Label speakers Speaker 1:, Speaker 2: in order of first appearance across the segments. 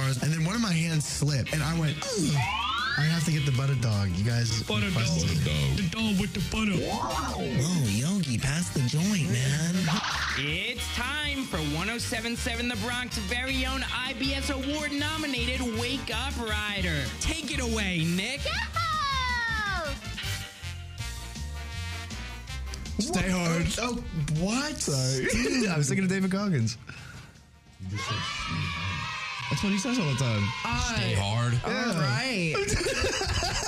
Speaker 1: my hand slip, and I went. "Ugh." I have to get the butter dog. You guys.
Speaker 2: Butter dog.
Speaker 1: requested it.
Speaker 2: The dog with the butter.
Speaker 1: Whoa, Yogi, pass the joint, man.
Speaker 3: It's time for 1077 The Bronx's very own IBS award nominated Wake Up Rider. Take it away, Nick.
Speaker 1: Stay hard. Oh, what? Dude, I was thinking of David Goggins. That's what he says all the time.
Speaker 2: Stay hard.
Speaker 4: All right.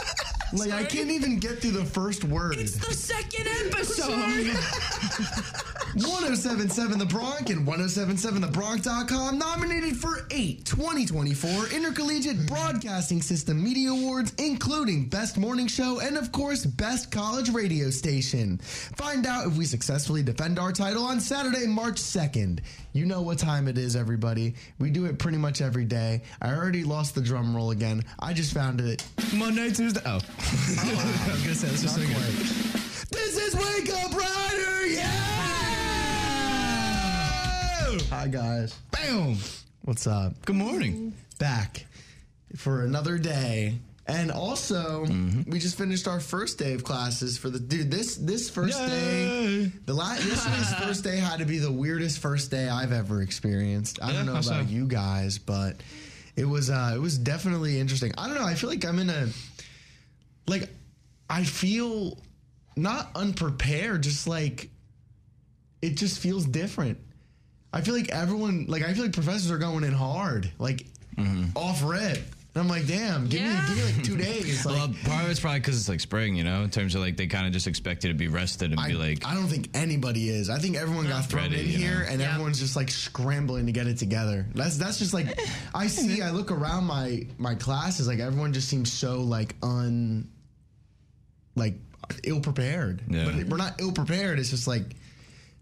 Speaker 1: Like I can't even get through the first word.
Speaker 4: the second episode.
Speaker 1: 1077 The Bronx and 1077TheBronx.com nominated for eight 2024 Intercollegiate Broadcasting System Media Awards, including Best Morning Show and, of course, Best College Radio Station. Find out if we successfully defend our title on Saturday, March 2nd. You know what time it is, everybody. We do it pretty much every day. I already lost the drum roll again. I just found it.
Speaker 5: Monday, Tuesday. Oh. I was going to say, that's just so good.
Speaker 1: This is Wake Up Rider, yeah! Hi, guys.
Speaker 5: Bam!
Speaker 1: What's up?
Speaker 5: Good morning.
Speaker 1: Back for another day. And also,
Speaker 5: Mm-hmm.
Speaker 1: we just finished our first day of classes for the dude. This this first day,
Speaker 5: Yay!
Speaker 1: the last yesterday's first day had to be the weirdest first day I've ever experienced. I don't know
Speaker 5: how
Speaker 1: about
Speaker 5: so?
Speaker 1: you guys, but it was uh, it was definitely interesting. I don't know. I feel like I'm in a like I feel not unprepared, just like it just feels different. I feel like everyone, like I feel like professors are going in hard, like
Speaker 5: Mm-hmm.
Speaker 1: off rip. And I'm like, damn, give me give me like two days. Like,
Speaker 5: Well, part of it's probably because it's like spring, you know, in terms of like they kind of just expect you to be rested and
Speaker 1: I,
Speaker 5: be like,
Speaker 1: I don't think anybody is. I think everyone got thrown
Speaker 5: ready,
Speaker 1: in
Speaker 5: you
Speaker 1: here,
Speaker 5: know.
Speaker 1: and everyone's just like scrambling to get it together. That's that's just like I see. I look around my my classes, like everyone just seems so like un, like ill prepared.
Speaker 5: Yeah.
Speaker 1: But we're not ill prepared. It's just like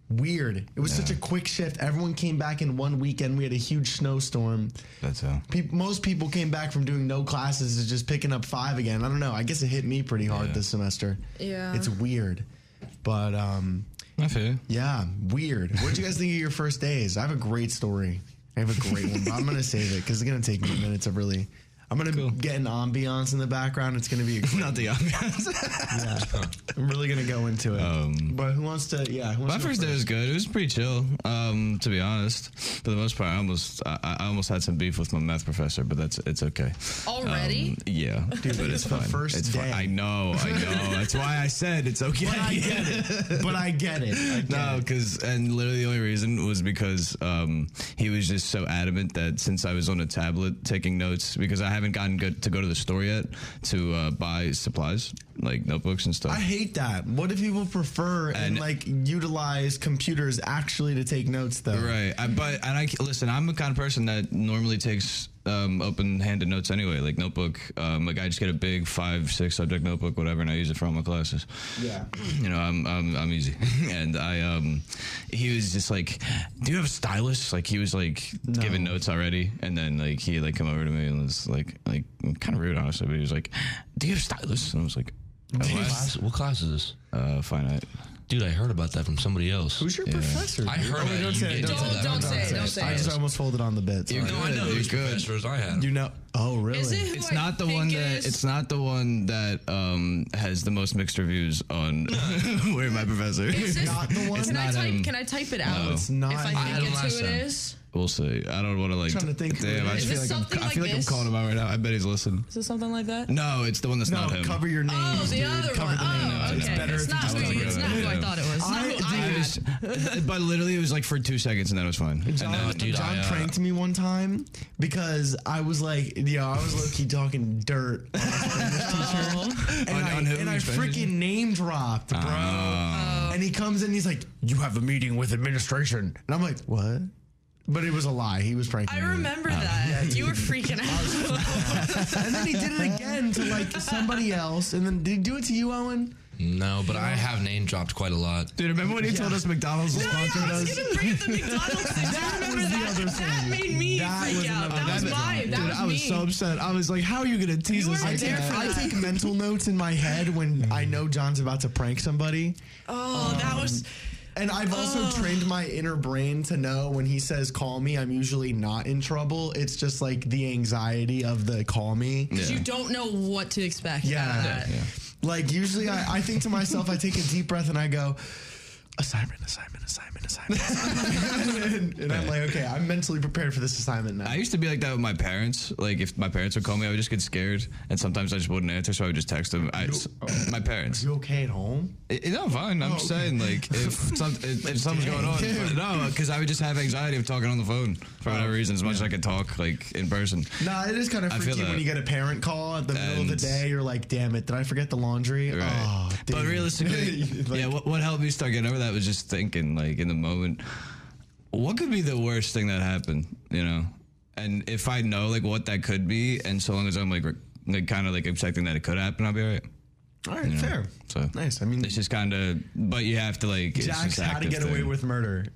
Speaker 1: weird. It was such a quick shift. Everyone came back in one weekend. We had a huge snowstorm.
Speaker 5: that's how.
Speaker 1: Peop most people came back from doing no classes to just picking up five again. I don't know. I guess it hit me pretty hard
Speaker 5: Yeah.
Speaker 1: this semester.
Speaker 4: Yeah.
Speaker 1: it's weird, but um,
Speaker 5: I feel you.
Speaker 1: yeah, weird. What would you guys think of your first days? I have a great story. I have a great one, but I'm gonna save it because it's gonna take me a minute to really. I'm gonna get an ambiance in the background. It's gonna be. A great,
Speaker 5: Not the obvious.
Speaker 1: I'm really gonna go into it.
Speaker 5: Um,
Speaker 1: but who wants to? Yeah, who wants
Speaker 5: My
Speaker 1: to go
Speaker 5: first day was good. It was pretty chill, um, to be honest. For the most part, I almost I, I almost had some beef with my math professor, but that's it's okay.
Speaker 4: Already?
Speaker 5: Um, yeah, dude, but it's
Speaker 1: the
Speaker 5: fine.
Speaker 1: first
Speaker 5: it's
Speaker 1: day.
Speaker 5: Fine. I know, I know. that's why I said it's okay.
Speaker 1: But I get it. But I get it. I get
Speaker 5: No,
Speaker 1: it.
Speaker 5: because and literally the only reason was because um, he was just so adamant that since I was on a tablet taking notes, because I haven't gotten good to go to the store yet to uh, buy supplies like notebooks and stuff.
Speaker 1: I hate that. What if people prefer and,
Speaker 5: And-
Speaker 1: like utilize computers actually to take notes though?
Speaker 5: Right, I, but and I listen. I'm the kind of person that normally takes um, open-handed notes anyway, like notebook. Um, like I just get a big five, six subject notebook, whatever, and I use it for all my classes.
Speaker 1: Yeah.
Speaker 5: you know, I'm I'm, I'm easy. and I um, he was just like, "Do you have a stylus?" Like he was like giving notes already, and then like he like come over to me and was like like kind of rude, honestly. But he was like, "Do you have a stylus?" And I was like,
Speaker 2: What class, what class is this?
Speaker 5: uh, "Fine." I,
Speaker 2: Dude, I heard about that from somebody else.
Speaker 1: Who's your professor? Oh,
Speaker 2: I heard about
Speaker 1: don't
Speaker 2: it.
Speaker 1: say it,
Speaker 2: You
Speaker 1: don't
Speaker 2: did
Speaker 1: say
Speaker 2: that.
Speaker 1: it, don't
Speaker 4: say it, don't say
Speaker 1: I
Speaker 4: it.
Speaker 1: just almost folded on the bit. sorry.
Speaker 2: No, I know who's professors I had.
Speaker 1: You know? Oh, really?
Speaker 4: Is it who
Speaker 5: It's
Speaker 4: I
Speaker 5: not the
Speaker 4: think
Speaker 5: one that
Speaker 4: is?
Speaker 5: it's not the one that um, has the most mixed reviews on where my professor.
Speaker 4: Is this-
Speaker 1: not the one?
Speaker 4: Can I
Speaker 5: not
Speaker 4: type?
Speaker 5: him.
Speaker 4: Can I type it out?
Speaker 1: It's not.
Speaker 4: If
Speaker 1: him.
Speaker 4: I
Speaker 2: I
Speaker 4: think
Speaker 2: don't
Speaker 4: it's who
Speaker 2: last
Speaker 4: it
Speaker 2: time.
Speaker 4: is,
Speaker 5: we'll see. I don't want to like.
Speaker 1: Trying to think who
Speaker 5: Damn,
Speaker 1: it
Speaker 5: I
Speaker 1: is.
Speaker 5: feel
Speaker 4: Is
Speaker 5: like
Speaker 4: this
Speaker 5: I'm,
Speaker 4: something
Speaker 5: I
Speaker 4: like
Speaker 5: feel like I'm
Speaker 4: this?
Speaker 5: calling him out right now. I bet he's listening.
Speaker 4: is it something like that?
Speaker 5: No, it's the one that's
Speaker 1: no,
Speaker 5: not him.
Speaker 1: cover your name.
Speaker 4: Oh, the other one.
Speaker 1: cover the name.
Speaker 4: oh, okay.
Speaker 1: It's better
Speaker 4: It's
Speaker 1: if you
Speaker 4: not
Speaker 1: just
Speaker 4: who,
Speaker 5: cover
Speaker 4: it's
Speaker 5: it.
Speaker 4: not who I
Speaker 5: Yeah.
Speaker 4: thought it was. It's not
Speaker 1: I-
Speaker 4: who I
Speaker 5: I
Speaker 4: had.
Speaker 5: just, but literally, it was like for two seconds, and then it was fine. And
Speaker 1: John,
Speaker 5: then-
Speaker 2: dude,
Speaker 1: John
Speaker 2: I, uh,
Speaker 1: pranked me one time because I was like, yeah, I was low key talking dirt on his Spanish teacher. And
Speaker 5: On-
Speaker 1: I,
Speaker 5: on who?
Speaker 1: and I
Speaker 5: Your Spanish
Speaker 1: freaking name dropped, bro.
Speaker 2: Ah.
Speaker 1: And he comes in, he's like, you have a meeting with administration. And I'm like, what? But it was a lie. He was pranking
Speaker 4: I
Speaker 1: me.
Speaker 4: remember that. you were freaking out.
Speaker 1: And then he did it again to like somebody else. And then did he do it to you, Owen?
Speaker 2: No, but I have name dropped quite a lot.
Speaker 5: dude, remember when he told us McDonald's was
Speaker 4: Oh, yeah,
Speaker 5: sponsoring
Speaker 4: I was
Speaker 5: us?
Speaker 4: going to bring up the McDonald's thing. Do you remember
Speaker 1: was the
Speaker 4: that?
Speaker 1: other
Speaker 4: that
Speaker 1: thing.
Speaker 4: made me
Speaker 1: That was
Speaker 4: freak out.
Speaker 1: another
Speaker 4: That was
Speaker 1: thing.
Speaker 4: my. That
Speaker 5: Dude,
Speaker 4: was
Speaker 5: I was
Speaker 4: me.
Speaker 5: so upset. I was like, "How are you gonna tease
Speaker 4: You
Speaker 5: us?"
Speaker 4: weren't
Speaker 5: like
Speaker 4: there
Speaker 5: that?
Speaker 4: for
Speaker 1: I
Speaker 4: that.
Speaker 1: take mental notes in my head when I know John's about to prank somebody. Um,
Speaker 4: Oh, that was.
Speaker 1: And I've also trained my inner brain to know when he says call me, I'm usually not in trouble. It's just like the anxiety of the call me.
Speaker 5: Yeah.
Speaker 4: You don't know what to expect. out of
Speaker 1: Yeah.
Speaker 4: that.
Speaker 1: Like usually I, I think to myself, I take a deep breath and I go, assignment, assignment, assignment, assignment. assignment." and and I'm like, okay, I'm mentally prepared for this assignment now.
Speaker 5: I used to be like that with my parents. Like if my parents would call me, I would just get scared, and sometimes I just wouldn't answer, so I would just text them. I, my parents.
Speaker 1: you okay at home?
Speaker 5: I- I- No, fine. I'm
Speaker 1: Oh.
Speaker 5: just saying, like, if, some, if, if something's going on, no, because I would just have anxiety of talking on the phone for whatever reason, as much as I could talk, like, in person.
Speaker 1: Oh. Nah, it is kind of
Speaker 5: I feel
Speaker 1: freaky when
Speaker 5: that.
Speaker 1: you get a parent call at the middle of the
Speaker 5: And-
Speaker 1: day. You're like, damn it, did I forget the laundry?
Speaker 5: Right.
Speaker 1: Oh,
Speaker 5: but
Speaker 1: dude.
Speaker 5: realistically,
Speaker 1: Like-
Speaker 5: yeah, what, what helped me start getting over that was just thinking, like, in the moment, what could be the worst thing that happened, you know? And if I know, like, what that could be, and so long as I'm, like, re- like kind of, like, accepting that it could happen, I'll be all right.
Speaker 1: all right, fair.
Speaker 5: So
Speaker 1: Nice. I mean,
Speaker 5: It's just kind of, but you have to, like, it's
Speaker 1: Jack's
Speaker 5: just
Speaker 1: how to
Speaker 5: active
Speaker 1: get away
Speaker 5: thing.
Speaker 1: with murder.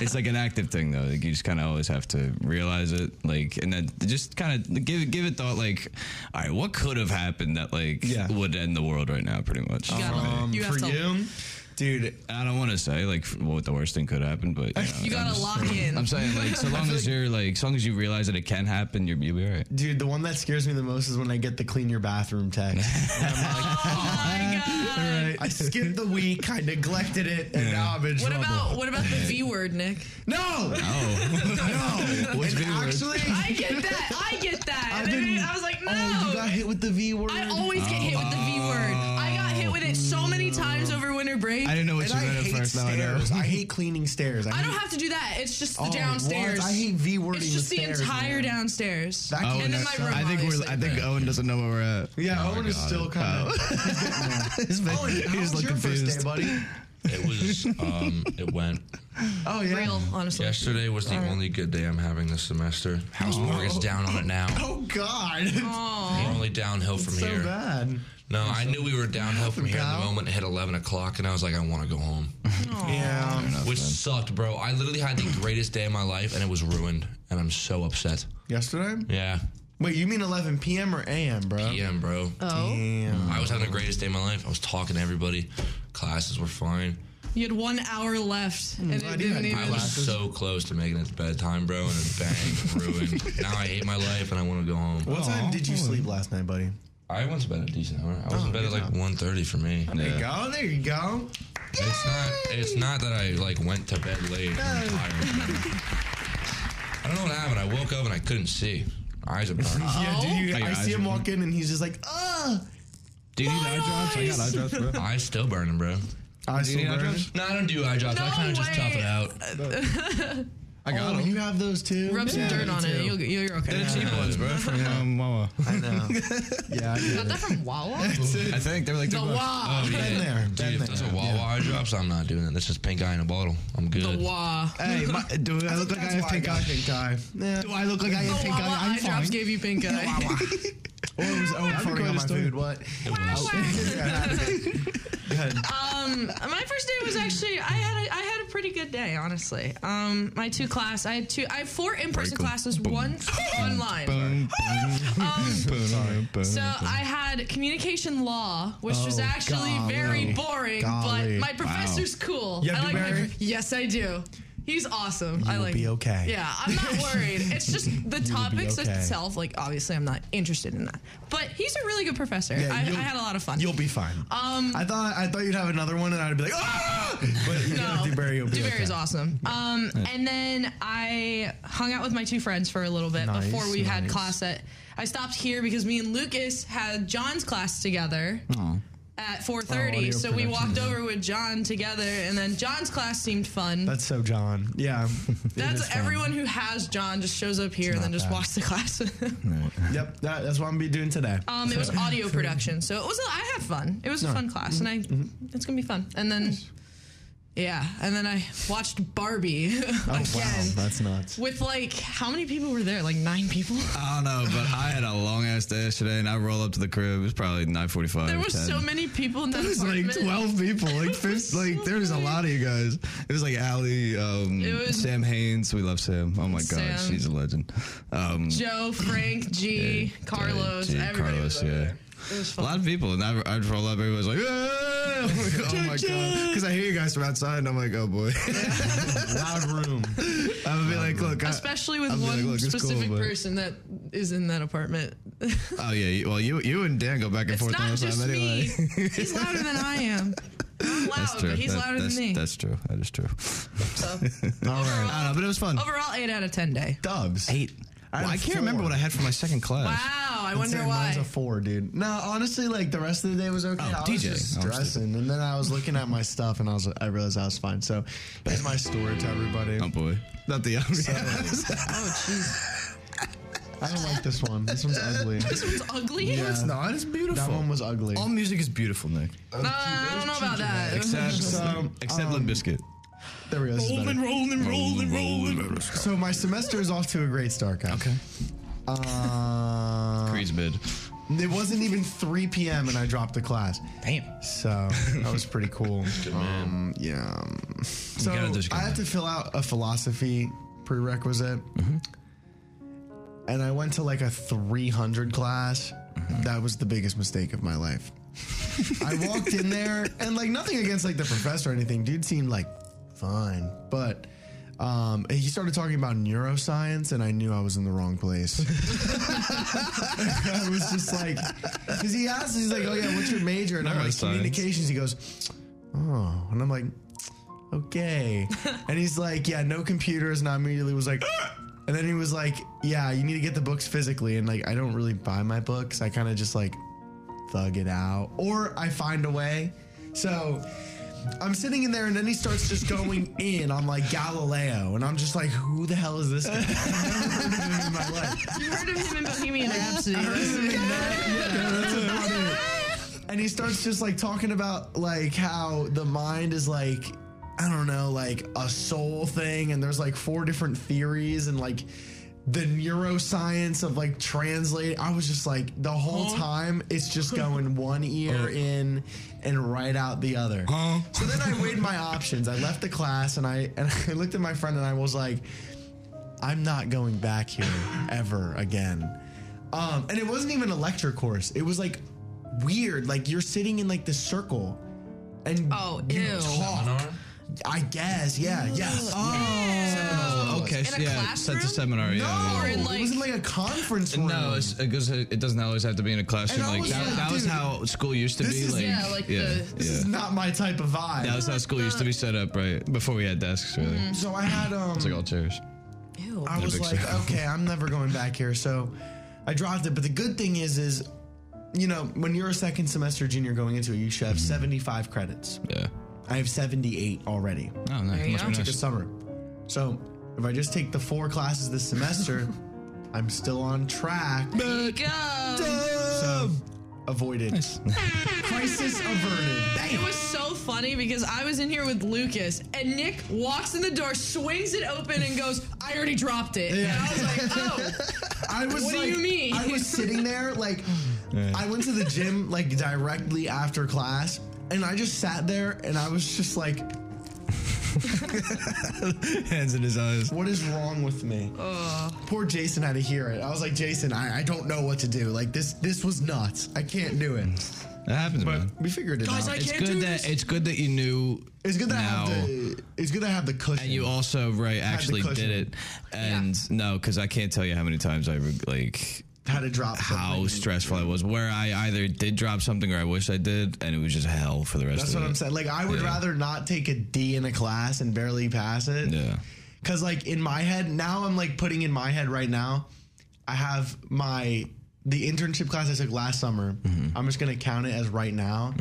Speaker 5: it's like an active thing though. Like you just kind of always have to realize it, like, and then just kind of give give it thought. Like, all right, what could have happened that like
Speaker 1: Yeah.
Speaker 5: would end the world right now? Pretty much.
Speaker 4: You gotta- you have
Speaker 1: for
Speaker 4: to-
Speaker 1: you, dude.
Speaker 5: I don't want to say like what the worst thing could happen, but you, know,
Speaker 4: You gotta
Speaker 5: I'm just-
Speaker 4: lock in.
Speaker 5: I'm saying like so long as you're like, so long as you realize that it can happen, you're you'll be all right.
Speaker 1: Dude, the one that scares me the most is when I get the clean your bathroom text.
Speaker 4: Oh my god.
Speaker 1: I skipped the week, I neglected it, and now I'm in
Speaker 4: What
Speaker 1: trouble.
Speaker 4: about Oh, what about the V word, Nick?
Speaker 1: no? No, no.
Speaker 5: Which
Speaker 1: And
Speaker 5: V word?
Speaker 1: actually,
Speaker 4: I get that. I get that.
Speaker 1: I've
Speaker 4: And
Speaker 1: been-
Speaker 4: then I was like, no.
Speaker 1: oh, you got hit with the V word.
Speaker 4: I always get hit with the V word. I got hit with it so many times over winter break.
Speaker 5: I
Speaker 4: I,
Speaker 5: didn't know what
Speaker 1: and
Speaker 5: you
Speaker 1: I
Speaker 5: meant
Speaker 1: hate
Speaker 5: at first. Now I know.
Speaker 1: stairs. I hate cleaning stairs. I,
Speaker 4: don't
Speaker 1: hate-
Speaker 4: have to do that. It's just the
Speaker 1: Oh,
Speaker 4: downstairs.
Speaker 1: what? I hate V wording.
Speaker 4: It's just the
Speaker 1: with stairs,
Speaker 4: entire
Speaker 1: man.
Speaker 4: downstairs.
Speaker 1: That
Speaker 5: Owen,
Speaker 1: and
Speaker 4: then my room,
Speaker 5: Oh, I think we're. I think Owen doesn't know where we're at.
Speaker 1: Yeah,
Speaker 5: Oh,
Speaker 1: Owen is
Speaker 5: God.
Speaker 1: still kind of.
Speaker 5: His face-
Speaker 1: Owen, how
Speaker 5: he's
Speaker 1: was
Speaker 5: looking
Speaker 1: your first day,
Speaker 5: confused.
Speaker 1: buddy?
Speaker 2: It was. Um, it went.
Speaker 1: Oh yeah.
Speaker 4: Real, honestly.
Speaker 2: Yesterday was the only good day I'm having this semester. House mortgage down on it now.
Speaker 1: Oh God, it's
Speaker 2: We're only downhill from
Speaker 1: so
Speaker 2: here.
Speaker 1: bad.
Speaker 2: No, I knew we were downhill from here in
Speaker 1: Pal.
Speaker 2: the moment. It hit 11 o'clock, and I was like, I want to go home,
Speaker 1: Yeah.
Speaker 2: which sucked, bro. I literally had the greatest day of my life, and it was ruined, and I'm so upset.
Speaker 1: Yesterday?
Speaker 2: Yeah,
Speaker 1: Wait, you mean 11 p.m. or a.m., bro?
Speaker 2: PM, bro.
Speaker 4: Oh,
Speaker 1: Damn.
Speaker 2: I was having the greatest day of my life. I was talking to everybody. Classes were fine.
Speaker 4: you had one hour left, and
Speaker 1: Hmm. I
Speaker 4: it
Speaker 1: do
Speaker 4: didn't
Speaker 1: have
Speaker 4: even.
Speaker 2: I was so close to making it to bedtime, bro, and then bang, ruined. Now I hate my life, and I want to go home.
Speaker 1: What time did you sleep Oh, last night, buddy?
Speaker 2: I went to bed at a decent hour. I was in bed at
Speaker 1: good
Speaker 2: like 1.30 for me.
Speaker 1: There you go. There you go.
Speaker 2: It's not. It's not that I like went to bed late. and I'm tired. I don't know what happened. I woke up and I couldn't see. Eyes are burning.
Speaker 1: Yeah,
Speaker 4: Oh?
Speaker 1: dude. You,
Speaker 5: Hey,
Speaker 1: I
Speaker 5: guys.
Speaker 1: see him walk in, and he's just like, "Ah."
Speaker 5: Do you need eye drops? I got eye drops, bro.
Speaker 2: Eyes still burning, bro.
Speaker 1: I
Speaker 5: Do you need eye drops?
Speaker 2: No, I don't do eye drops. I
Speaker 4: No
Speaker 2: kind of just tough
Speaker 4: way. Uh,
Speaker 2: it out.
Speaker 5: I got
Speaker 1: Oh,
Speaker 5: them.
Speaker 1: you have those too.
Speaker 4: Rub some
Speaker 1: Yeah,
Speaker 4: dirt
Speaker 1: me
Speaker 4: on
Speaker 1: too.
Speaker 4: it. You'll, you're okay.
Speaker 5: They're the cheap ones, bro. From um, Wawa.
Speaker 1: I know. yeah. I
Speaker 4: Got
Speaker 1: did.
Speaker 4: that from Wawa.
Speaker 5: I think they were like
Speaker 4: The
Speaker 5: two bucks.
Speaker 4: Wah.
Speaker 1: Been there.
Speaker 2: Oh, Dude,
Speaker 1: Been
Speaker 2: if
Speaker 1: there.
Speaker 2: those are Wawa eye drops, I'm not doing that. That's just pink eye in a bottle. I'm good.
Speaker 4: The Wah.
Speaker 5: Hey, my, do I look like I
Speaker 1: That's
Speaker 5: have
Speaker 1: why
Speaker 5: pink
Speaker 1: got
Speaker 5: eye?
Speaker 1: Pink eye. Yeah.
Speaker 5: Do I look like I
Speaker 4: The
Speaker 5: have pink
Speaker 4: Wawa
Speaker 5: eye? I'm
Speaker 4: eye drops
Speaker 5: fine.
Speaker 4: gave you pink eye.
Speaker 1: Or it was Owen farting on
Speaker 5: quite a
Speaker 1: my
Speaker 5: story.
Speaker 1: food. What?
Speaker 4: Um, my first day was actually I had a, I had a pretty good day, honestly. Um, my two class, I had two, I had four in person
Speaker 5: Break 'em.
Speaker 4: classes, one online.
Speaker 5: Boom, boom, boom, boom,
Speaker 4: Um, So
Speaker 5: boom.
Speaker 4: I had communication law, which was
Speaker 1: Oh,
Speaker 4: actually very
Speaker 1: golly.
Speaker 4: boring, but
Speaker 1: Golly.
Speaker 4: my professor's cool.
Speaker 1: You have
Speaker 4: I like my,
Speaker 1: Newberry?
Speaker 4: yes, I do. He's awesome. I
Speaker 1: You'll
Speaker 4: like.
Speaker 1: be okay.
Speaker 4: Yeah, I'm not worried. It's just the topics
Speaker 1: okay.
Speaker 4: itself. Like, obviously, I'm not interested in that. But he's a really good professor.
Speaker 1: Yeah,
Speaker 4: I, I
Speaker 1: you'll-
Speaker 4: had a lot of fun.
Speaker 1: You'll be fine. Um, I thought I thought you'd have another one, and I'd be like, ah! But you know, DeBerry will be
Speaker 4: DeBerry's
Speaker 1: okay.
Speaker 4: awesome. Um, and then I hung out with my two friends for a little bit
Speaker 1: Nice,
Speaker 4: before we had
Speaker 1: nice.
Speaker 4: class at. I stopped here because me and Lucas had John's class together
Speaker 1: Oh,
Speaker 4: at 4:30,
Speaker 1: audio
Speaker 4: so we walked
Speaker 1: production, yeah.
Speaker 4: over with John together, and then John's class seemed fun.
Speaker 1: That's so John. Yeah. It is
Speaker 4: That's
Speaker 1: fun.
Speaker 4: everyone who has John just shows up here and then just
Speaker 1: bad.
Speaker 4: walks the class.
Speaker 1: Yep. That, that's what I'm gonna be doing today.
Speaker 4: um, it was audio production, so it was. I had fun. It was a fun class, and I
Speaker 1: Mm-hmm.
Speaker 4: it's gonna be fun. And then. Yeah, and then I watched Barbie
Speaker 1: Oh,
Speaker 4: again.
Speaker 1: that's nuts.
Speaker 4: With like, how many people were there? Like nine people.
Speaker 6: Uh,
Speaker 5: I don't know, but I had a long ass day yesterday, and I roll up to the crib. It was probably nine forty-five.
Speaker 4: There were so many people in that
Speaker 5: It was like
Speaker 4: apartment.
Speaker 5: twelve people, like fifth, like there was a lot of you guys. It was like Allie, um,
Speaker 4: It was-
Speaker 5: Sam Haynes. We love Sam. Oh my
Speaker 4: Sam.
Speaker 5: god, she's a legend. Um,
Speaker 4: Joe, Frank, G, Carlos,
Speaker 5: Gee,
Speaker 4: everybody. was
Speaker 5: Carlos,
Speaker 4: over
Speaker 5: yeah.
Speaker 4: there. It was
Speaker 5: A
Speaker 4: fun.
Speaker 5: lot of people, and I, I'd roll up. Everybody's like, "Hey!"
Speaker 6: oh my god! Because I hear you guys from outside, and I'm like, oh boy.
Speaker 1: Loud room.
Speaker 6: I'm gonna be like, look, I,
Speaker 4: Especially with
Speaker 6: I'll be like,
Speaker 4: one
Speaker 6: "Look, it's cool,
Speaker 4: specific
Speaker 6: but-"
Speaker 4: person that is in that apartment.
Speaker 6: oh yeah. you- Well, you you and Dan go back and
Speaker 4: It's
Speaker 6: forth all
Speaker 4: not
Speaker 6: the
Speaker 4: just
Speaker 6: time anyway.
Speaker 4: me. He's louder than I am. I'm loud, but he's
Speaker 6: That-
Speaker 4: louder than
Speaker 6: that's,
Speaker 4: me.
Speaker 6: That's true. That is true.
Speaker 4: So,
Speaker 6: All right. I don't know, but it was fun.
Speaker 4: overall, eight out of ten day.
Speaker 6: Dubs.
Speaker 5: Eight.
Speaker 6: Well, I
Speaker 1: had
Speaker 6: can't
Speaker 1: four.
Speaker 6: remember what I had for my second class.
Speaker 4: Wow, I wonder
Speaker 1: Damn,
Speaker 4: why.
Speaker 1: Mine's a four, dude. No, honestly, like the rest of the day was okay.
Speaker 4: Oh,
Speaker 1: I was
Speaker 6: DJ.
Speaker 1: just
Speaker 6: I was
Speaker 1: stressing, and then I was looking at my stuff, and I was I realized I was fine. So here's my story to everybody.
Speaker 5: Oh boy.
Speaker 6: Not the young.
Speaker 4: oh,
Speaker 1: I don't like this one. This one's ugly.
Speaker 4: This one's ugly.
Speaker 1: Yeah.
Speaker 6: It's not. It's beautiful.
Speaker 1: That one was ugly.
Speaker 5: All music is beautiful, Nick.
Speaker 4: Uh, I don't know about that.
Speaker 1: So,
Speaker 5: Except
Speaker 1: um,
Speaker 5: Limp Biscuit.
Speaker 1: There we go. This is better.
Speaker 5: rolling, rolling, rolling.
Speaker 1: So my semester is off to a great start, guys.
Speaker 5: Okay.
Speaker 1: Uh,
Speaker 5: Creed's bid.
Speaker 1: it wasn't even 3 p.m. and I dropped the class,
Speaker 5: Damn.
Speaker 1: so that was pretty cool. um, yeah. So
Speaker 5: gotta just go
Speaker 1: I have to fill out a philosophy prerequisite,
Speaker 5: Mm-hmm.
Speaker 1: and I went to like a 300 class.
Speaker 5: Mm-hmm.
Speaker 1: That was the biggest mistake of my life. I walked in there and like nothing against like the professor or anything. Dude seemed like fine, but um, he started talking about neuroscience and I knew I was in the wrong place. Oh. I was just like, because he asked, he's like, "Oh yeah, what's your major?" And I'm like,
Speaker 5: Neuroscience.
Speaker 1: "Communications." He goes, "Oh," and I'm like, "Okay," and he's like, "Yeah, no computers," and I immediately was like. "Ah!" And then he was like, "Yeah, you need to get the books physically." And like, I don't really buy my books. I kind of just like thug it out, or I find a way. So I'm sitting in there, and then he starts just going in on like Galileo, and I'm just like, who the hell is this guy? I've never heard of him in my life.
Speaker 4: You heard of him in Bohemian Rhapsody.
Speaker 1: And he starts just like talking about like how the mind is like I don't know, like a soul thing, and there's like four different theories and like the neuroscience of like translate. I was just like the whole time it's just going one ear in and right out the other. So then I weighed my options. I left the class and I and I looked at my friend and I was like, I'm not going back here ever again. Um, and it wasn't even a lecture course. It was like weird. Like you're sitting in like this circle, and
Speaker 4: Oh,
Speaker 1: you
Speaker 4: ew.
Speaker 1: talk. I guess. Yeah. Yes.
Speaker 5: Uh, Oh, okay. So,
Speaker 4: a
Speaker 5: yeah,
Speaker 4: classroom?
Speaker 5: that's a seminar. yeah,
Speaker 1: No,
Speaker 5: yeah.
Speaker 4: Or in,
Speaker 1: it wasn't like a conference room.
Speaker 5: No, it's, it, goes, it doesn't always have to be in a classroom.
Speaker 1: And I
Speaker 5: Like
Speaker 1: was
Speaker 5: that,
Speaker 1: like,
Speaker 5: that was
Speaker 1: dude,
Speaker 5: how school used to
Speaker 1: this
Speaker 5: be.
Speaker 1: is-
Speaker 5: like,
Speaker 4: yeah, like the-
Speaker 1: this is not my type of vibe.
Speaker 5: That was how school used to be set up, right? Before we had desks, really. It's
Speaker 1: so I had um.
Speaker 5: like all chairs.
Speaker 4: Ew.
Speaker 1: I was
Speaker 5: big
Speaker 1: like, okay, I'm never going back here. So I dropped it. But the good thing is, is you know, when you're a second semester junior going into it, you should have 75 credits.
Speaker 5: Mm-hmm. Yeah.
Speaker 1: I have 78 already
Speaker 5: Oh, nice.
Speaker 4: you
Speaker 5: Must be
Speaker 4: go.
Speaker 5: nice.
Speaker 1: this summer. So if I just take the four classes this semester, I'm still on track.
Speaker 4: Here you go.
Speaker 1: So avoided. Crisis averted.
Speaker 4: It was so funny because I was in here with Lucas and Nick walks in the door, swings it open, and goes, I already dropped it. And I was like, oh,
Speaker 1: I was
Speaker 4: What do
Speaker 1: like,
Speaker 4: you mean?
Speaker 1: I was sitting there like I went to the gym like directly after class and I just sat there and I was just like,
Speaker 6: Hands in his eyes.
Speaker 1: what is wrong with me? Poor Jason had to hear it. I was like, Jason, I, I don't know what to do. Like this this was nuts. I can't do it.
Speaker 5: That happens, man.
Speaker 1: We figured it
Speaker 4: Guys,
Speaker 1: out.
Speaker 4: I
Speaker 5: It's
Speaker 4: can't do
Speaker 5: good that it's good that you knew.
Speaker 1: it's good to have
Speaker 5: now-
Speaker 1: the it's good to have the cushion.
Speaker 5: And you also right actually
Speaker 1: cushion.
Speaker 5: did it, and no, because I can't tell you how many times I re- like
Speaker 1: how to drop
Speaker 5: how
Speaker 1: something.
Speaker 5: stressful I was. Where I either did drop something or I wish I did, and it was just hell for the rest
Speaker 1: That's
Speaker 5: of
Speaker 1: what
Speaker 5: it.
Speaker 1: I'm saying. Like I would
Speaker 5: Yeah.
Speaker 1: rather not take a D in a class and barely pass it.
Speaker 5: Yeah.
Speaker 1: Cause like in my head now, I'm like putting in my head right now. I have my the internship class I took last summer.
Speaker 5: Mm-hmm.
Speaker 1: I'm just gonna count it as right now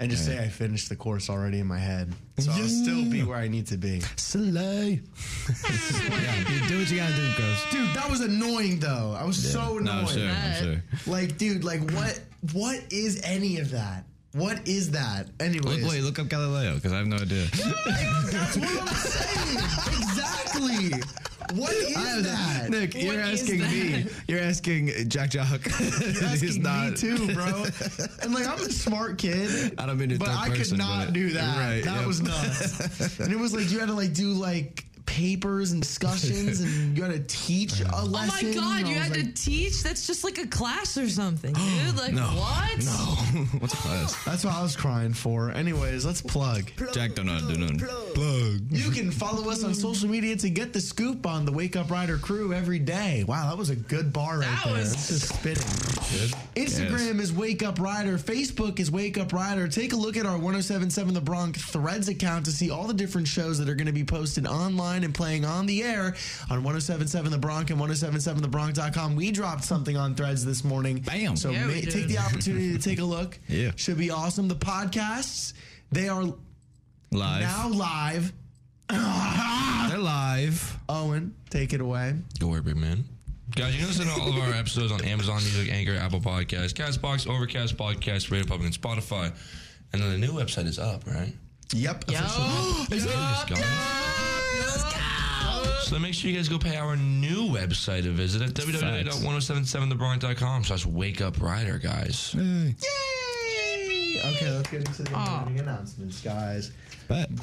Speaker 1: and just say I finished the course already in my head. So I'll still be where I need to be.
Speaker 6: Slay. yeah, you do what you gotta do, girls.
Speaker 1: Dude, that was annoying though. I was so
Speaker 5: No,
Speaker 1: annoyed.
Speaker 5: I'm sure. I'm sure.
Speaker 1: Like, dude, like what? What is any of that? What is that? Anyways,
Speaker 5: Look, wait, look up Galileo because I have no idea.
Speaker 1: that's what I'm saying. exactly. What is that?
Speaker 6: Nick, you're
Speaker 4: is
Speaker 6: asking me. You're asking Jack Jock. He's
Speaker 1: asking
Speaker 6: not.
Speaker 1: me too, bro. and like I'm a smart kid.
Speaker 5: I don't mean to
Speaker 1: But
Speaker 5: thug
Speaker 1: I could
Speaker 5: person,
Speaker 1: not
Speaker 5: but-
Speaker 1: do that.
Speaker 5: Right,
Speaker 1: that
Speaker 5: yep.
Speaker 1: was nuts. and it was like you had to like do like papers and discussions, and you had to teach a
Speaker 4: Oh my
Speaker 1: lesson.
Speaker 4: god,
Speaker 1: I
Speaker 4: you
Speaker 1: was
Speaker 4: had
Speaker 1: like,
Speaker 4: to teach? That's just like a class or something, dude. Like what?
Speaker 5: No. What's a class?
Speaker 1: That's what I was crying for. Anyways, let's plug.
Speaker 5: Jack don't know how to do nothing.
Speaker 1: You can follow us on social media to get the scoop on the Wake Up Rider crew every day. Wow, that was a good bar right
Speaker 4: That
Speaker 1: there.
Speaker 4: was-
Speaker 1: That's just spitting. Instagram is Wake Up Rider. Facebook is Wake Up Rider. Take a look at our 1077 The Bronx Threads account to see all the different shows that are going to be posted online and playing on the air on 1077 The Bronx and 1077TheBronx.com. We dropped something on Threads this morning.
Speaker 5: Bam.
Speaker 1: So
Speaker 4: Yeah, we
Speaker 1: ma-
Speaker 4: did.
Speaker 1: take the opportunity to take a look.
Speaker 5: Yeah.
Speaker 1: Should be awesome. The podcasts, they are
Speaker 5: Live.
Speaker 1: now live.
Speaker 6: They're live.
Speaker 1: Owen, take it away.
Speaker 2: Go work, big man. Guys, you can listen to all of our episodes on Amazon Music, Anchor, Apple Podcasts, Castbox, Overcast Podcast, Radio Public, and Spotify. And then the new website is up, right?
Speaker 1: Yep.
Speaker 2: Is it? It's gone. So make sure you guys go pay our new website a visit at www.1077thebronx.com slash wake up rider, guys.
Speaker 1: Okay, let's get into the morning announcements, guys.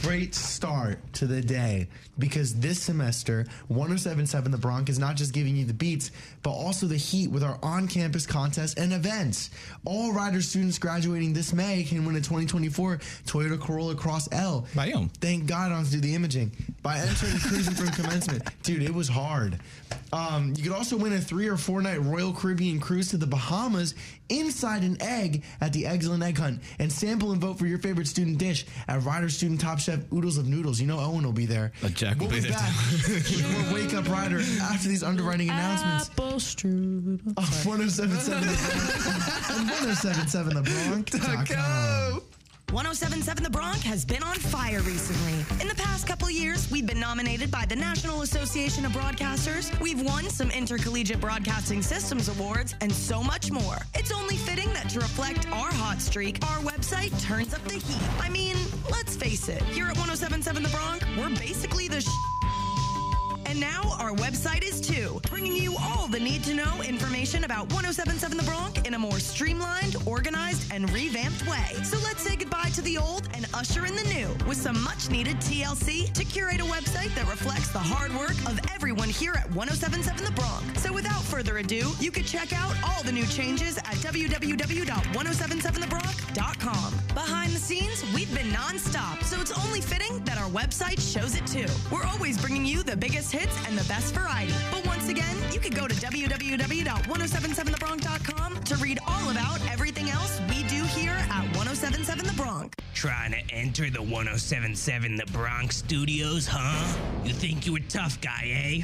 Speaker 1: Great start to the day because this semester, 1077 The Bronx is not just giving you the beats, but also the heat with our on campus contests and events. All Rider students graduating this May can win a 2024 Toyota Corolla Cross L.
Speaker 5: Bam.
Speaker 1: Thank God I don't have to do the imaging. By entering cruising from commencement. Dude, it was hard. Um, you could also win a three or four night Royal Caribbean cruise to the Bahamas inside an egg at the Eggs and Egg Hunt and sample and vote for your favorite student dish at Rider Student Top Chef Oodles of Noodles. You know Owen will be there.
Speaker 5: Uh, Jack will
Speaker 1: We'll
Speaker 5: be there,
Speaker 1: back with more Wake Up Rider after these underwriting announcements. Oh,
Speaker 4: Apple strudel.
Speaker 1: of 1077 The Bronx. and 1077thebronx.com.
Speaker 7: 1077 The Bronx oh has been on fire recently. In the past couple years, we've been nominated by the National Association of Broadcasters. We've won some Intercollegiate Broadcasting Systems Awards and so much more. It's only fitting that to reflect our hot streak, our website turns up the heat. I mean, let's face it, here at 1077 The Bronx, we're basically the sh- and now our website is too, bringing you all the need to know information about 1077 The Bronx in a more streamlined, organized, and revamped way. So let's say goodbye to the old and usher in the new with some much needed TLC to curate a website that reflects the hard work of everyone here at 1077 The Bronx. So without further ado, you can check out all the new changes at www.1077thebronx.com. Behind the scenes, we've been nonstop, so it's only fitting that our website shows it too. We're always bringing you the biggest hits and the best variety. But once again, you can go to www.1077thebronx.com to read all about everything else we do here at 1077 The Bronx.
Speaker 8: Trying to enter the 1077 The Bronx studios, huh? You think you a tough guy, eh?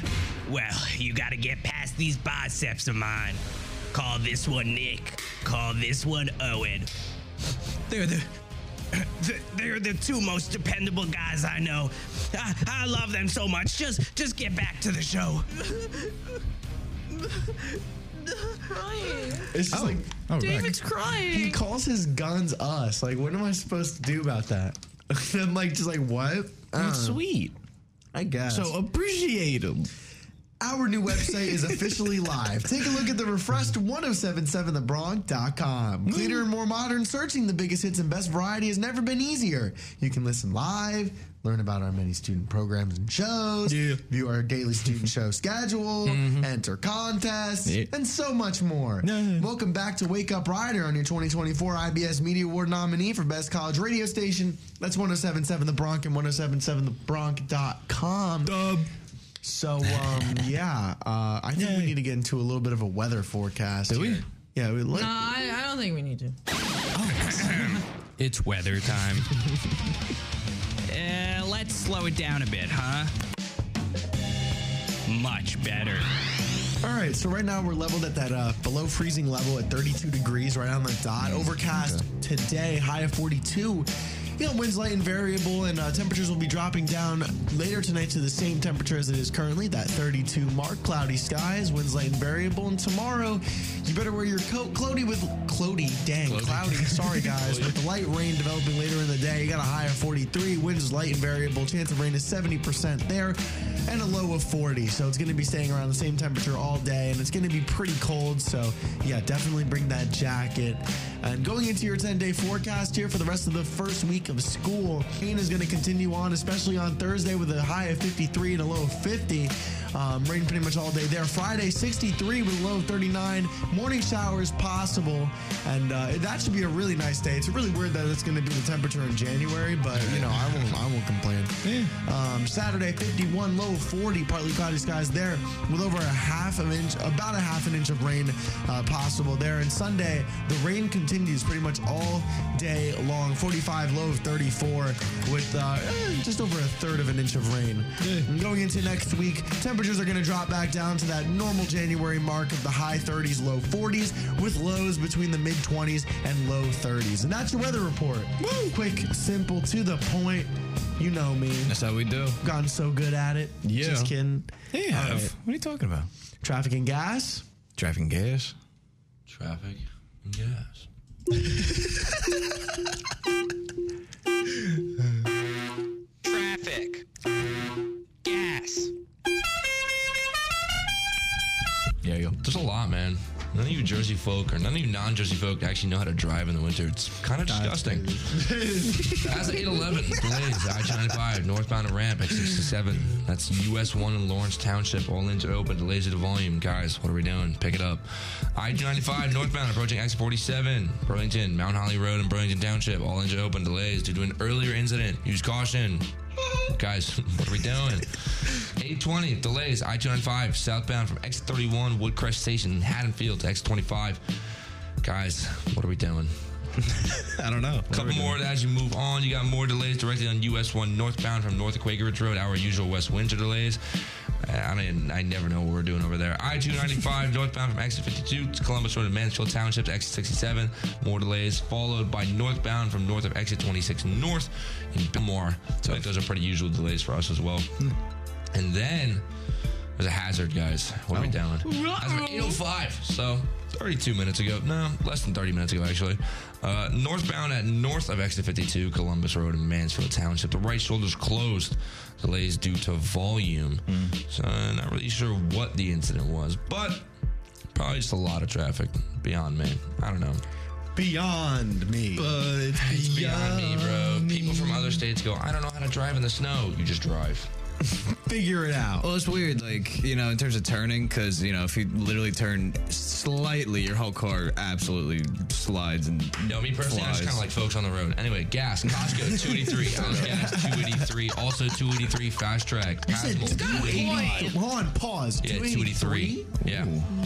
Speaker 8: Well, you gotta get past these biceps of mine. Call this one Nick. Call this one Owen. They're the. th- They're the two most dependable guys I know. I, I love them so much. Just just get back to the show.
Speaker 1: It's
Speaker 5: Oh.
Speaker 1: just like
Speaker 4: David's
Speaker 1: He
Speaker 4: crying.
Speaker 1: calls his guns us. Like, what am I supposed to do about that? I'm like, just like, what? I don't know.
Speaker 5: Sweet.
Speaker 1: I guess.
Speaker 5: So appreciate them.
Speaker 1: our new website is officially live. Take a look at the refreshed 1077thebronx.com. Cleaner and more modern, searching the biggest hits and best variety has never been easier. You can listen live, learn about our many student programs and shows, view our daily student show schedule, enter contests,
Speaker 5: Yeah.
Speaker 1: and so much more. Welcome back to Wake Up Rider on your 2024 IBS Media Award nominee for Best College Radio Station. That's 1077 The Bronx and 1077thebronx.com. So um, yeah, uh, I think we need to get into a little bit of a weather forecast. Do we? Yeah, we look.
Speaker 4: No, I, I don't think we need to.
Speaker 1: Oh,
Speaker 8: It's weather time.
Speaker 3: Uh, let's slow it down a bit, huh?
Speaker 8: Much better.
Speaker 1: All right, so right now we're leveled at that uh, below freezing level at 32 degrees, right on the dot. Overcast today, high of 42. You know, winds light and variable, and uh, temperatures will be dropping down later tonight to the same temperature as it is currently, that 32 mark. Cloudy skies, winds light and variable, and tomorrow you better wear your coat, cloudy with Clody, dang, cloudy. Sorry, guys. With the light rain developing later in the day, you got a high of 43. Winds light and variable. Chance of rain is 70% there and a low of 40. So it's going to be staying around the same temperature all day and it's going to be pretty cold. So, yeah, definitely bring that jacket. And going into your 10 day forecast here for the rest of the first week of school, rain is going to continue on, especially on Thursday with a high of 53 and a low of 50. Um, rain pretty much all day there. Friday, 63 with a low of 39. Morning showers possible. And uh, that should be a really nice day. It's really weird that it's going to be the temperature in January, but, you know, I won't, I won't complain. Um, Saturday, 51, low of 40, partly cloudy skies there with over a half an inch, about a half an inch of rain uh, possible there. And Sunday, the rain continues pretty much all day long. 45, low of 34 with uh, eh, just over a third of an inch of rain. And going into next week, temperatures are going to drop back down to that normal January mark of the high 30s, low 40s with lows between the mid 20s and low 30s. And that's your weather report. Quick, simple, to the point. You know me
Speaker 5: That's how we do.
Speaker 1: gotten so good at it.
Speaker 5: Yeah.
Speaker 1: Just kidding.
Speaker 5: Hey,
Speaker 1: All right.
Speaker 5: What are you talking about?
Speaker 1: Traffic and gas.
Speaker 5: Driving gas.
Speaker 2: Traffic and gas.
Speaker 8: Traffic. Gas.
Speaker 5: Yeah, you go.
Speaker 2: There's a lot, man. None of you Jersey folk or none of you non-Jersey folk actually know how to drive in the winter. It's kind of disgusting. That's the 811 Blaze, I-95, northbound ramp at 67. That's US 1 in Lawrence Township. All lanes are open. Delays at the volume. Guys, what are we doing? Pick it up. I-95 northbound approaching X-47. Burlington, Mount Holly Road and Burlington Township. All lanes are open. Delays due to an earlier incident. Use caution. Guys, what are we doing? 820 delays. I-295 southbound from X31 Woodcrest Station, Haddonfield to X25. Guys, what are we doing?
Speaker 5: I don't know.
Speaker 2: couple more as you move on. You got more delays directly on US 1 northbound from North Quaker Ridge Road, our usual West Windsor delays. Uh, I mean, I never know what we're doing over there. I 295 northbound from exit 52 to Columbus Road to Mansfield Township to exit 67. More delays, followed by northbound from north of exit 26 north in Billmore. So I think those are pretty usual delays for us as well. And then there's a hazard, guys. What are we down? Hazard 805. So 32 minutes ago. No, less than 30 minutes ago, actually. Uh, northbound at north of exit 52, Columbus Road in Mansfield Township. The right shoulder's closed. Delays due to volume. So not really sure what the incident was, but probably just a lot of traffic beyond me. I don't know.
Speaker 1: Beyond me.
Speaker 2: It's beyond me, bro. People from other states go, I don't know how to drive in the snow. You just drive.
Speaker 1: Figure it out.
Speaker 5: Well, it's weird, like, you know, in terms of turning, because, you know, if you literally turn slightly, your whole car absolutely slides and.
Speaker 2: No, me personally, I just
Speaker 5: flies.
Speaker 2: kind of like folks on the road. Anyway, gas, Costco, 283. Allen's gas, 283. Also, 283, fast track. Pasmal,
Speaker 1: Hold on, pause.
Speaker 2: Yeah, 283. Yeah.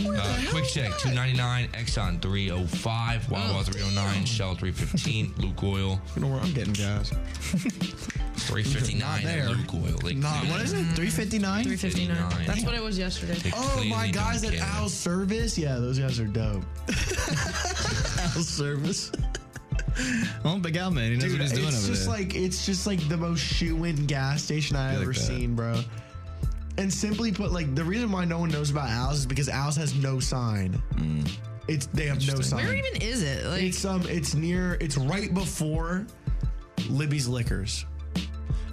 Speaker 2: Uh, quick check 299, Exxon 305,
Speaker 5: Oh.
Speaker 2: Wawa 309, Shell 315, Luke Oil
Speaker 1: You know where I'm getting gas.
Speaker 2: 359.
Speaker 1: Not there.
Speaker 2: and Luke Oil. Like,
Speaker 1: Nah,
Speaker 2: dude,
Speaker 1: Uh, what is it? 359?
Speaker 4: 359. That's
Speaker 2: Damn.
Speaker 4: what it was yesterday.
Speaker 2: they
Speaker 1: Oh, my
Speaker 2: clearly
Speaker 1: guys
Speaker 2: don't
Speaker 1: at
Speaker 2: care.
Speaker 1: Al's Service. Yeah, those guys are dope. Al's Service.
Speaker 5: Oh, big Al, man. He knows
Speaker 1: Dude,
Speaker 5: what he's
Speaker 1: it's
Speaker 5: doing over
Speaker 1: just
Speaker 5: there.
Speaker 1: like it's just like the most shoe-in gas station I've
Speaker 5: like
Speaker 1: ever
Speaker 5: that.
Speaker 1: seen, bro. And simply put, like the reason why no one knows about Al's is because Al's has no sign.
Speaker 5: Mm.
Speaker 1: It's they have no sign.
Speaker 4: Where even is it? Like,
Speaker 1: It's um, it's near, it's right before Libby's Liquors.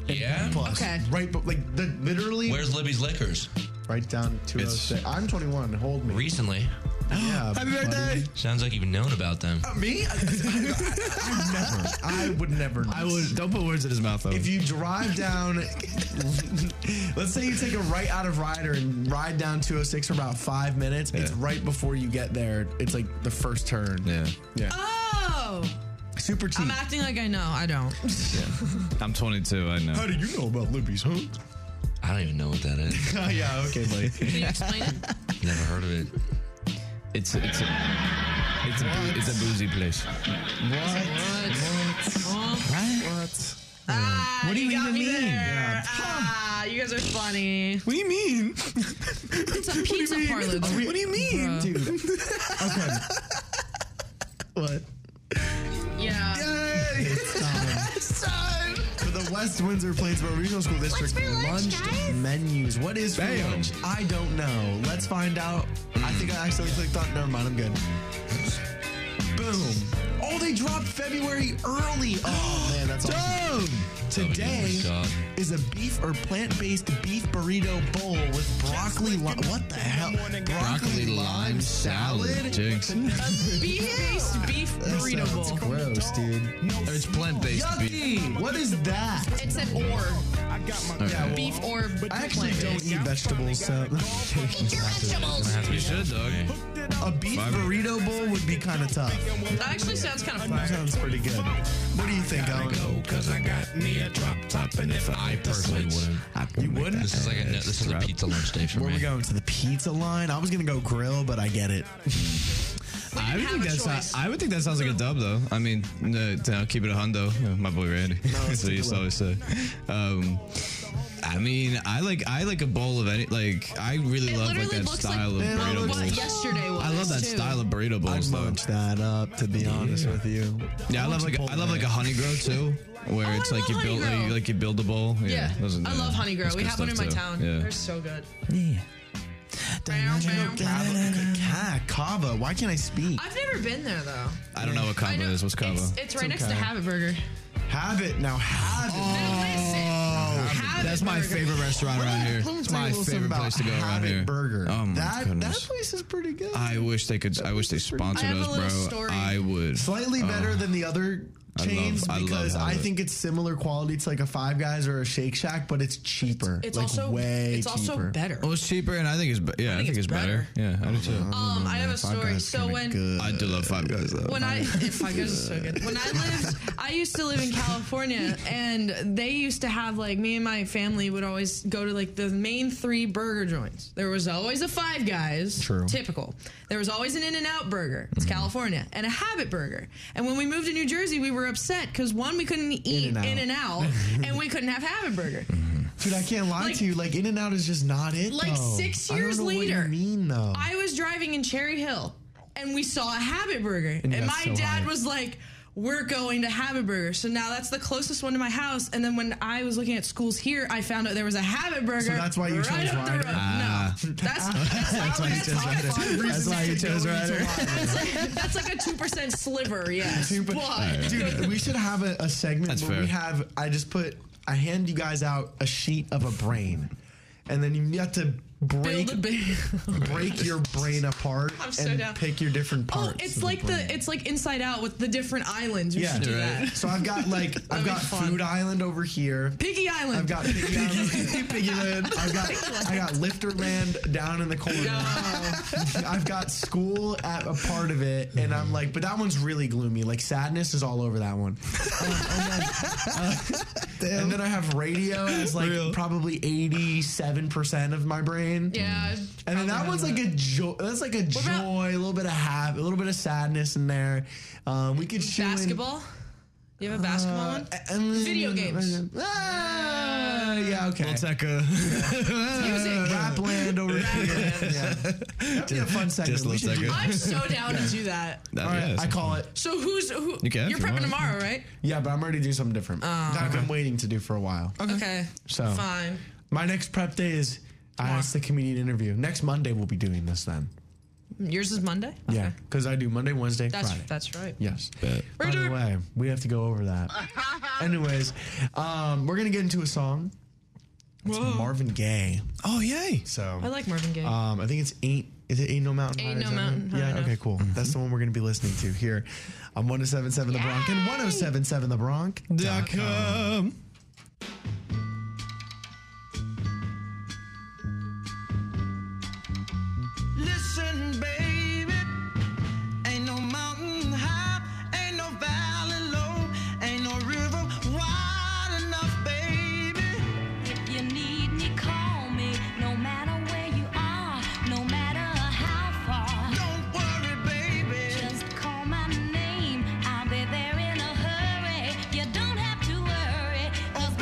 Speaker 2: Yeah.
Speaker 1: Plus,
Speaker 4: Okay.
Speaker 1: right, but like the literally
Speaker 2: Where's Libby's Liquors?
Speaker 1: right down two oh six. I'm 21. Hold me.
Speaker 2: Recently.
Speaker 1: yeah,
Speaker 5: Happy
Speaker 1: buddy.
Speaker 5: birthday!
Speaker 2: Sounds like you've known about them.
Speaker 1: Me? I, I, I, I never. I would never. know.
Speaker 5: I would. Don't put words in his mouth, though.
Speaker 1: If you drive down, let's say you take a right out of Ryder and ride down 206 for about five minutes, it's
Speaker 5: Yeah.
Speaker 1: right before you get there. It's like the first turn.
Speaker 5: yeah.
Speaker 4: oh,
Speaker 1: Super cheap.
Speaker 4: I'm acting like I know. I don't.
Speaker 5: I'm 22, I know.
Speaker 1: do you know about Libby's, huh?
Speaker 2: I don't even know what that is.
Speaker 1: Oh, yeah, okay, buddy.
Speaker 4: Can you explain it?
Speaker 2: Never heard of it.
Speaker 5: It's a, it's a, it's a, boo- it's a boozy place.
Speaker 4: Oh.
Speaker 1: what?
Speaker 4: Ah,
Speaker 1: What do you
Speaker 4: got
Speaker 1: even
Speaker 4: me
Speaker 1: mean?
Speaker 4: there.
Speaker 1: Yeah.
Speaker 4: Ah, you guys are funny.
Speaker 1: What do you mean?
Speaker 4: It's a pizza parlor. though.
Speaker 1: What do you mean,
Speaker 4: Bruh.
Speaker 1: dude? okay. What?
Speaker 4: Yeah.
Speaker 1: It's time. For the West Windsor Plainsboro Regional School District
Speaker 7: for lunch, guys?
Speaker 1: menus. What is for
Speaker 5: Bam.
Speaker 1: lunch? I don't know. Let's find out. I think I accidentally clicked on. Never mind. I'm good. Boom. Boom. Oh, they dropped February early. Oh, man, that's awesome. Today
Speaker 2: God.
Speaker 1: is a beef or plant-based beef burrito bowl with broccoli. Li- what the hell? Broccoli, lime salad.
Speaker 5: Jinx.
Speaker 4: Beef-based beef burrito
Speaker 6: Sounds
Speaker 4: bowl.
Speaker 6: gross, dude.
Speaker 5: It's plant based beef.
Speaker 1: Yucky! What is that?
Speaker 4: It said or.
Speaker 1: Yeah, well,
Speaker 4: Beef or
Speaker 1: I actually don't
Speaker 4: plant-based.
Speaker 1: eat vegetables, so
Speaker 2: You should, dog.
Speaker 1: a beef burrito bowl would be kind of tough.
Speaker 4: That actually sounds kind of fire.
Speaker 1: Sounds pretty good. What do you think, Owen?
Speaker 2: Because I got me a drop top, and if I personally wouldn't.
Speaker 1: You wouldn't?
Speaker 2: This is like a this is a pizza lunch day for
Speaker 1: Where
Speaker 2: me.
Speaker 1: we going to the pizza line? I was gonna go grill, but I get it.
Speaker 5: I would,
Speaker 4: have
Speaker 5: think
Speaker 4: a
Speaker 5: that
Speaker 4: choice.
Speaker 5: sounds, I would think that sounds like a dub, though. I mean, no, to- I'll keep it a hundo. you know, My boy Randy. That's what he used to always say. Um, I mean, I like I like a bowl of any. Like, I really
Speaker 4: It
Speaker 5: love like
Speaker 4: literally
Speaker 5: that
Speaker 4: looks
Speaker 5: style
Speaker 4: like
Speaker 5: of burrito
Speaker 4: what
Speaker 5: bowls.
Speaker 4: yesterday was.
Speaker 5: I love that
Speaker 4: too.
Speaker 5: style of burrito
Speaker 1: I'd
Speaker 5: bowls, though.
Speaker 1: munch that up, to be honest with you.
Speaker 5: Yeah, I love like I love like a honey grow too, where
Speaker 4: Oh,
Speaker 5: it's
Speaker 4: I
Speaker 5: like you
Speaker 4: love
Speaker 5: build
Speaker 4: Honey
Speaker 5: like,
Speaker 4: Grow.
Speaker 5: like you build a bowl.
Speaker 4: Yeah,
Speaker 5: those are-
Speaker 4: I love honey grow.
Speaker 5: that's
Speaker 4: We
Speaker 5: good
Speaker 4: have one in
Speaker 5: stuff,
Speaker 4: my
Speaker 5: too.
Speaker 4: town.
Speaker 5: Yeah.
Speaker 4: They're so good.
Speaker 1: Cava, Ca- Cava. Why can't I speak?
Speaker 4: I've never been there though.
Speaker 5: I don't know what
Speaker 4: I
Speaker 5: combo
Speaker 4: know-
Speaker 5: is. What's combo?
Speaker 4: It's, it's right next to
Speaker 1: okay.
Speaker 4: Habit Burger.
Speaker 1: Have it now. Have it.
Speaker 4: Habit
Speaker 5: Oh, That's my
Speaker 4: Burger.
Speaker 5: favorite restaurant around here.
Speaker 1: Let me
Speaker 5: It's
Speaker 1: tell you a
Speaker 5: my
Speaker 1: little something
Speaker 5: favorite
Speaker 1: about
Speaker 5: place to go around
Speaker 1: Habit
Speaker 5: here.
Speaker 1: Burger.
Speaker 5: Oh my
Speaker 1: that,
Speaker 5: goodness.
Speaker 1: That place is pretty good.
Speaker 5: I wish they could. I wish they
Speaker 4: I
Speaker 5: sponsored
Speaker 4: have a
Speaker 5: us, bro.
Speaker 4: little story.
Speaker 5: I would.
Speaker 1: Slightly better than the other
Speaker 5: I
Speaker 1: chains
Speaker 5: love- I love
Speaker 1: because I,
Speaker 5: Have It.
Speaker 1: think it's similar quality to like a Five Guys or a Shake Shack, but it's cheaper.
Speaker 4: It's
Speaker 1: like
Speaker 4: also
Speaker 1: way
Speaker 4: It's also
Speaker 1: cheaper.
Speaker 4: better.
Speaker 5: Well, it's cheaper, and I think it's be- yeah. I think, it's, better. Yeah, I do too.
Speaker 4: Um, I have a story.
Speaker 1: Guys
Speaker 4: So
Speaker 1: kinda
Speaker 4: when
Speaker 1: good.
Speaker 5: I do love Five Guys though.
Speaker 4: when I if I goes is so good. When I lived, I used to live in California, and they used to have like me and my family would always go to like the main three burger joints. There was always a Five Guys,
Speaker 1: True.
Speaker 4: typical. There was always an In and Out Burger. It's California, and a Habit Burger. And when we moved to New Jersey, we were upset because one we couldn't eat
Speaker 1: In-N-Out.
Speaker 4: In and Out, and we couldn't have Habit Burger.
Speaker 1: Dude, I can't lie
Speaker 4: Like-
Speaker 1: to you. Like In and Out is just not it.
Speaker 4: Like
Speaker 1: though.
Speaker 4: six
Speaker 1: I don't
Speaker 4: years
Speaker 1: know
Speaker 4: later,
Speaker 1: What you mean though.
Speaker 4: I was driving in Cherry Hill and we saw a Habit Burger. And,
Speaker 1: got
Speaker 4: my
Speaker 1: so
Speaker 4: dad
Speaker 1: hyped.
Speaker 4: was like, we're going to Habit Burger. So now that's the closest one to my house. And then when I was looking at schools here, I found out there was a Habit Burger.
Speaker 1: that's why you
Speaker 4: right
Speaker 1: chose
Speaker 4: up the
Speaker 1: Ryder.
Speaker 4: road. no. That's, that's, like, that's, like a five-
Speaker 1: That's why you chose Ryder.
Speaker 4: that's like- that's like a 2% sliver, yes.
Speaker 1: Dude,
Speaker 4: But-
Speaker 1: dude, we should have a, a segment
Speaker 5: That's
Speaker 1: where we
Speaker 5: fair.
Speaker 1: have. I just put. I hand you guys out a sheet of a brain, and then you have to break
Speaker 4: Build a big-
Speaker 1: break your brain apart
Speaker 4: I'm
Speaker 1: and
Speaker 4: so down.
Speaker 1: pick your different
Speaker 4: Oh,
Speaker 1: parts.
Speaker 4: it's
Speaker 1: of
Speaker 4: like
Speaker 1: brain.
Speaker 4: the it's like Inside Out with the different islands. We
Speaker 1: Yeah,
Speaker 4: should do
Speaker 5: right.
Speaker 4: that.
Speaker 1: So I've got like I've
Speaker 4: be
Speaker 1: got
Speaker 4: fun.
Speaker 1: Food Island over here.
Speaker 4: Piggy Island.
Speaker 1: I've got Piggy Island. I've got I got Lifterland down in the corner. I've got school at a part of it, and I'm like, but that one's really gloomy. Like sadness is all over that one. Um, and, then, uh,
Speaker 2: Ah.
Speaker 1: and then I have radio as like probably eighty seven percent of my brain.
Speaker 4: yeah.
Speaker 1: And then that one's like a joy. That's like a joy,
Speaker 4: about-
Speaker 1: a little bit of hap, a little bit of sadness in there. Um, we could shoe in-
Speaker 4: basketball. You have a basketball one?
Speaker 1: um,
Speaker 4: Video games.
Speaker 1: Ah, yeah, okay.
Speaker 4: Music.
Speaker 1: Rap land over here. Yeah. That'd be a fun segment.
Speaker 5: Just
Speaker 1: We
Speaker 5: looks
Speaker 1: should
Speaker 5: like
Speaker 1: do-
Speaker 5: it.
Speaker 4: I'm so down to do that.
Speaker 5: That-
Speaker 1: All right,
Speaker 5: yeah,
Speaker 1: I call it.
Speaker 4: So who's who?
Speaker 5: You can
Speaker 4: You're
Speaker 5: if you
Speaker 4: prepping
Speaker 5: want.
Speaker 4: tomorrow, right? Oh,
Speaker 1: Yeah, but I'm already doing something different. that I've been waiting to do for a while.
Speaker 4: Okay.
Speaker 1: So
Speaker 4: Fine.
Speaker 1: my next prep day is I asked the comedian interview. Next Monday we'll be doing this then.
Speaker 4: Yours is Monday.
Speaker 1: Yeah, because I do Monday, Wednesday,
Speaker 4: That's
Speaker 1: Friday.
Speaker 4: that's right.
Speaker 1: Yes.
Speaker 4: We're
Speaker 1: By the
Speaker 4: doing-
Speaker 1: way, we have to go over that. Anyways, um, we're gonna get into a song. It's Marvin Gaye.
Speaker 5: Oh yay!
Speaker 1: So
Speaker 4: I like Marvin Gaye.
Speaker 1: Um, I think it's ain't is it ain't no mountain
Speaker 4: Ain't
Speaker 1: high?
Speaker 4: No
Speaker 1: Is that
Speaker 4: Mountain
Speaker 1: it?
Speaker 4: High
Speaker 1: Yeah.
Speaker 4: Enough.
Speaker 1: Okay. Cool. That's the one we're gonna be listening to here on 107.7 The Bronx and 107.7 The Bronx.
Speaker 5: Dot com.
Speaker 8: Listen, baby. Ain't no mountain high, ain't no valley low, ain't no river wide enough, baby.
Speaker 9: If you need me, call me. No matter where you are, no matter how far.
Speaker 8: Don't worry, baby.
Speaker 9: Just call my name. I'll be there in a hurry. You don't have to worry.
Speaker 6: Oh, Oh,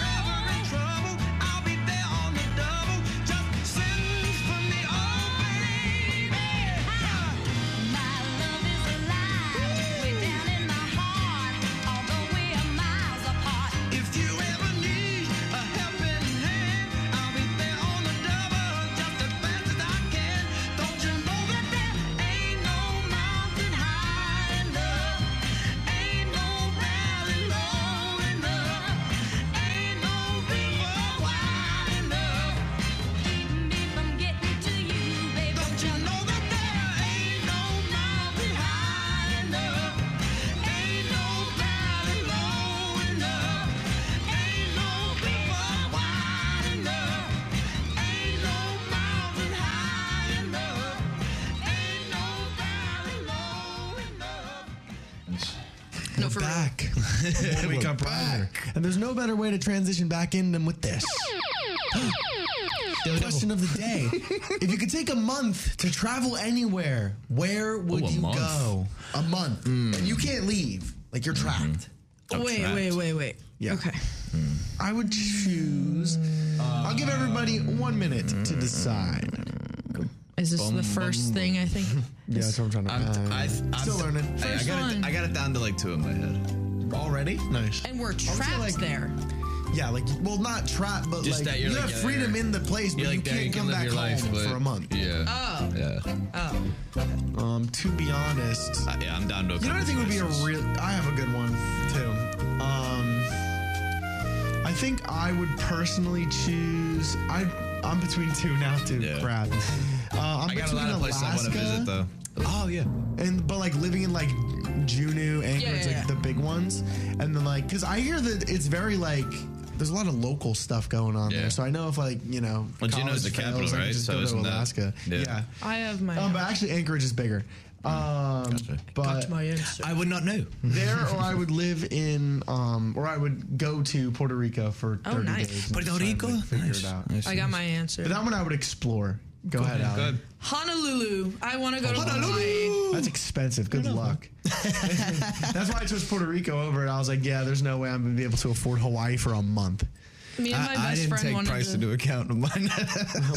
Speaker 6: oh,
Speaker 1: No, for back. We'll wake up rider. And there's no better way to transition back in than with this. Question of the day: If you could take a month to travel anywhere, where would
Speaker 5: Ooh, a
Speaker 1: you
Speaker 5: month. Hmm.
Speaker 1: go? A month, and you can't leave. Like you're trapped.
Speaker 5: Mm-hmm. Oh,
Speaker 4: wait, wait, wait, wait.
Speaker 1: Yeah.
Speaker 4: Okay.
Speaker 1: I would choose. I'll give everybody one minute
Speaker 5: Mm-hmm.
Speaker 1: to decide.
Speaker 4: Is this the first thing I think?
Speaker 1: Yeah, that's what I'm trying to.
Speaker 5: I'm, I, I'm
Speaker 1: Still learning.
Speaker 5: I, I
Speaker 4: First
Speaker 5: got
Speaker 4: one.
Speaker 5: it. I got it down to like two in my head.
Speaker 1: Already? Nice.
Speaker 4: And we're trapped
Speaker 1: like-
Speaker 4: there.
Speaker 1: Yeah, like well, not trapped, but
Speaker 5: Just
Speaker 1: like
Speaker 5: that
Speaker 1: you
Speaker 5: you're like,
Speaker 1: have
Speaker 5: yeah,
Speaker 1: freedom
Speaker 5: there.
Speaker 1: in the place, but
Speaker 5: You're
Speaker 1: you
Speaker 5: like there,
Speaker 1: can't
Speaker 5: you can
Speaker 1: come
Speaker 5: live
Speaker 1: back
Speaker 5: your
Speaker 1: home
Speaker 5: life, but-
Speaker 1: for a month.
Speaker 5: Yeah.
Speaker 4: Oh.
Speaker 5: Yeah.
Speaker 1: Um, to be honest,
Speaker 5: I, Uh, yeah. I'm down to. A
Speaker 1: you know what I
Speaker 5: couple
Speaker 1: think would be a
Speaker 5: places.
Speaker 1: real. I have a good one too. Um, I think I would personally choose. I I'm between two now too.
Speaker 5: Yeah.
Speaker 1: Crap. Uh, I'm
Speaker 5: I got a
Speaker 1: between
Speaker 5: lot of places I want to
Speaker 1: Alaska
Speaker 5: visit though.
Speaker 1: Oh yeah. And but like living in like Juneau, Anchorage,
Speaker 4: Yeah, yeah,
Speaker 1: like
Speaker 4: yeah.
Speaker 1: the big ones, and then like because I hear that it's very like. There's a lot of local stuff going on
Speaker 5: Yeah.
Speaker 1: there, so I know if like you know,
Speaker 5: Well, Juneau's
Speaker 1: college
Speaker 5: the capital,
Speaker 1: I can
Speaker 5: right?
Speaker 1: just
Speaker 5: So
Speaker 1: go to
Speaker 5: isn't that-
Speaker 1: Alaska.
Speaker 5: Yeah.
Speaker 1: yeah.
Speaker 4: I have my.
Speaker 1: Um, but actually, Anchorage is bigger.
Speaker 5: Mm.
Speaker 1: Um, But
Speaker 6: I would not know.
Speaker 1: there, or I would live in, um, or I would go to Puerto Rico for
Speaker 4: Oh,
Speaker 1: 30
Speaker 4: nice.
Speaker 1: days. and
Speaker 6: Puerto
Speaker 1: just try and,
Speaker 6: Rico?
Speaker 1: like, figure
Speaker 6: Nice.
Speaker 1: it out.
Speaker 4: I got my answer.
Speaker 1: But that one I would explore. Go, ahead, Alan.
Speaker 4: Honolulu. I want to go to Hawaii.
Speaker 1: That's expensive. Good luck. That's why I chose Puerto Rico over it. I was like, yeah, there's no way I'm gonna be able to afford Hawaii for a month.
Speaker 4: Me and my
Speaker 5: I,
Speaker 4: best
Speaker 5: I didn't
Speaker 4: friend
Speaker 5: take
Speaker 4: wanted
Speaker 5: price
Speaker 4: to.
Speaker 5: into account in mine.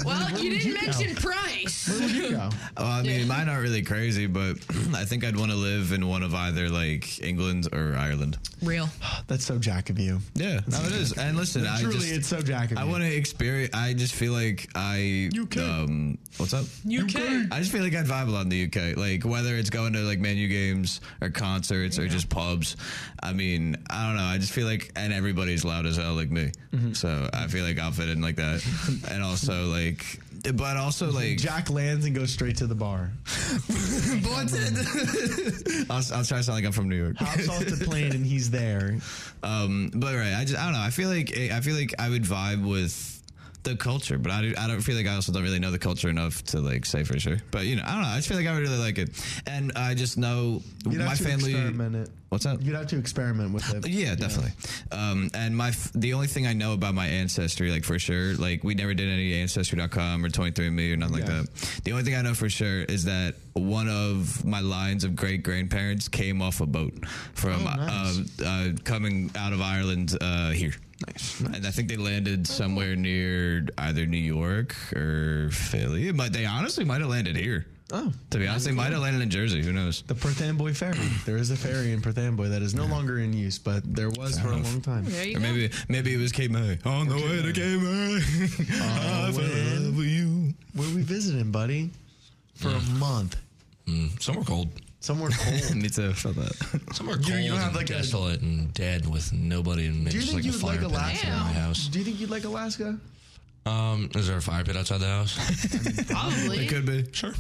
Speaker 4: well, Oh, you
Speaker 1: would
Speaker 4: didn't
Speaker 1: you go?
Speaker 4: mention price.
Speaker 1: Where would you go?
Speaker 5: oh, I mean,
Speaker 4: Yeah.
Speaker 5: mine aren't really crazy, but I think I'd want to live in one of either like England or Ireland.
Speaker 4: Real.
Speaker 1: That's so jack of you.
Speaker 5: Yeah, no, it is. And listen, I
Speaker 1: Truly,
Speaker 5: just,
Speaker 1: it's so jack of you.
Speaker 5: I want to experience. I just feel like I.
Speaker 1: UK.
Speaker 5: Um, what's up?
Speaker 4: UK.
Speaker 5: I just feel like I'd vibe a lot in the UK. Like whether it's going to like menu games or concerts or just pubs. I mean, I don't know. I just feel like and everybody's loud as hell like me. So I feel like I'll fit in like that. and also like but also like
Speaker 1: Jack lands and goes straight to the bar.
Speaker 5: I'll, I'll try to sound like I'm from New York.
Speaker 1: Hops off the plane and he's there.
Speaker 5: Um, but right, I just I don't know. I feel like I feel like I would vibe with the culture, but I, do, I don't feel like I also don't really know the culture enough to like say for sure. But you know, I don't know. I just feel like I would really like it, and I just know
Speaker 1: You'd have
Speaker 5: my
Speaker 1: to
Speaker 5: family.
Speaker 1: experiment it.
Speaker 5: What's up?
Speaker 1: You'd have to experiment with it.
Speaker 5: Yeah, definitely. Um, and my f- the only thing I know about my ancestry, like for sure, like we never did any ancestry.com or 23andMe or nothing
Speaker 1: Yeah.
Speaker 5: like that. The only thing I know for sure is that one of my lines of great grandparents came off a boat from
Speaker 1: Oh, nice.
Speaker 5: uh, uh, coming out of Ireland uh, here. And I think they landed
Speaker 1: Oh.
Speaker 5: somewhere near either New York or Philly. But they honestly might have landed here.
Speaker 1: Oh.
Speaker 5: To be honest, they might have landed in Jersey. Who knows?
Speaker 1: The Perth Amboy Ferry. There is a ferry in Perth Amboy that is no longer in use, but there was for
Speaker 5: enough.
Speaker 1: a long time.
Speaker 4: There you
Speaker 5: Or
Speaker 4: go.
Speaker 5: maybe maybe it was Kate May. On the way to Kate May. I fell in love with you.
Speaker 1: Oh,
Speaker 5: Mm.
Speaker 1: Where we visiting, buddy? For a month.
Speaker 2: Somewhere cold.
Speaker 1: Somewhere cold.
Speaker 5: Me too. I felt that.
Speaker 2: Somewhere cold. You don't have like
Speaker 1: a-
Speaker 2: desolate and dead with nobody and maybe
Speaker 1: you
Speaker 2: just like
Speaker 1: think
Speaker 2: a
Speaker 1: you would
Speaker 2: fire
Speaker 1: like
Speaker 2: pit
Speaker 1: Alaska?
Speaker 2: outside my house.
Speaker 1: Do you think you'd like Alaska?
Speaker 2: Um, is there a fire pit outside the house?
Speaker 4: Probably.
Speaker 5: Could be.
Speaker 2: sure.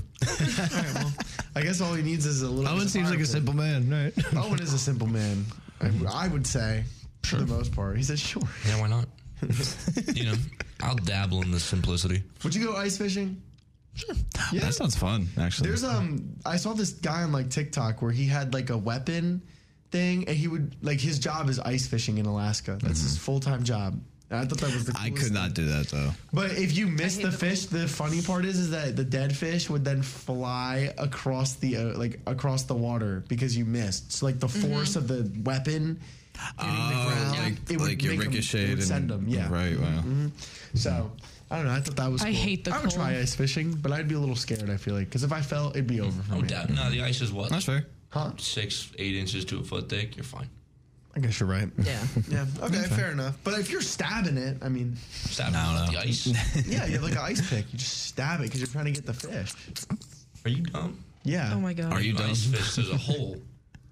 Speaker 1: I guess all he needs is a little.
Speaker 5: Owen
Speaker 1: bit
Speaker 5: seems
Speaker 1: of
Speaker 5: like a
Speaker 1: fire
Speaker 5: simple man, right?
Speaker 1: pit. Owen is a simple man. I, I would say, for the most part. He said, "Sure."
Speaker 2: Yeah, why not? you know, I'll dabble in the simplicity.
Speaker 1: Would you go ice fishing?
Speaker 5: That sounds fun, actually.
Speaker 1: There's um, I saw this guy on like TikTok where he had like a weapon thing, and he would like his job is ice fishing in Alaska. That's
Speaker 5: Mm-hmm.
Speaker 1: his full time job. And I thought that was the.
Speaker 5: I
Speaker 1: coolest
Speaker 5: could not do that though.
Speaker 1: But if you miss
Speaker 4: hate
Speaker 1: the
Speaker 4: the
Speaker 1: fish, the funny part is is that the dead fish would then fly across the uh, like across the water because you missed. So like the force of the weapon hitting the ground, it would
Speaker 5: Oh, like your
Speaker 1: make 'em- it
Speaker 5: ricochet
Speaker 1: would
Speaker 5: and
Speaker 1: send them. Yeah. Mm-hmm.
Speaker 5: Right. Wow.
Speaker 1: So I don't know. I thought that was.
Speaker 4: I
Speaker 1: cool.
Speaker 4: hate the
Speaker 1: I would try
Speaker 4: cold.
Speaker 1: ice fishing, but I'd be a little scared. I feel like because if I fell, it'd be over for
Speaker 2: Oh,
Speaker 1: me.
Speaker 2: dab- no, the ice is what?
Speaker 5: That's fair.
Speaker 1: Huh?
Speaker 2: Six, eight inches to a foot thick. You're fine.
Speaker 1: I guess you're right.
Speaker 4: yeah.
Speaker 1: Yeah. Okay, Fair enough. But if you're stabbing it, I mean,
Speaker 2: Stab no, the ice.
Speaker 1: yeah, you have like an ice pick. You just stab it because you're trying to get the fish.
Speaker 2: Are you dumb?
Speaker 1: Yeah.
Speaker 4: Oh my god.
Speaker 5: Are you done?
Speaker 2: Ice fish. There's a hole.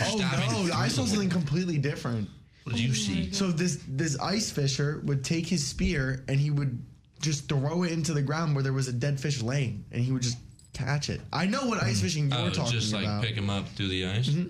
Speaker 1: Oh
Speaker 2: Stabbing.
Speaker 1: no! I saw something completely different.
Speaker 2: What
Speaker 4: Oh
Speaker 2: did you see?
Speaker 1: So this this ice fisher would take his spear and he would just throw it into the ground where there was a dead fish laying, and he would just catch it. I know what ice fishing you're
Speaker 2: Oh,
Speaker 1: talking
Speaker 2: just like
Speaker 1: about. Mm-hmm.
Speaker 2: pick him up through the ice.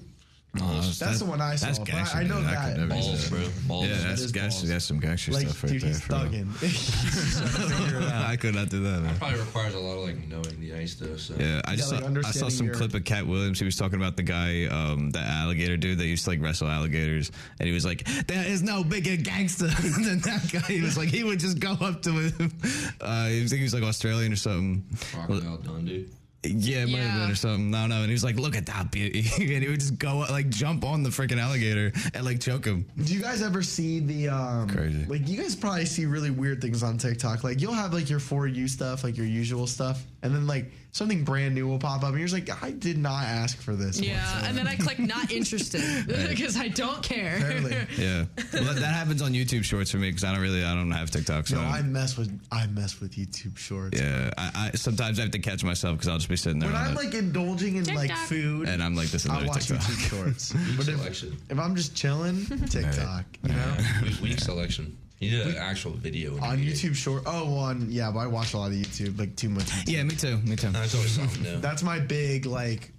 Speaker 5: that's
Speaker 1: the one I saw,
Speaker 5: That's
Speaker 1: but I-
Speaker 5: gangster,
Speaker 1: I know
Speaker 5: dude. I
Speaker 1: that.
Speaker 5: could never
Speaker 2: Balls,
Speaker 5: do that.
Speaker 2: bro. Balls.
Speaker 5: Yeah,
Speaker 1: That
Speaker 5: that's
Speaker 1: is
Speaker 5: gangster.
Speaker 1: balls.
Speaker 5: That's some gangster
Speaker 1: like,
Speaker 5: stuff right
Speaker 1: dude,
Speaker 5: there.
Speaker 1: he's
Speaker 5: for real.
Speaker 1: thugging. He's trying to figure it out.
Speaker 5: I could not do that, man.
Speaker 2: Probably requires a lot of like knowing the ice though. So
Speaker 5: Yeah, I just saw, I saw some clip of Cat Williams. He was talking about the guy, um, the alligator dude that used to like wrestle alligators, and he was like, "There is no bigger gangster than that guy." He was like, he would just go up to him. Uh, he was, he was like Australian or something.
Speaker 2: Crocodile Dundee.
Speaker 5: Yeah, it might have been or something. No, no. And he was like, "Look at that beauty," and he would just go up, like jump on the freaking alligator and like choke him.
Speaker 1: Do you guys ever see the um
Speaker 5: Crazy.
Speaker 1: like you guys probably see really weird things on TikTok. Like you'll have like your for you stuff, like your usual stuff, and then like something brand new will pop up and you're just like, I did not ask for this.
Speaker 4: Yeah, and then I click not interested
Speaker 5: Right.
Speaker 4: because I don't care.
Speaker 1: Apparently.
Speaker 5: Yeah, well, that, that happens on YouTube Shorts for me because I don't really, I don't have TikTok. So
Speaker 1: No,
Speaker 5: I don't-
Speaker 1: I mess with I mess with YouTube Shorts.
Speaker 5: Yeah, I, I sometimes I have to catch myself because I'll just be sitting there.
Speaker 1: When
Speaker 5: on
Speaker 1: I'm
Speaker 5: it,
Speaker 1: like indulging in like
Speaker 4: TikTok.
Speaker 1: food,
Speaker 5: and I'm like, this is
Speaker 1: I
Speaker 5: another
Speaker 1: watch
Speaker 5: TikTok.
Speaker 1: YouTube Shorts. but if, if I'm just chilling, TikTok, you know,
Speaker 2: Week, week selection. You did an actual video.
Speaker 1: on YouTube Short. Oh, on yeah, but I watch a lot of YouTube, like too much. YouTube.
Speaker 5: yeah, me too. Me too.
Speaker 2: That's always something new.
Speaker 1: That's my big like.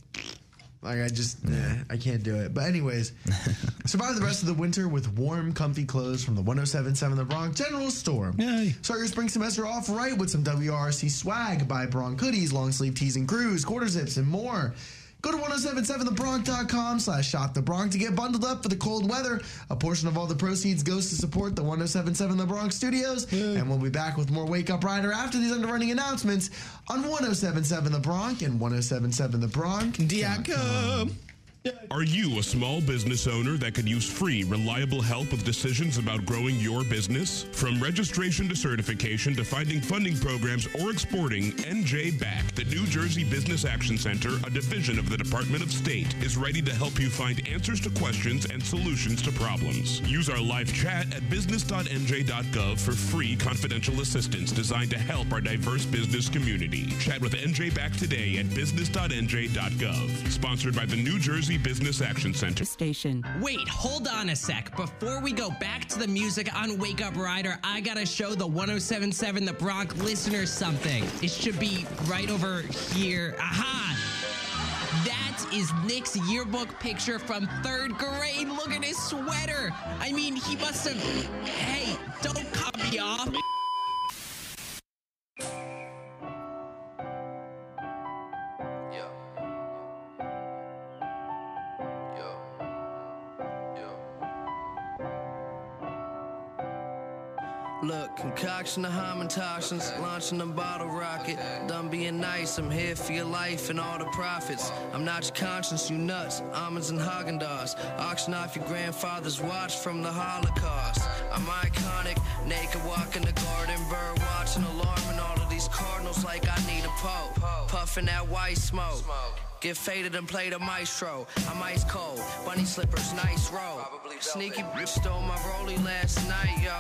Speaker 1: Like I just, nah, I can't do it. But anyways, survive the rest of the winter with warm, comfy clothes from the 107.7 The Bronx General Store.
Speaker 5: Yay.
Speaker 1: Start your spring semester off right with some WRC swag. Buy Bronx hoodies, long sleeve tees and crews, quarter zips, and more. Go to 1077thebronx.com slash shop the Bronx to get bundled up for the cold weather. A portion of all the proceeds goes to support the 1077 The Bronx studios. And we'll be back with more Wake Up Rider after these underrunning announcements on 1077 The Bronx and 1077 The Bronx.
Speaker 10: Are you a small business owner that could use free, reliable help with decisions about growing your business? From registration to certification to finding funding programs or exporting, NJ Back, the New Jersey Business Action Center, a division of the Department of State, is ready to help you find answers to questions and solutions to problems. Use our live chat at business.nj.gov for free confidential assistance designed to help our diverse business community. Chat with NJ Back today at business.nj.gov. Sponsored by the New Jersey Business Action Center.
Speaker 11: Station.
Speaker 12: Wait, hold on a sec. Before we go back to the music on Wake Up Rider, I gotta show the 1077 The Bronx listeners something. It should be right over here. Aha! That is Nick's yearbook picture from third grade. Look at his sweater. I mean, he must have. Hey, don't cut me off.
Speaker 13: Look, concoction of homotoxins, launching a bottle rocket. Done being nice, I'm here for your life and all the profits. I'm not your conscience, you nuts. Almonds and Haagen Dazs. Auction off your grandfather's watch from the Holocaust. I'm iconic, naked walk in the garden, bird watching, alarming all of these cardinals like I need a pope. Puffing that white smoke. Get faded and play the maestro. I'm ice cold, bunny slippers, nice roll. Sneaky bitch stole my rollie last night, yo.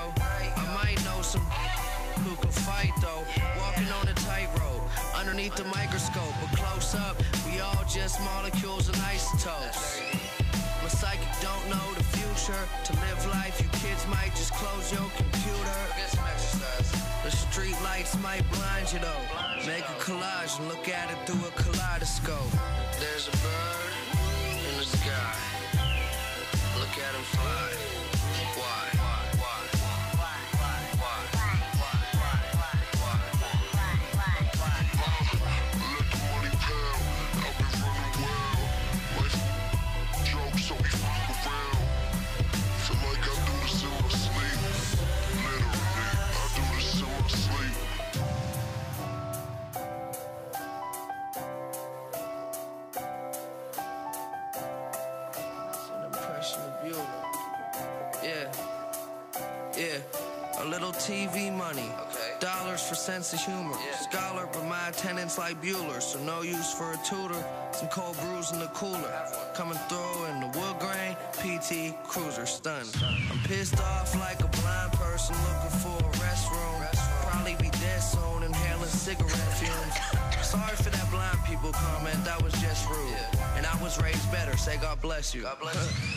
Speaker 13: I might know some who can fight though. Walking on a tightrope, underneath the microscope, but close up, we all just molecules and isotopes. My psychic don't know the future. To live life, you kids might just close your computer. The street lights might blind you though. Make a collage and look at it through a kaleidoscope. There's a bird in the sky. Look at him fly. Why? Why? Why? Why? Why? Why? Why? Why? Why? Why? impression of you. Yeah. Yeah. A little TV money. Dollars for sense of humor. Scholar, but my attendance like Bueller. So no use for a tutor. Some cold brews in the cooler. Coming through in the wood grain. PT Cruiser stunned. I'm pissed off like a blind person looking for a restroom. Probably be dead soon, inhaling cigarette fumes. Sorry for that blind people comment. That was just rude. And I was raised better. Say God bless you. God bless you.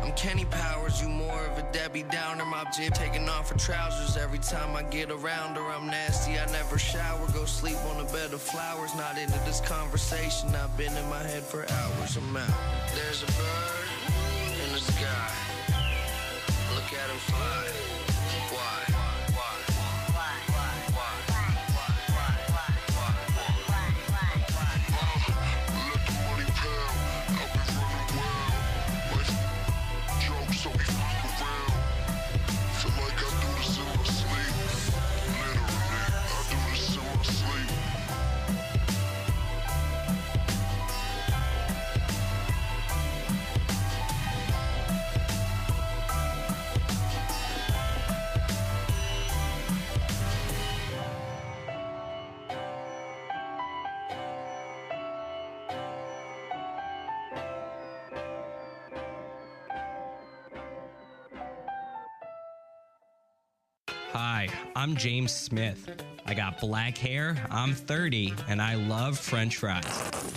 Speaker 13: I'm Kenny Powers, you more of a Debbie Downer. My jib taking off her trousers every time I get around her. I'm nasty, I never shower. Go sleep on a bed of flowers. Not into this conversation, I've been in my head for hours. I'm out. There's a bird in the sky. Look at him fly. Why? Why? Why? Why? Why? Why? Why?
Speaker 3: Hi, I'm James Smith. I got black hair, I'm 30, and I love french fries.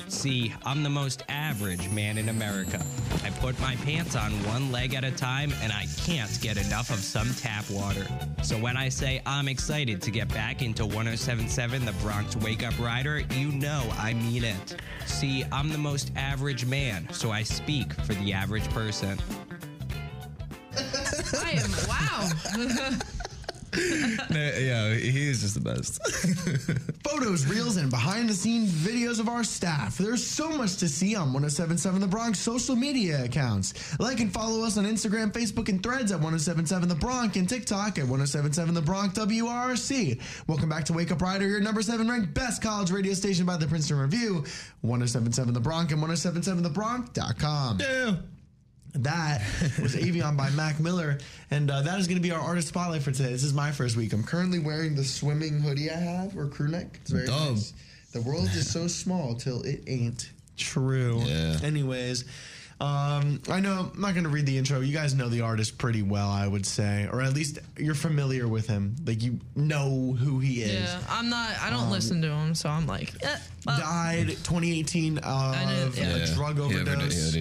Speaker 3: See, I'm the most average man in America. I put my pants on one leg at a time, and I can't get enough of some tap water. So when I say I'm excited to get back into 1077 The Bronx Wake Up Rider, you know I mean it. See, I'm the most average man, so I speak for the average person.
Speaker 4: I am. Wow.
Speaker 5: yeah, he is just the best.
Speaker 1: Photos, reels, and behind the scenes videos of our staff. There's so much to see on 1077 The Bronx social media accounts. Like and follow us on Instagram, Facebook, and threads at 1077 The Bronx and TikTok at 1077 The Bronx WRC. Welcome back to Wake Up Rider, your number seven ranked best college radio station by the Princeton Review, 1077 The Bronx and 1077TheBronx.com. Yeah. That was Avion by Mac Miller. And uh, that is going to be our artist spotlight for today. This is my first week. I'm currently wearing the swimming hoodie I have, or crew neck. It's very
Speaker 5: Dope.
Speaker 1: nice. The world is so small till it ain't true.
Speaker 5: Yeah.
Speaker 1: Anyways, um, I know I'm not going to read the intro. You guys know the artist pretty well, I would say, or at least you're familiar with him. Like you know who he is.
Speaker 4: yeah, I'm not. I don't
Speaker 1: Um,
Speaker 4: listen to him, so I'm like, eh, well,
Speaker 1: Died 2018 of
Speaker 5: Um,
Speaker 1: a drug overdose.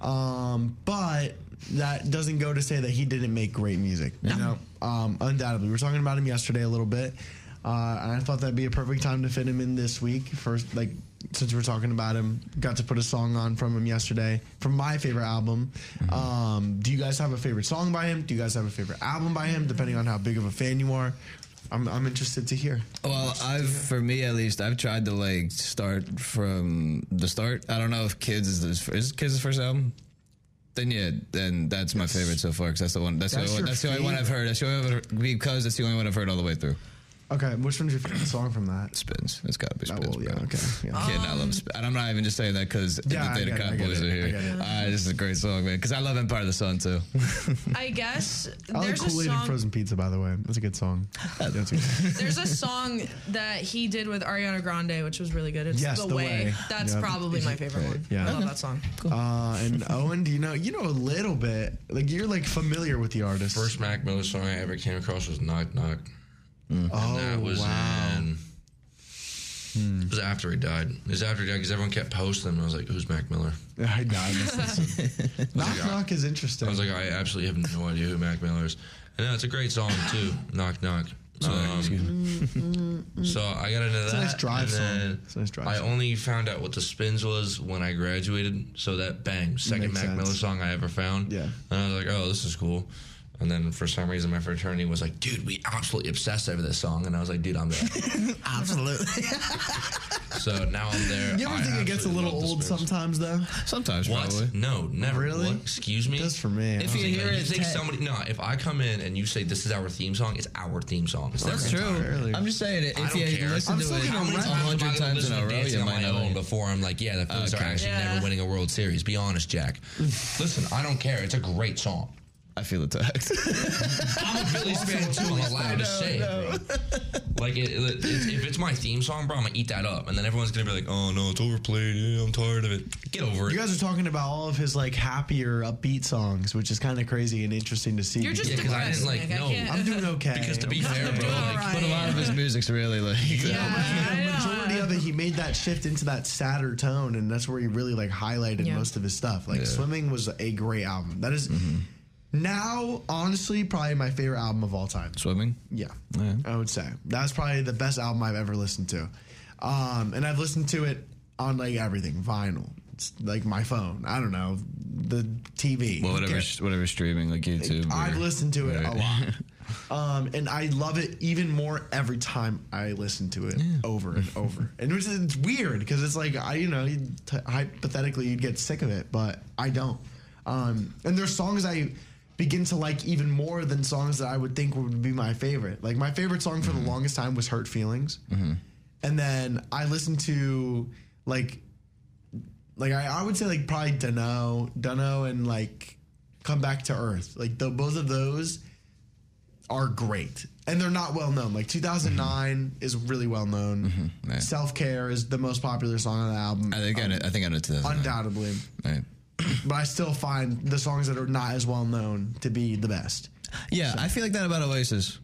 Speaker 1: Um, but that doesn't go to say that he didn't make great music. You know, um, undoubtedly, we were talking about him yesterday a little bit, uh, and I thought that'd be a perfect time to fit him in this week. First, like since we're talking about him, got to put a song on from him yesterday from my favorite album.
Speaker 5: Mm-hmm.
Speaker 1: Um, do you guys have a favorite song by him? Do you guys have a favorite album by him? Depending on how big of a fan you are, I'm, I'm interested to hear.
Speaker 5: Well, I've for me at least, I've tried to like start from the start. I don't know if Kids is this, is Kids' first album. Then yeah, then that's my favorite so far because that's the one. That's,
Speaker 1: That's
Speaker 5: the,
Speaker 1: your
Speaker 5: only, that's the only one I've
Speaker 1: favorite?
Speaker 5: heard. That's the only one I've heard, because that's the only one I've heard all the way through.
Speaker 1: Okay, which one's your favorite song from that?
Speaker 5: Spins. It's got to be Spins.
Speaker 1: yeah, okay. Yeah.
Speaker 5: Kidding, I love Spins. And I'm not even just saying that because
Speaker 1: Yeah, I
Speaker 5: the Theta
Speaker 1: get it, I
Speaker 5: Cop
Speaker 1: get
Speaker 5: Boys
Speaker 1: it,
Speaker 5: are
Speaker 1: I
Speaker 5: here.
Speaker 1: get it.
Speaker 5: Ah, this is a great song, man. Because I love Empire of the Sun too.
Speaker 4: I guess
Speaker 1: I like
Speaker 4: there's a
Speaker 1: Kool Aid and
Speaker 4: song.
Speaker 1: frozen pizza. By the way, that's a good song. That's a good song.
Speaker 4: There's a song that he did with Ariana Grande, which was really good. It's
Speaker 1: Yes,
Speaker 4: the,
Speaker 1: The
Speaker 4: way.
Speaker 1: Way.
Speaker 4: That's
Speaker 1: Yep.
Speaker 4: probably my favorite
Speaker 1: Right.
Speaker 4: one.
Speaker 1: Yeah.
Speaker 4: I love
Speaker 1: Okay.
Speaker 4: that song.
Speaker 1: Uh, and Owen, do you know? You know a little bit. Like you're like familiar with the artist.
Speaker 2: First Mac Miller song I ever came across was Knock Knock.
Speaker 1: Oh,
Speaker 2: that was
Speaker 1: wow. Hmm.
Speaker 2: in- It was after he died. It was after he died because everyone kept posting them. And I was like, "Who's Mac Miller?"
Speaker 1: I know. I missed this one. knock knock is interesting.
Speaker 2: I was like, "I absolutely have no idea who Mac Miller is." And uh, it's a great song too. knock knock.
Speaker 1: Oh,
Speaker 2: Um, So I got into that.
Speaker 1: Mm. It's a nice drive
Speaker 2: and
Speaker 1: song.
Speaker 2: then
Speaker 1: It's a nice drive
Speaker 2: I
Speaker 1: song.
Speaker 2: only found out what the spins was when I graduated. So that bang, second
Speaker 1: Makes
Speaker 2: Mac
Speaker 1: sense.
Speaker 2: Miller song I ever found. Yeah. And I was like, oh, this is cool. And then for some reason, my fraternity was like, dude, we absolutely obsessed over this song. And I was like, dude, I'm there.
Speaker 1: absolutely.
Speaker 2: so now I'm there.
Speaker 1: You ever
Speaker 2: I
Speaker 1: think it gets a
Speaker 2: absolutely
Speaker 1: little
Speaker 2: love the
Speaker 1: old
Speaker 2: Spins.
Speaker 1: sometimes, though?
Speaker 5: Sometimes,
Speaker 2: What? No, never. Really? Excuse me. Just
Speaker 1: for me.
Speaker 2: If
Speaker 1: I
Speaker 2: you
Speaker 1: don't
Speaker 2: hear it,
Speaker 1: know.
Speaker 2: you think somebody. No, if I come in and you say this is our theme song, it's our theme song. It's
Speaker 5: That's
Speaker 2: never
Speaker 5: true.
Speaker 2: entirely-
Speaker 5: I'm just saying it.
Speaker 2: I
Speaker 5: If
Speaker 2: don't
Speaker 5: you
Speaker 2: care.
Speaker 5: listen to it
Speaker 2: How many times have I
Speaker 5: 100 times in
Speaker 2: listened
Speaker 5: a
Speaker 2: to
Speaker 5: row,
Speaker 2: Dancing
Speaker 5: you
Speaker 2: on my
Speaker 5: might know
Speaker 2: own
Speaker 5: it.
Speaker 2: before I'm like, yeah, the Phillies
Speaker 5: Okay.
Speaker 2: are actually
Speaker 5: Yeah.
Speaker 2: never winning a World Series. Be honest, Jack. Listen, I don't care. It's a great song.
Speaker 5: I feel attacked.
Speaker 2: I'm a Phillies fan too. I'm allowed to say it, bro. Like, it, it- it's, if it's my theme song, bro, I'm gonna eat that up, and then everyone's gonna be like, "Oh no, it's overplayed. Yeah, I'm tired of it. Get over it."
Speaker 1: You guys are talking about all of his like happier, upbeat songs, which is kind of crazy and interesting to see.
Speaker 2: You're just Yeah, 'cause I didn't, like, depressed, Nick. I know- can't-
Speaker 1: I'm doing okay.
Speaker 2: Because to be fair, bro, like,
Speaker 5: But a lot of his music's really like. uh,
Speaker 1: the majority of it, he made that shift into that sadder tone, and that's where he really like highlighted
Speaker 5: Yeah.
Speaker 1: most of his stuff. Like
Speaker 5: Yeah. Mm-hmm.
Speaker 1: swimming was a great album. That is- now honestly probably my favorite album of all time.
Speaker 5: Swimming.
Speaker 1: Yeah, I would say that's probably the best album I've ever listened to, um, and I've listened to it on like everything vinyl. It's like my phone. I don't know the TV.
Speaker 5: Well, whatever,
Speaker 1: Okay.
Speaker 5: whatever streaming like YouTube.
Speaker 1: I've
Speaker 5: or-
Speaker 1: listened to it a
Speaker 5: Right.
Speaker 1: lot. Um, and I love it even more every time I listen to it over and over. And it's, it's weird because it's like I, you know, you'd t- hypothetically you'd get sick of it, but I don't. Um, and there's songs I begin to like even more than songs that I would think would be my favorite. Like my favorite song for the longest time was "Hurt Feelings,"
Speaker 5: Um,
Speaker 1: and then I listened to like like I, I would say like probably Dunno, Dunno, and like Come Back to Earth. Like the, both of those are great, and they're not well known. Like 2009
Speaker 5: Mm-hmm.
Speaker 1: is really well known. Self Care is the most popular song on the album.
Speaker 5: I think I know. I think I know. 2009.
Speaker 1: Undoubtedly,
Speaker 5: Right.
Speaker 1: but I still find the songs that are not as well known to be the best.
Speaker 5: Yeah, I feel like that about Oasis.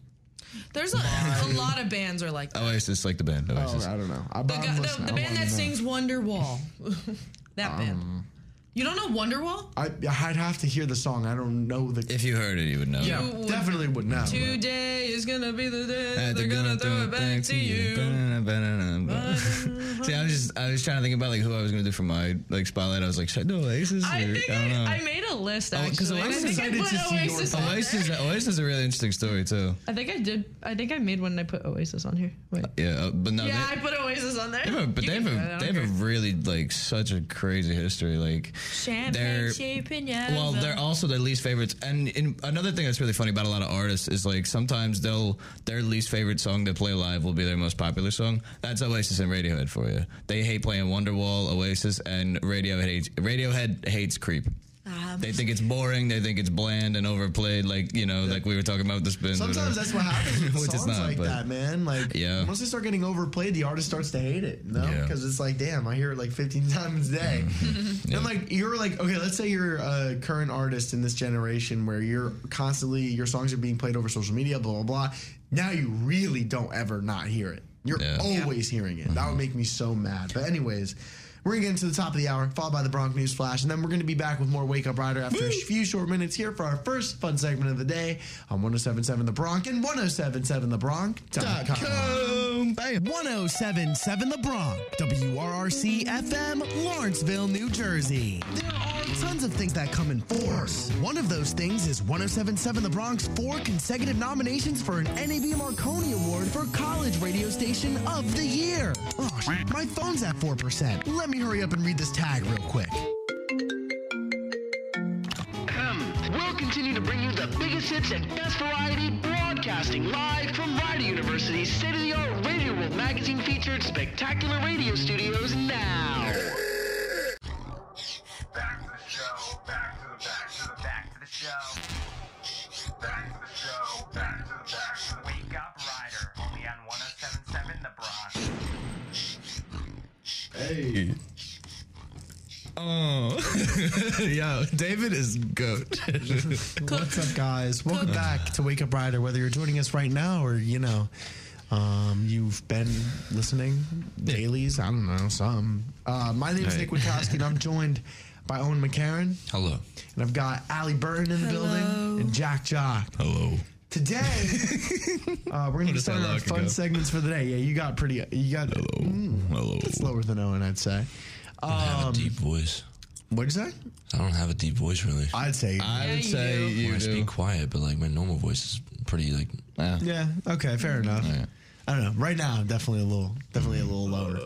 Speaker 4: There's a, a lot of bands are like that.
Speaker 5: Oasis, like the band. Oasis.
Speaker 1: Oh, I don't know. I,
Speaker 4: The, guy- the, the band that sings Wonderwall. that band. You don't know Wonderwall?
Speaker 1: Um, I, I'd have to hear the song. I don't know the.
Speaker 5: If you heard it, you would know.
Speaker 1: Yeah,
Speaker 4: You would-
Speaker 1: definitely would know.
Speaker 4: Today is gonna be the day that they're gonna throw it back to you.
Speaker 5: See, I was just I was trying to think about like who I was gonna do for my like spotlight. I was like, should I do Oasis?
Speaker 4: I
Speaker 5: or-
Speaker 4: think
Speaker 5: I don't know.
Speaker 4: I, I made a
Speaker 1: Oh,
Speaker 4: list actually.
Speaker 5: because
Speaker 4: I
Speaker 5: Oasis,
Speaker 4: think I put Oasis on
Speaker 5: Oasis,
Speaker 4: there.
Speaker 5: Oasis is a really interesting story too.
Speaker 4: I think I did. I think I made one and I put Oasis on here. Wait.
Speaker 5: Yeah, uh, but no,
Speaker 4: yeah,
Speaker 5: they-
Speaker 4: I put Oasis on there.
Speaker 5: They have a, but
Speaker 4: You
Speaker 5: they have
Speaker 4: can do it,
Speaker 5: a,
Speaker 4: I
Speaker 5: they
Speaker 4: don't
Speaker 5: have a really like such a crazy history. Like
Speaker 4: Champagne
Speaker 5: they're-
Speaker 4: shaping
Speaker 5: Well, they're also their least favorites. And in, another thing that's really funny about a lot of artists is like sometimes they'll their least favorite song they play live will be their most popular song. That's Oasis and Radiohead for you. They hate playing Wonderwall, Oasis, and Radiohead. Hates, Radiohead hates Creep.
Speaker 4: Um,
Speaker 5: They think it's boring. They think it's bland and overplayed. Like you know, like we were talking about with the spin.
Speaker 1: Sometimes that's what happens with
Speaker 5: Which is
Speaker 1: songs
Speaker 5: not,
Speaker 1: like
Speaker 5: but-
Speaker 1: that, man. Like,
Speaker 5: Yeah.
Speaker 1: once they start getting overplayed, the artist starts to hate it, no?
Speaker 5: Yeah. Mm-hmm.
Speaker 1: Because it's like, damn, I hear it like 15 times a day. And like, you're like, okay, let's say you're a current artist in this generation where you're constantly, your songs are being played over social media, blah, blah, blah. Now you really don't ever not hear it. You're always hearing it.
Speaker 5: Mm-hmm.
Speaker 1: That would make me so mad. But, anyways. We're gonna get into the top of the hour, followed by the Bronx News Flash, and then we're gonna be back with more Wake Up Rider after a few short minutes here for our first fun segment of the day on 1077 The Bronx and 1077TheBronx.com.
Speaker 6: 1077 The Bronx, WRRC FM, Lawrenceville, New Jersey. There are tons of things that come in force. One of those things is 1077 The Bronx four consecutive nominations for an NAB Marconi Award for College Radio Station of the Year. Oh, shit, my phone's at 4%. Let me hurry up and read this tag real quick.
Speaker 14: Come, we'll continue to bring you the biggest hits and best variety broadcasting live from Rider University's state-of-the-art Radio World magazine featured spectacular radio studios now.
Speaker 12: oh
Speaker 5: Hey. Oh, yo, David is goat.
Speaker 1: What's up, guys? Welcome back to Wake Up Rider. Whether you're joining us right now or you know, um, you've been listening dailies. I don't know some. Uh, my name is
Speaker 2: Hey.
Speaker 1: Nick Witkowski, and I'm joined by Owen McCarron,
Speaker 2: Hello.
Speaker 1: and I've got Ali Burton in the building and Jack Jock.
Speaker 5: Hello.
Speaker 1: Today, uh, we're gonna
Speaker 5: What
Speaker 1: get
Speaker 5: is that
Speaker 1: started our
Speaker 5: like
Speaker 1: fun
Speaker 5: ago?
Speaker 1: segments for the day. Yeah, you got pretty. You got hello,
Speaker 5: hello.
Speaker 1: Slower than Owen, I'd say. Um,
Speaker 2: I have a deep voice.
Speaker 1: What'd you say?
Speaker 2: I don't have a deep voice, really.
Speaker 1: I'd say.
Speaker 5: I would say you,
Speaker 2: I
Speaker 5: do.
Speaker 2: speak quiet, but like my normal voice is pretty like.
Speaker 1: Yeah. Okay. Fair enough. I don't know. Right now, I'm definitely a little,
Speaker 5: Mm.
Speaker 1: definitely a little lower.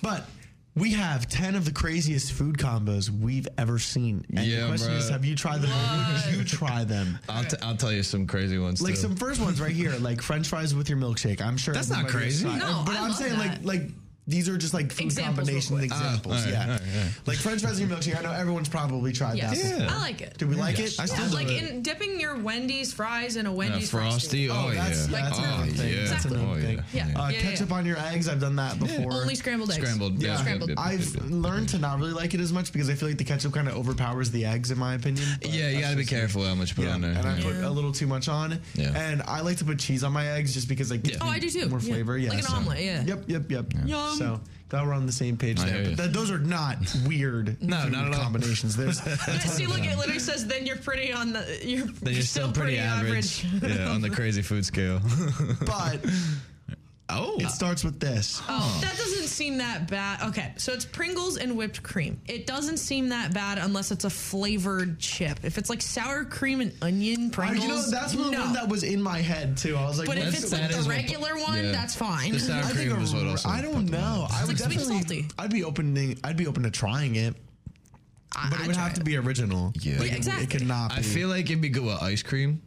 Speaker 1: But we have ten of the craziest food combos we've ever seen. And the
Speaker 5: Yeah,
Speaker 1: question
Speaker 5: bruh.
Speaker 1: is, have you tried them? Or would you try them?
Speaker 5: I'll, t- I'll tell you some crazy ones.
Speaker 1: Like
Speaker 5: too.
Speaker 1: some first ones right here, like French fries with your milkshake. I'm sure
Speaker 5: That's not
Speaker 1: everybody has
Speaker 5: crazy.
Speaker 1: tried it.
Speaker 5: No,
Speaker 1: but
Speaker 5: I
Speaker 1: am
Speaker 5: love
Speaker 1: saying
Speaker 5: that.
Speaker 1: like like these are just like food
Speaker 4: Examples real
Speaker 1: combination
Speaker 4: quick.
Speaker 1: examples.
Speaker 5: Ah, all right,
Speaker 1: yeah,
Speaker 5: all right, all right.
Speaker 1: like French fries with your milkshake. I know everyone's probably tried
Speaker 4: Yes.
Speaker 1: that.
Speaker 4: Yeah.
Speaker 1: before.
Speaker 4: I like it.
Speaker 1: Do we like it?
Speaker 4: Yeah, like in dipping your Wendy's fries in a Wendy's
Speaker 5: frosty, oh,
Speaker 4: Like,
Speaker 5: yeah.
Speaker 4: that's
Speaker 5: Oh,
Speaker 4: another thing.
Speaker 5: yeah.
Speaker 1: That's
Speaker 4: Exactly.
Speaker 1: another thing.
Speaker 4: Yeah.
Speaker 1: Uh,
Speaker 4: Yeah, yeah,
Speaker 1: ketchup on your eggs. I've done that before.
Speaker 4: Only scrambled eggs. Scrambled,
Speaker 1: Yeah.
Speaker 4: yeah. Scrambled.
Speaker 1: I've learned to not really like it as much because I feel like the ketchup kind of overpowers the eggs, in my opinion.
Speaker 5: yeah, you gotta be careful how much you put on there.
Speaker 1: And I
Speaker 5: Yeah.
Speaker 1: put a little too much on.
Speaker 5: Yeah.
Speaker 1: And I like to put cheese on my eggs just because like gives
Speaker 4: Oh,
Speaker 1: me
Speaker 4: I do too.
Speaker 1: More
Speaker 4: Yeah.
Speaker 1: flavor. Yeah.
Speaker 4: Like an
Speaker 1: so-
Speaker 4: omelet, yeah.
Speaker 1: Yep. Yep. Yep.
Speaker 4: Yum.
Speaker 1: So glad we're on the same page
Speaker 5: I
Speaker 1: there.
Speaker 5: hear
Speaker 1: But
Speaker 5: you.
Speaker 1: that, those are not weird.
Speaker 5: No,
Speaker 1: food
Speaker 5: not at all.
Speaker 1: combinations. There's a
Speaker 4: Yeah,
Speaker 1: ton
Speaker 4: see,
Speaker 1: of
Speaker 4: look,
Speaker 1: them.
Speaker 4: it literally says then you're pretty on the you're,
Speaker 5: Then you're still pretty, average. yeah, on the crazy food scale.
Speaker 1: but
Speaker 5: oh,
Speaker 1: it starts with this.
Speaker 4: Oh, that doesn't seem that bad. Okay, so it's Pringles and whipped cream. It doesn't seem that bad unless it's a flavored chip. If it's like sour cream and onion
Speaker 1: I,
Speaker 4: Pringles,
Speaker 1: you know, that's one,
Speaker 4: no.
Speaker 1: one that was in my head too. I was like,
Speaker 4: But if
Speaker 1: what's
Speaker 4: it's
Speaker 1: the-
Speaker 4: like the regular one,
Speaker 1: Yeah.
Speaker 4: that's fine.
Speaker 1: I think a r- I don't know. I would
Speaker 4: It's like sweet and
Speaker 1: definitely. I'd be opening. I'd be open to trying it, but it would have to be original.
Speaker 5: Yeah.
Speaker 1: Like, it- It could not. Be.
Speaker 5: I feel like it'd be good with ice cream.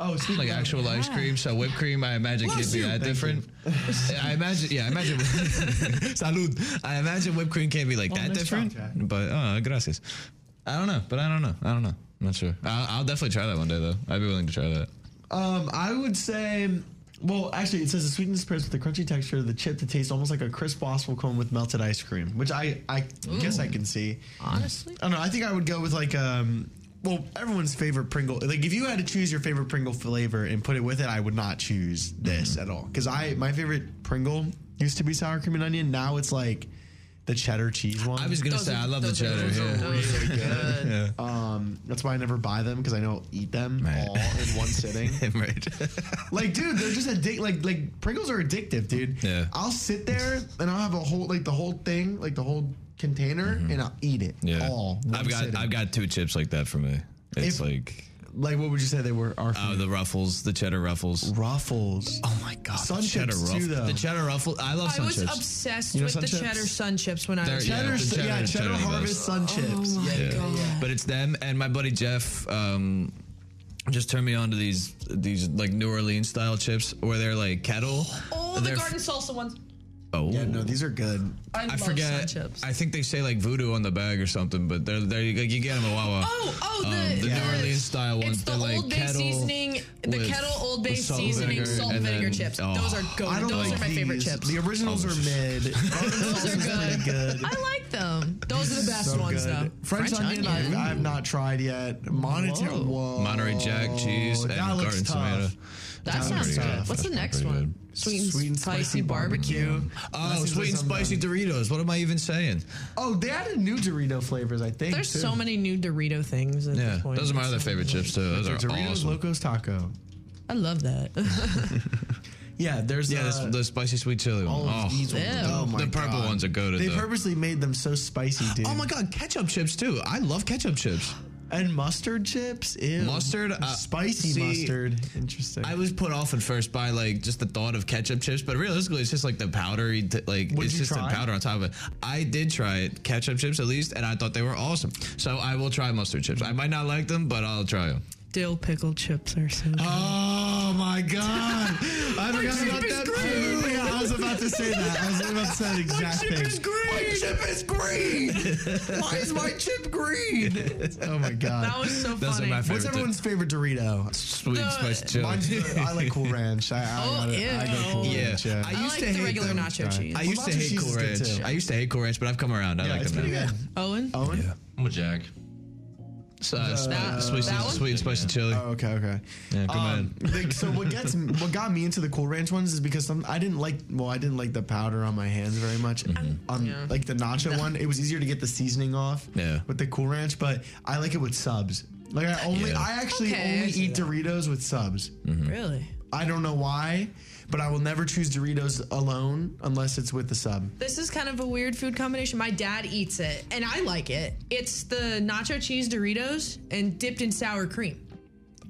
Speaker 1: Oh, sweet
Speaker 5: like
Speaker 1: and
Speaker 5: actual
Speaker 1: sour.
Speaker 5: ice cream. So whipped cream, I imagine
Speaker 1: Bless
Speaker 5: can't be
Speaker 1: you.
Speaker 5: that
Speaker 1: Thank
Speaker 5: different. Yeah, I imagine, yeah, I imagine. Salud. I imagine whipped cream can't be like
Speaker 1: Oh,
Speaker 5: that
Speaker 1: nice
Speaker 5: different.
Speaker 1: job,
Speaker 5: But uh, gracias. I don't know. But I don't know. I don't know. I'm not sure. I'll, I'll definitely try that one day though. I'd be willing to try that.
Speaker 1: Um, I would say. Well, actually, it says the sweetness pairs with the crunchy texture of the chip to taste almost like a crisp waffle cone with melted ice cream, which I I guess I can see.
Speaker 4: Honestly,
Speaker 1: I don't know. I think I would go with like um, well, everyone's favorite Pringle. Like, if you had to choose your favorite Pringle flavor and put it with it, I would not choose this
Speaker 5: Mm-hmm.
Speaker 1: at all. Because I, my favorite Pringle used to be sour cream and onion. Now it's like the cheddar cheese one.
Speaker 5: I was gonna Those say, are- I love the those cheddar, ones are yeah. really
Speaker 1: really good.
Speaker 5: good.
Speaker 1: Um, that's why I never buy them because I know I'll eat them all in one sitting.
Speaker 5: right.
Speaker 1: like, dude, they're just addic- Like, like Pringles are addictive, dude. Yeah. I'll sit there and I'll have a whole, like, the whole thing, like the whole container, and I'll eat it
Speaker 5: Mm-hmm. Yeah.
Speaker 1: all. in one
Speaker 5: I've got
Speaker 1: sitting.
Speaker 5: I've got two chips like that for me. It's
Speaker 1: If-
Speaker 5: like
Speaker 1: like, what would you say they were? Our
Speaker 5: oh the ruffles, the cheddar ruffles.
Speaker 1: Ruffles.
Speaker 5: Oh my god.
Speaker 1: Sun
Speaker 5: the cheddar
Speaker 1: chips, too,
Speaker 5: ruffles.
Speaker 1: though.
Speaker 5: The cheddar ruffles. I love
Speaker 4: I
Speaker 5: sun
Speaker 4: was
Speaker 5: chips.
Speaker 4: obsessed
Speaker 5: You know
Speaker 4: with the
Speaker 5: Sun Chips?
Speaker 4: cheddar sun chips when I
Speaker 5: They're-
Speaker 4: was
Speaker 5: yeah,
Speaker 4: younger.
Speaker 5: the
Speaker 1: yeah, cheddar
Speaker 5: are the
Speaker 1: harvest
Speaker 5: best.
Speaker 1: sun chips.
Speaker 4: Oh, my
Speaker 5: yeah. But it's them and my buddy Jeff um, just turned me on to these these like New Orleans style chips where they're like kettle.
Speaker 4: Oh, the
Speaker 5: They're-
Speaker 4: garden salsa ones.
Speaker 5: Oh
Speaker 1: yeah, no, these are good.
Speaker 4: I love
Speaker 5: forget.
Speaker 4: sun chips.
Speaker 5: I think they say like voodoo on the bag or something, but they're they like you get them at Wawa.
Speaker 4: Oh, oh,
Speaker 5: Um,
Speaker 4: the,
Speaker 5: the
Speaker 4: yeah.
Speaker 5: New Orleans style ones.
Speaker 4: It's the
Speaker 5: they're like
Speaker 4: Old Bay
Speaker 5: kettle
Speaker 4: seasoning, the
Speaker 5: with-
Speaker 4: kettle Old Bay
Speaker 5: with salt and
Speaker 4: seasoning,
Speaker 5: vinegar,
Speaker 4: salt and
Speaker 5: and
Speaker 4: vinegar
Speaker 5: then-
Speaker 4: chips.
Speaker 5: oh.
Speaker 4: Those are good.
Speaker 1: I don't
Speaker 4: Those
Speaker 1: like
Speaker 4: are my favorite
Speaker 1: these.
Speaker 4: chips.
Speaker 1: The originals are mid.
Speaker 4: Those are good.
Speaker 1: good.
Speaker 4: I like them. Those are the best ones, though.
Speaker 1: French, onion, I, I have not tried yet. Monetary, whoa.
Speaker 5: Monterey Jack cheese and
Speaker 1: that looks
Speaker 5: garden
Speaker 1: tough.
Speaker 5: tomato.
Speaker 4: That
Speaker 1: That's
Speaker 4: sounds
Speaker 1: pretty
Speaker 4: good.
Speaker 1: good.
Speaker 4: What's the
Speaker 1: That's
Speaker 4: next
Speaker 1: pretty
Speaker 4: one? Sweet and, spicy, barbecue.
Speaker 1: Mm. That
Speaker 5: Oh,
Speaker 1: seems
Speaker 5: sweet
Speaker 1: like
Speaker 5: and spicy Doritos. What am I even saying?
Speaker 1: um, Oh, they added new Dorito flavors, I think.
Speaker 4: There's
Speaker 1: too.
Speaker 4: so many new Dorito things at
Speaker 5: Yeah,
Speaker 4: this point.
Speaker 5: those are my other favorite chips too. Those
Speaker 1: So
Speaker 5: are
Speaker 1: Doritos,
Speaker 5: awesome.
Speaker 1: Locos Taco.
Speaker 4: I love that.
Speaker 1: Yeah, there's
Speaker 5: yeah,
Speaker 1: uh,
Speaker 5: this, the spicy sweet chili one.
Speaker 1: all
Speaker 5: Oh,
Speaker 1: of these ones.
Speaker 4: Ew.
Speaker 1: Oh my
Speaker 5: the purple
Speaker 1: God.
Speaker 5: ones are good.
Speaker 1: They
Speaker 5: though.
Speaker 1: purposely made them so spicy, dude.
Speaker 5: Oh my god, ketchup chips too. I love ketchup chips.
Speaker 1: And mustard chips? Ew.
Speaker 5: Mustard, uh,
Speaker 1: Spicy
Speaker 5: see,
Speaker 1: mustard. Interesting.
Speaker 5: I was put off at first by like just the thought of ketchup chips, but realistically, it's just like the powdery, t- like
Speaker 1: Would
Speaker 5: it's
Speaker 1: you
Speaker 5: just
Speaker 1: try?
Speaker 5: the powder on top of it. I did try it, ketchup chips at least, and I thought they were awesome. So I will try mustard chips. I might not like them, but I'll try them.
Speaker 4: Dill pickle chips are so good.
Speaker 5: Oh my god! I forgot about that.
Speaker 1: Yeah, I was about to say that. I was about to say that exact thing.
Speaker 5: green.
Speaker 1: chip is green. Why is my chip green? Oh my god.
Speaker 4: that was so
Speaker 5: Those are
Speaker 4: funny.
Speaker 5: my favorite.
Speaker 1: What's everyone's favorite Dorito?
Speaker 5: sweet and spicy
Speaker 1: Mine's
Speaker 5: chili.
Speaker 1: the- I like Cool Ranch. I, I,
Speaker 4: Oh,
Speaker 1: gotta- I go Cool
Speaker 5: Yeah.
Speaker 1: Ranch. Yeah.
Speaker 5: I
Speaker 4: I
Speaker 5: used
Speaker 4: like
Speaker 5: to
Speaker 4: the
Speaker 5: hate
Speaker 4: regular
Speaker 5: them.
Speaker 4: nacho cheese.
Speaker 5: I used to
Speaker 1: nacho
Speaker 5: hate
Speaker 1: cheese
Speaker 5: Cool
Speaker 1: is good,
Speaker 5: Ranch.
Speaker 1: too.
Speaker 5: I used to hate Cool Ranch, but I've come around. I
Speaker 1: Yeah,
Speaker 5: like
Speaker 1: it's
Speaker 5: them
Speaker 1: pretty
Speaker 5: now.
Speaker 1: good.
Speaker 4: Owen?
Speaker 1: Owen?
Speaker 2: I'm with Jack.
Speaker 5: So, uh, sweet,
Speaker 4: That-
Speaker 5: sweet,
Speaker 4: that one?
Speaker 5: sweet and spicy chili.
Speaker 1: Oh, okay, okay.
Speaker 5: Yeah, good
Speaker 1: Um, like, so what gets what got me into the Cool Ranch ones is because some I didn't like well I didn't like the powder on my hands very much.
Speaker 5: Mm-hmm.
Speaker 1: On like the nacho one, it was easier to get the seasoning off.
Speaker 5: Yeah.
Speaker 1: With the Cool Ranch, but I like it with subs. Like I only
Speaker 5: Yeah. Mm-hmm.
Speaker 1: I actually
Speaker 4: Okay, I
Speaker 1: only
Speaker 4: see
Speaker 1: eat Doritos with subs.
Speaker 4: Really?
Speaker 1: I don't know why, but I will never choose Doritos alone unless it's with the sub.
Speaker 4: This is kind of a weird food combination. My dad eats it, and I like it. It's the nacho cheese Doritos and dipped in sour cream.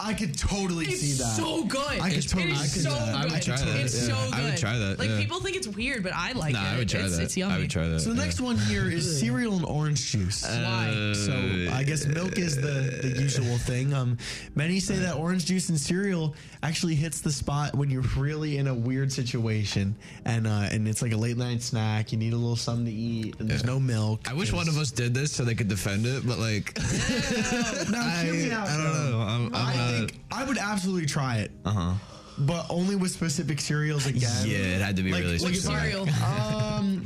Speaker 1: I could totally
Speaker 4: It's
Speaker 1: see that.
Speaker 4: so good.
Speaker 1: I could
Speaker 4: It is
Speaker 1: totally see
Speaker 4: so
Speaker 1: that. I
Speaker 4: good.
Speaker 1: would try
Speaker 5: that,
Speaker 4: It's
Speaker 5: yeah.
Speaker 4: so good.
Speaker 5: I would try that,
Speaker 4: Like
Speaker 5: yeah.
Speaker 4: people think it's weird, but I like
Speaker 5: No,
Speaker 4: it.
Speaker 5: I would try
Speaker 4: it's,
Speaker 5: that.
Speaker 4: It's yummy.
Speaker 5: I would try that.
Speaker 1: so the
Speaker 5: yeah.
Speaker 1: next one here is cereal and orange juice.
Speaker 5: Uh,
Speaker 4: Why?
Speaker 1: So I guess milk is the, the usual thing. Um, many say that orange juice and cereal actually hits the spot when you're really in a weird situation, and uh, and it's like a late night snack. You need a little something to eat, and there's no milk.
Speaker 5: I wish one of us did this so they could defend it, but like,
Speaker 1: I,
Speaker 5: I- I don't know. I'm- uh, I'm not-
Speaker 1: I think I would absolutely try it. Uh huh. But only with specific cereals again.
Speaker 5: yeah, it had to be
Speaker 1: Like-
Speaker 5: really
Speaker 1: like
Speaker 5: specific.
Speaker 4: Cereal.
Speaker 1: Um.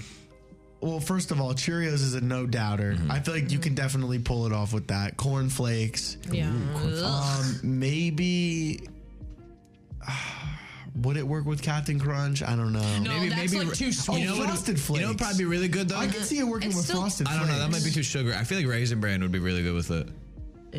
Speaker 1: Well, first of all, Cheerios is a no doubter.
Speaker 5: Mm-hmm.
Speaker 1: I feel like you can definitely pull it off with that. Corn flakes.
Speaker 4: yeah. Ugh.
Speaker 1: Um, maybe. would it work with Captain Crunch? I don't know.
Speaker 4: No, that's like too sweet.
Speaker 1: You know what- Frosted Flakes.
Speaker 5: You know, it'd probably be really good though.
Speaker 1: I could see it working
Speaker 4: It's
Speaker 1: with
Speaker 4: still-
Speaker 1: Frosted
Speaker 5: I
Speaker 1: Flakes.
Speaker 5: don't know. That might be too sugary. I feel like raisin bran would be really good with it.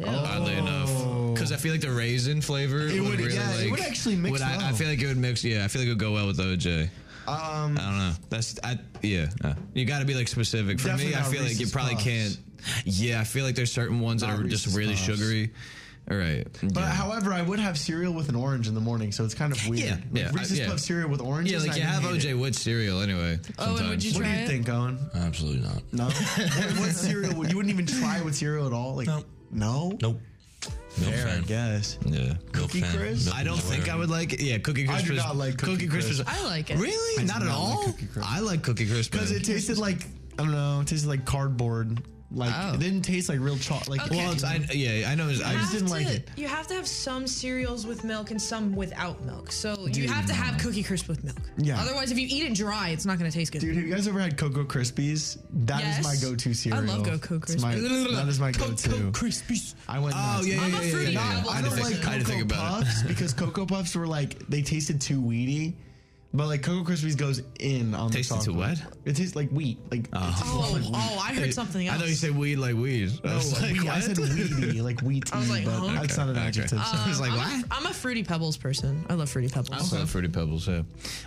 Speaker 5: Oddly enough, because I feel like the raisin flavor
Speaker 1: It
Speaker 5: would,
Speaker 1: would-
Speaker 5: really
Speaker 1: yeah, it
Speaker 5: like.
Speaker 1: would actually mix
Speaker 5: would I, I
Speaker 1: well.
Speaker 5: feel like it would mix. Yeah, I feel like it would go well with OJ.
Speaker 1: Um,
Speaker 5: I don't know. That's I. Yeah, uh, you got to be like specific. For
Speaker 1: Definitely
Speaker 5: me, I
Speaker 1: not
Speaker 5: feel like you
Speaker 1: Reese's
Speaker 5: probably
Speaker 1: Puffs.
Speaker 5: can't. Yeah, I feel like there's certain ones that
Speaker 1: Not
Speaker 5: are just
Speaker 1: Reese's
Speaker 5: really
Speaker 1: Puffs.
Speaker 5: sugary. All right.
Speaker 1: But
Speaker 5: yeah.
Speaker 1: however, I would have cereal with an orange in the morning, so it's kind of weird.
Speaker 5: Yeah,
Speaker 1: Like,
Speaker 5: yeah, I-
Speaker 1: Reese's
Speaker 5: yeah.
Speaker 1: Puff cereal with oranges.
Speaker 5: Yeah, like you
Speaker 1: I would
Speaker 5: have
Speaker 1: hate it.
Speaker 5: OJ Wood cereal anyway.
Speaker 4: Oh, and would you
Speaker 5: sometimes.
Speaker 1: What do
Speaker 4: try
Speaker 1: you
Speaker 4: it?
Speaker 1: think, Owen?
Speaker 2: Absolutely not.
Speaker 1: No. what, what cereal? would- You wouldn't even try with cereal at all. Like
Speaker 2: No.
Speaker 1: no.
Speaker 2: Nope. Milk
Speaker 1: Fair, I
Speaker 2: fan.
Speaker 1: guess.
Speaker 5: Yeah.
Speaker 1: Cookie
Speaker 2: fan.
Speaker 1: Crisp?
Speaker 2: Milk
Speaker 5: I don't
Speaker 2: enjoyer.
Speaker 5: think I would like. Yeah, Cookie
Speaker 1: I
Speaker 5: Crisp.
Speaker 1: do
Speaker 5: is-
Speaker 1: not like Cookie
Speaker 5: is-
Speaker 1: Crisp.
Speaker 4: I like it.
Speaker 5: Really? Not at all.
Speaker 1: Cookie Crisp.
Speaker 5: I like Cookie Crisp.
Speaker 1: Because
Speaker 5: man.
Speaker 1: it tasted like I don't know. It tasted like cardboard. Like it didn't taste like real chocolate. Like
Speaker 4: Okay. Well, it's- I-
Speaker 1: yeah, I know.
Speaker 4: You
Speaker 1: I
Speaker 4: have
Speaker 1: just didn't
Speaker 4: to-
Speaker 1: like it.
Speaker 4: You have to have some cereals with milk and some without milk. So you have to have Cookie Crisp with milk.
Speaker 1: Yeah.
Speaker 4: Otherwise, if you eat it dry, it's not going to taste good.
Speaker 1: Dude, have you guys ever had Cocoa Krispies? That is
Speaker 4: Yes.
Speaker 1: my go-to cereal.
Speaker 4: I love Cocoa
Speaker 1: It's my-
Speaker 4: Krispies.
Speaker 1: That is my go-to. Cocoa
Speaker 6: Krispies.
Speaker 1: I went.
Speaker 6: Oh,
Speaker 1: nuts.
Speaker 6: yeah, yeah, I'm a yeah, yeah, fruity yeah.
Speaker 1: Not-
Speaker 6: pebble.
Speaker 1: I don't like
Speaker 6: I had
Speaker 1: Cocoa
Speaker 6: to think about it.
Speaker 1: Puffs because Cocoa Puffs were like they tasted too weedy. But like Cocoa Krispies goes in on the
Speaker 5: Tasted
Speaker 1: chocolate.
Speaker 5: too
Speaker 1: It tastes like wheat. Like it tastes
Speaker 4: Oh,
Speaker 1: like wheat.
Speaker 4: oh, I heard something
Speaker 5: I
Speaker 4: else.
Speaker 5: thought you said weed like weed.
Speaker 1: No, wheat- I said weedy, like wheat.
Speaker 4: I was like,
Speaker 1: but
Speaker 4: huh? Uh,
Speaker 1: that's not an
Speaker 5: Okay, okay.
Speaker 1: adjective. so-
Speaker 5: I was like,
Speaker 4: Um, I'm
Speaker 5: what?
Speaker 4: A, I'm a Fruity Pebbles person. I love Fruity Pebbles.
Speaker 5: I also love Fruity Pebbles. Yeah,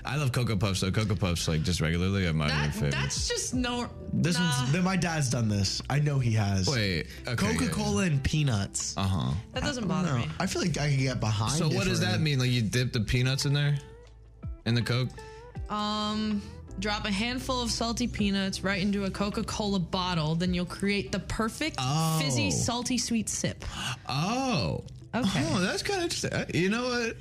Speaker 5: I love Cocoa Puffs. though. Cocoa Puffs, like just regularly, are my
Speaker 4: That-
Speaker 5: favorite.
Speaker 4: that's just no.
Speaker 1: This one's then my dad's done this. I know he has.
Speaker 5: Wait, okay,
Speaker 1: Coca Cola and peanuts. Uh huh.
Speaker 4: That doesn't bother me.
Speaker 1: I feel like I could get behind.
Speaker 5: Uh-huh. So what does that
Speaker 1: different-
Speaker 5: mean? Like you dip the peanuts in there, in the Coke?
Speaker 4: Um, drop a handful of salty peanuts right into a Coca Cola bottle, then you'll create the perfect fizzy,
Speaker 5: Oh.
Speaker 4: salty, sweet sip.
Speaker 5: Oh.
Speaker 4: Okay.
Speaker 5: Oh, that's kind of interesting. I- You know what?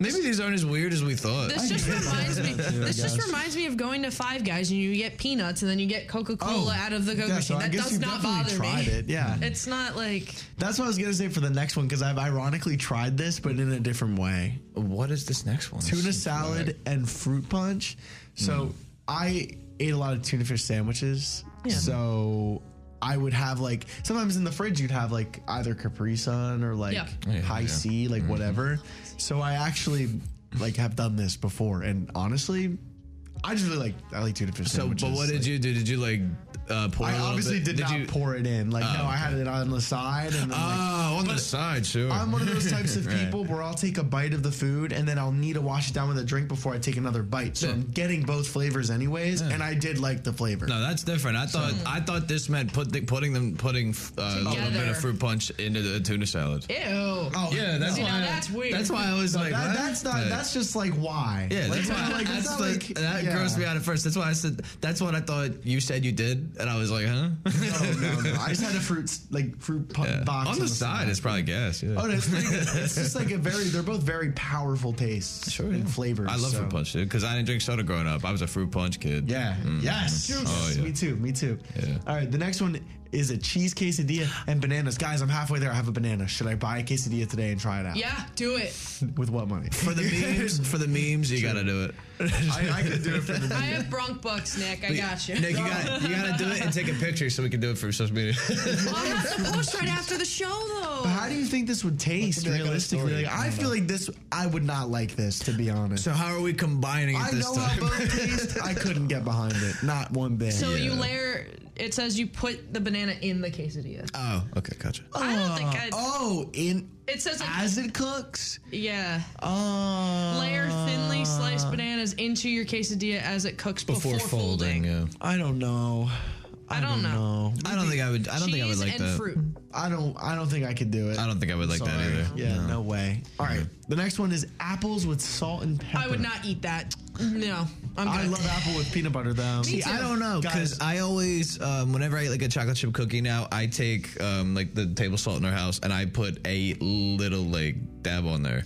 Speaker 5: Maybe these aren't as weird as we thought.
Speaker 4: This just reminds me. This just reminds me of going to Five Guys and you get peanuts and then you get Coca Cola
Speaker 1: Oh,
Speaker 4: out of the Coke
Speaker 1: yeah, so
Speaker 4: machine.
Speaker 1: I
Speaker 4: that
Speaker 1: guess
Speaker 4: does
Speaker 1: you
Speaker 4: not
Speaker 1: definitely
Speaker 4: bother
Speaker 1: tried
Speaker 4: me.
Speaker 1: it, yeah.
Speaker 4: it's not like
Speaker 1: That's what I was gonna say for the next one because I've ironically tried this, but in a different way.
Speaker 5: What is Hmm. this next one?
Speaker 1: Tuna salad and fruit punch. So I ate a lot of tuna fish sandwiches.
Speaker 6: Yeah.
Speaker 1: So I would have like sometimes in the fridge you'd have like either Capri Sun or like
Speaker 6: Yeah.
Speaker 5: Oh,
Speaker 6: Yeah,
Speaker 1: High
Speaker 6: yeah.
Speaker 1: C,
Speaker 5: Mm-hmm.
Speaker 1: like whatever. So I actually like have done this before, and honestly, I just really like I like tuna fish
Speaker 5: So,
Speaker 1: sandwiches.
Speaker 5: but what did you do? Did you like uh, pour?
Speaker 1: I
Speaker 5: a little
Speaker 1: obviously
Speaker 5: bit?
Speaker 1: did, not
Speaker 5: you-
Speaker 1: pour it in. Like,
Speaker 5: Oh,
Speaker 1: no, I had it on the side. And then, like,
Speaker 5: Oh, on the side, sure.
Speaker 1: I'm one of those types of
Speaker 5: Right.
Speaker 1: people where I'll take a bite of the food and then I'll need to wash it down with a drink before I take another bite. So I'm getting both flavors anyways, and I did like the flavor.
Speaker 5: No, that's different. I thought I thought this meant put the, putting them putting uh, a little bit
Speaker 1: Together.
Speaker 5: of fruit punch into the tuna salad.
Speaker 4: ew. Oh
Speaker 5: Yeah, that's why I- that's why I was like, what?
Speaker 1: that's not.
Speaker 5: Yeah.
Speaker 1: That's just like why.
Speaker 5: Yeah,
Speaker 1: Like,
Speaker 5: that's why.
Speaker 1: like,
Speaker 5: that's
Speaker 1: it's not
Speaker 5: like,
Speaker 1: like-
Speaker 5: that
Speaker 1: yeah.
Speaker 5: grossed me out at first. That's why I said. That's what I thought you said you did, and I was like, huh?
Speaker 1: No, no, no. I just had a fruit s- like fruit pu- box
Speaker 5: on the side, it's probably gas. Yeah.
Speaker 1: Oh, no, it's, pretty good. it's just like a very. They're both very powerful tastes and flavors.
Speaker 5: I love
Speaker 1: so.
Speaker 5: fruit punch, dude, because I didn't drink soda growing up. I was a fruit punch kid.
Speaker 1: Yeah.
Speaker 5: Mm.
Speaker 1: Yes.
Speaker 5: Oh, yeah.
Speaker 1: Me too. Me too. All right. The next one is a cheese quesadilla and bananas. Guys, I'm halfway there. I have a banana. Should I buy a quesadilla today and try it out?
Speaker 4: yeah, do it.
Speaker 1: With what money?
Speaker 5: For the memes, for the memes, you gotta do it.
Speaker 1: I, I could do it for the
Speaker 4: I have bronc bucks, Nick. I
Speaker 5: But,
Speaker 4: got you.
Speaker 5: Nick, you got you gotta do it and take a picture so we can do it for social media.
Speaker 4: I'll have to post right after the show, though.
Speaker 1: But how do you think this would taste
Speaker 5: Like, like on a
Speaker 1: realistically?
Speaker 5: story.
Speaker 1: Like, I feel like this. I would not like this to be honest.
Speaker 5: So how are we combining
Speaker 1: I know how both taste. I couldn't get behind it. Not one bit.
Speaker 4: So you layer. It says you put the banana in the quesadilla.
Speaker 5: Oh, okay, gotcha.
Speaker 4: I don't think I'd-
Speaker 1: Oh, in
Speaker 4: It says like,
Speaker 1: as it cooks.
Speaker 4: yeah.
Speaker 1: Oh.
Speaker 4: Layer thinly sliced bananas into your quesadilla as it cooks before, folding.
Speaker 5: yeah.
Speaker 1: I don't know. I,
Speaker 4: don't know.
Speaker 5: I don't think I would. I don't think I would
Speaker 4: Cheese
Speaker 5: like
Speaker 4: and
Speaker 5: that.
Speaker 4: fruit.
Speaker 1: I don't. I don't think I could do it.
Speaker 5: I don't think I would like that
Speaker 1: Sorry.
Speaker 5: either.
Speaker 1: Yeah, no, way. All right. The next one is apples with salt and pepper.
Speaker 4: I would not eat that. No, I'm
Speaker 1: I
Speaker 4: good.
Speaker 1: love apple with peanut butter though.
Speaker 5: See, I don't know because I always, um, whenever I eat like a chocolate chip cookie now, I take um, like the table salt in our house and I put a little like dab on there.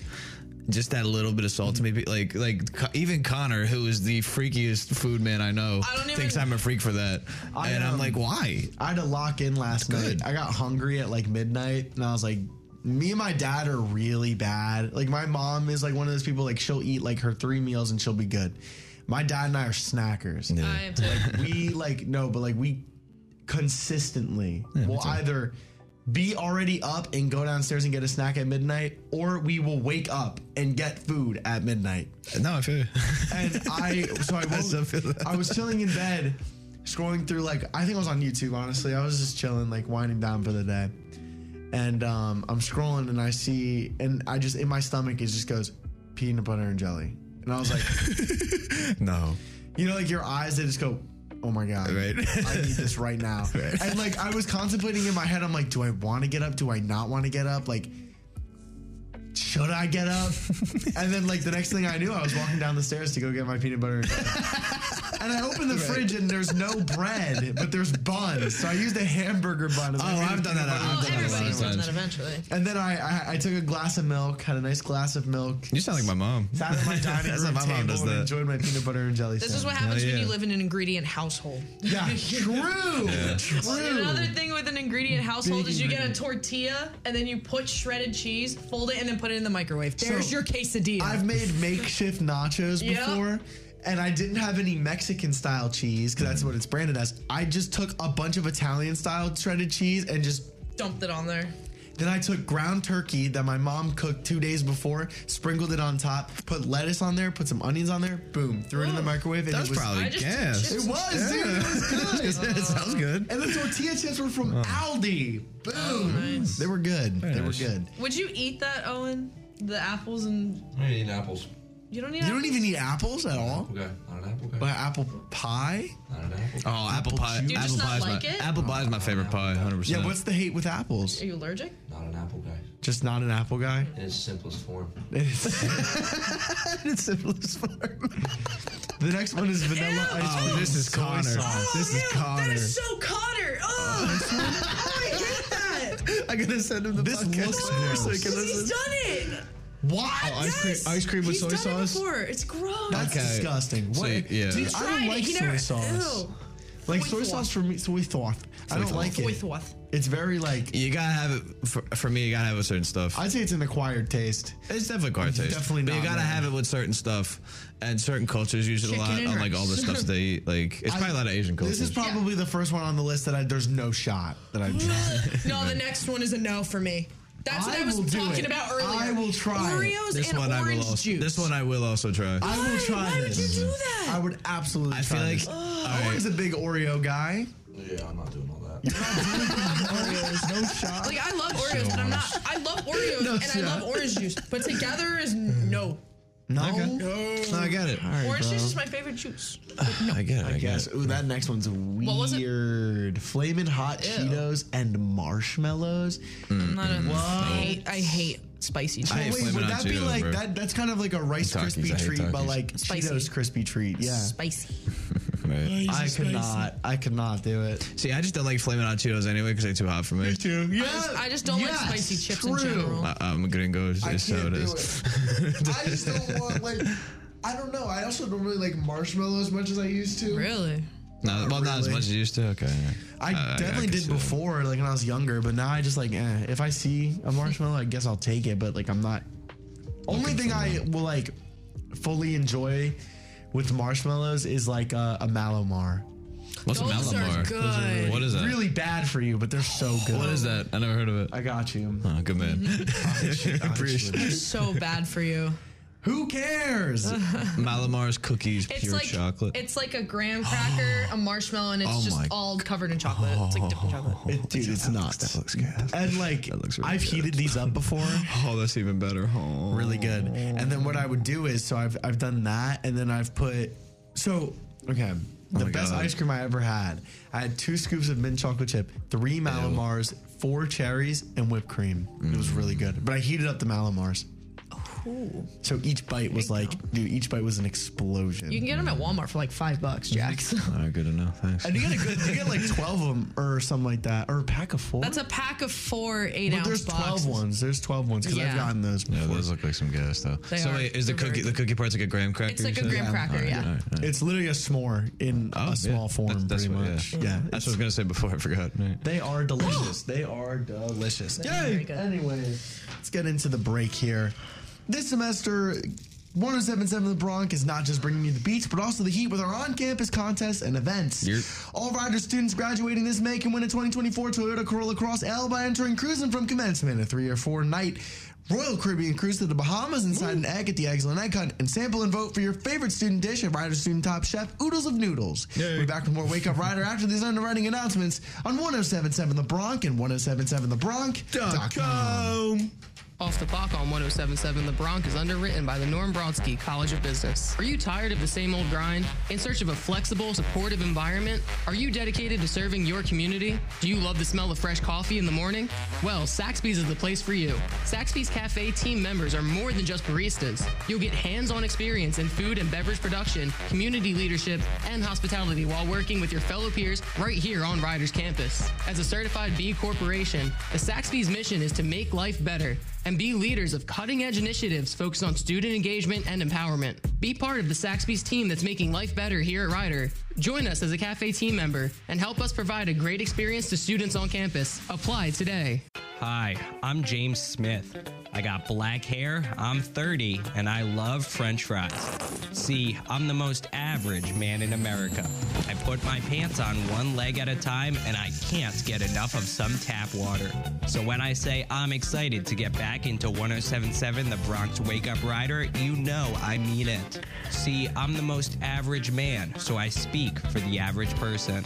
Speaker 5: Just that little bit of salt to maybe like like co- even Connor, who is the freakiest food man I know,
Speaker 1: I don't
Speaker 5: thinks
Speaker 1: even-
Speaker 5: I'm a freak for that.
Speaker 1: I,
Speaker 5: and
Speaker 1: um,
Speaker 5: I'm like, why?
Speaker 1: I had to lock in last night. I got hungry at like midnight, and I was like, me and my dad are really bad. Like my mom is like one of those people like she'll eat like her three meals and she'll be good. My dad and I are snackers.
Speaker 5: I am
Speaker 1: Like we like no, but like we consistently will either be already up and go downstairs and get a snack at midnight, or we will wake up and get food at midnight.
Speaker 5: No, I feel.
Speaker 1: And I so I
Speaker 5: I still feel
Speaker 1: woke,
Speaker 5: that.
Speaker 1: I was chilling in bed, scrolling through like I think I was on YouTube. Honestly, I was just chilling, like winding down for the day. And um, I'm scrolling and I see, and I just in my stomach it just goes peanut butter and jelly, and I was like,
Speaker 5: no.
Speaker 1: you know, like your eyes they just go, oh my god,
Speaker 5: Right.
Speaker 1: I need this right now.
Speaker 5: Right.
Speaker 1: And like I was contemplating in my head, I'm like, do I want to get up? Do I not want to get up? Like. Should I get up? and then, like the next thing I knew, I was walking down the stairs to go get my peanut butter and jelly. And I opened the fridge and there's no bread, but there's buns. So I used a hamburger bun. as
Speaker 6: Oh,
Speaker 1: I made a
Speaker 6: I've done
Speaker 1: peanut
Speaker 6: that.
Speaker 1: butter
Speaker 6: I've done that. a lot
Speaker 1: and
Speaker 6: of
Speaker 4: Everybody's done
Speaker 6: times.
Speaker 4: that eventually.
Speaker 1: And then I, I I took a glass of milk, had a nice glass of milk. You sound like my mom. Sat at my dining
Speaker 6: That's
Speaker 1: room
Speaker 6: how my mom
Speaker 1: table
Speaker 6: does
Speaker 1: and
Speaker 6: that.
Speaker 1: enjoyed my peanut butter and jelly.
Speaker 4: This
Speaker 1: sandwich.
Speaker 4: is what happens when you live in an ingredient household.
Speaker 1: Yeah, true. Yeah. True.
Speaker 4: Another thing with an ingredient household
Speaker 1: Big
Speaker 4: is you get a
Speaker 1: ingredient.
Speaker 4: tortilla and then you put shredded cheese, fold it, and then put it in the microwave. There's
Speaker 1: So,
Speaker 4: your quesadilla.
Speaker 1: I've made makeshift nachos
Speaker 4: Yep.
Speaker 1: before. And I didn't have any Mexican style cheese because
Speaker 15: Mm.
Speaker 1: that's what it's branded as. I just took a bunch of Italian style shredded cheese and just
Speaker 4: dumped it on there.
Speaker 1: Then I took ground turkey that my mom cooked two days before, sprinkled it on top, put lettuce on there, put some onions on there, boom, threw it in the microwave. And
Speaker 15: That was
Speaker 1: it was
Speaker 15: probably I just took gas. chips
Speaker 1: It
Speaker 15: and
Speaker 1: was, dude.
Speaker 15: Yeah.
Speaker 1: It was good.
Speaker 4: Uh-huh.
Speaker 15: It sounds good.
Speaker 1: And the tortilla chips were from Aldi. Boom.
Speaker 4: Oh,
Speaker 1: They were good. they
Speaker 15: nice.
Speaker 1: were good.
Speaker 4: Would you eat that, Owen? The apples and
Speaker 2: I need apples.
Speaker 4: you don't
Speaker 1: You
Speaker 4: need.
Speaker 1: don't
Speaker 4: apples?
Speaker 1: even eat apples at all?
Speaker 2: Okay, not an apple guy.
Speaker 1: But apple pie?
Speaker 15: Oh, apple, pie.
Speaker 1: juice. Do you
Speaker 15: apple
Speaker 1: just not
Speaker 15: pie is
Speaker 1: like
Speaker 15: my
Speaker 1: it?
Speaker 15: apple pie is my favorite pie. Hundred percent.
Speaker 1: Yeah, what's the hate with apples?
Speaker 4: Are you allergic?
Speaker 2: Not an apple guy.
Speaker 1: Just not an apple guy?
Speaker 2: In its simplest form.
Speaker 1: it's simplest form. the next one is vanilla ice cream.
Speaker 6: this is
Speaker 1: soy
Speaker 6: Connor.
Speaker 1: sauce.
Speaker 6: This
Speaker 4: Oh,
Speaker 6: is Connor.
Speaker 4: so Connor. Oh, I hate that.
Speaker 1: I gotta send him the this podcast looks so he can
Speaker 4: He's
Speaker 1: listen.
Speaker 4: done it.
Speaker 1: What? ice, cream, ice cream with
Speaker 4: He's
Speaker 1: soy
Speaker 4: done
Speaker 1: sauce?
Speaker 4: It before. It's gross.
Speaker 1: That's disgusting. What?
Speaker 15: So, yeah.
Speaker 1: Dude, I
Speaker 4: Tried
Speaker 1: don't
Speaker 4: it.
Speaker 1: like
Speaker 4: He
Speaker 1: soy
Speaker 4: never-
Speaker 1: sauce.
Speaker 4: Ew.
Speaker 1: Like
Speaker 4: Soy
Speaker 1: soy
Speaker 4: sauce.
Speaker 1: sauce for me, soy thoth. I don't like it.
Speaker 4: Foythwath.
Speaker 1: It's very like
Speaker 15: You gotta have it for, for me. You gotta have it with certain stuff.
Speaker 1: I'd say it's an acquired taste.
Speaker 15: It's definitely card taste.
Speaker 1: Definitely
Speaker 15: But you
Speaker 1: not
Speaker 15: gotta
Speaker 1: mine.
Speaker 15: have it with certain stuff, and certain cultures use it a
Speaker 1: Chicken
Speaker 15: lot
Speaker 1: and
Speaker 15: on like all the
Speaker 1: rice.
Speaker 15: stuff they eat. Like it's probably a lot of Asian cultures.
Speaker 1: This is probably the first one on the list that I there's no shot that I
Speaker 4: No, the next one is a no for me. That's what
Speaker 1: I
Speaker 4: I was
Speaker 1: will do
Speaker 4: talking
Speaker 1: it.
Speaker 4: about earlier.
Speaker 1: I will try it.
Speaker 4: Oreos
Speaker 15: this
Speaker 4: and
Speaker 15: one I will
Speaker 4: orange
Speaker 15: also.
Speaker 4: juice.
Speaker 15: This one I will also try.
Speaker 1: I will try
Speaker 4: Why would
Speaker 1: this.
Speaker 4: you do that?
Speaker 1: I would absolutely. I
Speaker 15: feel like-
Speaker 1: Owen's a big Oreo guy.
Speaker 2: Yeah, I'm not doing all that.
Speaker 1: Oreos, no shot.
Speaker 4: Like I love Oreos, but I'm not. I love Oreos
Speaker 1: No,
Speaker 4: and
Speaker 1: it's
Speaker 4: I
Speaker 1: not.
Speaker 4: love orange juice, but together is no.
Speaker 1: No,
Speaker 15: No, I get it.
Speaker 4: orange juice is my favorite juice.
Speaker 15: I get it. I,
Speaker 1: I
Speaker 15: get
Speaker 1: guess.
Speaker 15: it.
Speaker 1: Ooh, that next one's
Speaker 4: was it?
Speaker 1: weird. Flamin' hot
Speaker 4: Ew.
Speaker 1: Cheetos and marshmallows.
Speaker 4: I'm not a,
Speaker 6: Mm.
Speaker 1: Whoa.
Speaker 4: I hate. I hate
Speaker 15: I
Speaker 4: spicy cheese.
Speaker 15: hate
Speaker 1: Wait,
Speaker 15: Flamin'
Speaker 1: would
Speaker 15: Hot
Speaker 1: that be
Speaker 15: Cheetos,
Speaker 1: like
Speaker 15: bro.
Speaker 1: that? That's kind of like a Rice
Speaker 15: Takis, I
Speaker 1: crispy
Speaker 15: hate
Speaker 1: treat, but
Speaker 15: Takis.
Speaker 1: like
Speaker 4: Spicy.
Speaker 1: Cheetos crispy treat. Yeah,
Speaker 4: Spicy.
Speaker 15: Right.
Speaker 1: I could not. I could not do it.
Speaker 15: See, I just don't like flaming hot Cheetos anyway because they're too hot for me.
Speaker 1: too. Yeah,
Speaker 4: I just don't like spicy chips in general.
Speaker 15: I, I'm gonna go.
Speaker 1: I
Speaker 15: um, It's how
Speaker 1: can't
Speaker 15: it
Speaker 1: do
Speaker 15: is.
Speaker 1: it. I just don't want like. I don't know. I also don't really like marshmallow as much as I used to.
Speaker 4: Really?
Speaker 15: No, well, not as
Speaker 1: really.
Speaker 15: much as you used to. Okay.
Speaker 1: I definitely
Speaker 15: can
Speaker 1: did
Speaker 15: see that.
Speaker 1: before, like when I was younger, but now I just like eh, if I see a marshmallow, I guess I'll take it, but like I'm not. Only thing I will like fully enjoy with marshmallows is like uh, a Malamar.
Speaker 15: What's a
Speaker 4: Those are
Speaker 15: Malamar?
Speaker 4: good.
Speaker 15: What is that?
Speaker 1: Really bad for you, but they're so good.
Speaker 15: What is that? I never heard of it.
Speaker 1: I got you.
Speaker 15: Oh, good man.
Speaker 1: Honestly.
Speaker 4: So bad for you.
Speaker 1: Who cares?
Speaker 15: Malamar's cookies,
Speaker 4: It's
Speaker 15: pure
Speaker 4: like
Speaker 15: chocolate.
Speaker 4: it's like a graham cracker, a marshmallow, and it's
Speaker 15: Oh
Speaker 4: just
Speaker 15: my
Speaker 4: all covered in chocolate.
Speaker 1: Oh.
Speaker 4: It's like dipped in chocolate.
Speaker 1: It- dude, it's nuts.
Speaker 15: Oh. looks good.
Speaker 1: And like
Speaker 15: looks really
Speaker 1: I've
Speaker 15: good.
Speaker 1: heated these up before.
Speaker 15: Oh, that's even better. Oh.
Speaker 1: really good. And then what I would do is, so I've I've done that, and then I've put so okay. The
Speaker 15: Oh my
Speaker 1: best
Speaker 15: God.
Speaker 1: ice cream I ever had. I had two scoops of mint chocolate chip, three Malamars, four cherries, and whipped cream. It was really good. But I heated up the Malamars. So each bite was like, dude, each bite was an explosion.
Speaker 4: You can get them at Walmart for like five bucks, Jax.
Speaker 15: All right, good enough. Thanks.
Speaker 1: and you get a good, you get like 12 of them or something like that, or a pack of four.
Speaker 4: That's a pack of four eight
Speaker 1: but
Speaker 4: ounce
Speaker 1: there's 12
Speaker 4: boxes.
Speaker 1: ones. There's 12 ones because
Speaker 4: Yeah.
Speaker 1: I've gotten those
Speaker 15: Yeah,
Speaker 1: before.
Speaker 15: those look like some gas though.
Speaker 4: They
Speaker 15: so
Speaker 4: are.
Speaker 15: wait, is the
Speaker 4: They're very
Speaker 15: cookie the
Speaker 4: good.
Speaker 15: cookie part's like a graham cracker?
Speaker 4: It's like
Speaker 15: you
Speaker 4: a
Speaker 15: said?
Speaker 4: graham cracker, yeah.
Speaker 1: It's literally a s'more in
Speaker 15: Oh, yeah.
Speaker 1: a small form,
Speaker 15: That's- that's
Speaker 1: pretty
Speaker 15: what-
Speaker 1: much.
Speaker 15: yeah.
Speaker 1: Yeah,
Speaker 15: That's what
Speaker 1: it's-
Speaker 15: I was gonna say before. I forgot. Right.
Speaker 1: They are delicious. they are delicious.
Speaker 4: very
Speaker 1: Yay!
Speaker 4: good.
Speaker 1: Anyway, let's get into the break here. This semester, 1077 The Bronx is not just bringing you the beats, but also the heat with our on campus contests and events.
Speaker 15: Yep.
Speaker 1: All Rider students graduating this May can win a 2024 Toyota Corolla Cross L by entering cruising from commencement, a three or four night. Royal Caribbean cruise to the Bahamas inside an egg at the Excellent Egg Hunt and sample and vote for your favorite student dish at Rider Student Top Chef Oodles of Noodles. We're back with more Wake Up Rider after these underwriting oh announcements on 1077 The Bronx and 1077 The Bronx.com.
Speaker 16: Off the Clock on 1077 The Bronx is underwritten by the Norm Brodsky College of Business. Are you tired of the same old grind? In search of a flexible, supportive environment? Are you dedicated to serving your community? Do you love the smell of fresh coffee in the morning? Well, Saxby's is the place for you. Saxby's Cafe team members are more than just baristas. You'll get hands on experience in food and beverage production, community leadership, and hospitality while working with your fellow peers right here on Riders campus. As a certified B Corporation, the Saxby's mission is to make life better and be leaders of cutting edge initiatives focused on student engagement and empowerment. Be part of the Saxby's team that's making life better here at Ryder. Join us as a cafe team member and help us provide a great experience to students on campus. Apply today.
Speaker 12: Hi, I'm James Smith. I got black hair, I'm 30, and I love french fries. See, I'm the most average man in America. I put my pants on one leg at a time, and I can't get enough of some tap water. So when I say I'm excited to get back into 1077 The Bronx Wake Up Rider, you know I mean it. See, I'm the most average man, so I speak for the average person.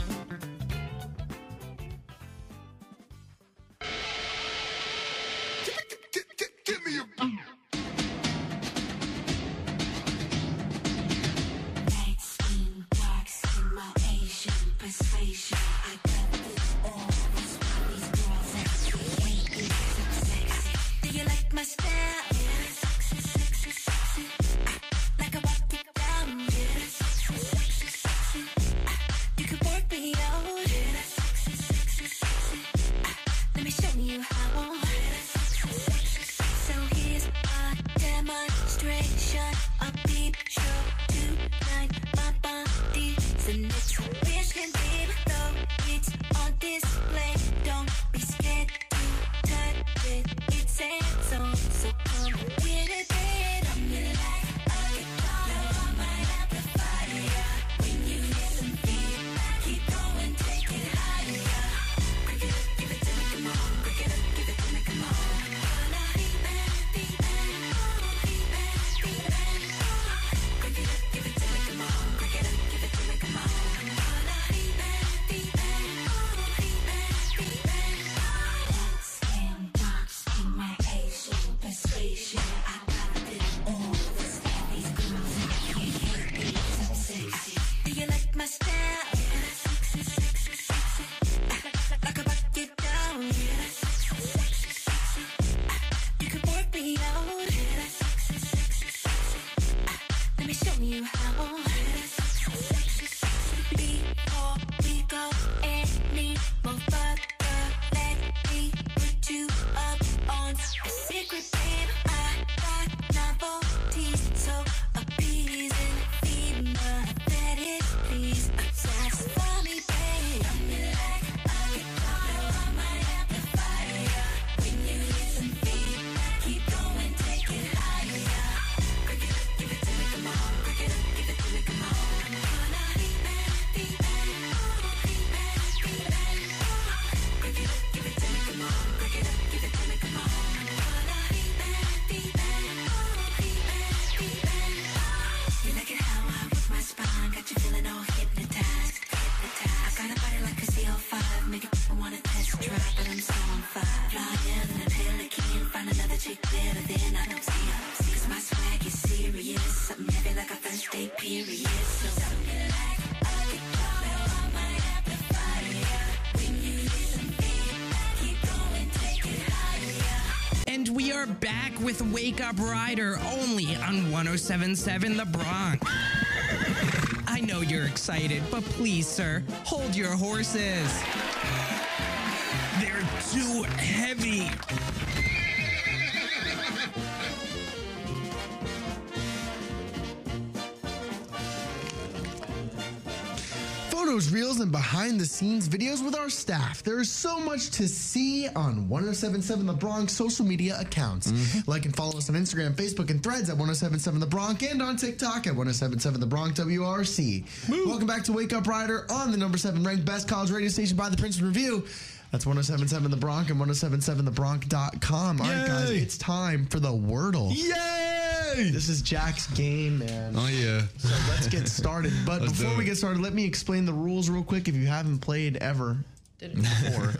Speaker 3: And we are back with Wake Up Rider only on 1077 The Bronx. I know you're excited, but please, sir, hold your horses. They're too heavy.
Speaker 1: Photos, reels, and behind the scenes videos with our staff. There is so much to see on 1077 The Bronx social media accounts. Like and follow us on Instagram, Facebook, and threads at 1077 The Bronx and on TikTok at 1077 The Bronx WRC. Welcome back to Wake Up Rider on the number seven ranked best college radio station by the Princeton Review. That's 1077 The Bronx and 1077TheBronx.com. All right, guys, it's time for the Wordle. Yay! This is Jack's game, man.
Speaker 15: Oh yeah.
Speaker 1: So let's get started. But
Speaker 15: Let's
Speaker 1: before
Speaker 15: do
Speaker 1: we
Speaker 15: it.
Speaker 1: get started, let me explain the rules real quick if you haven't played ever before.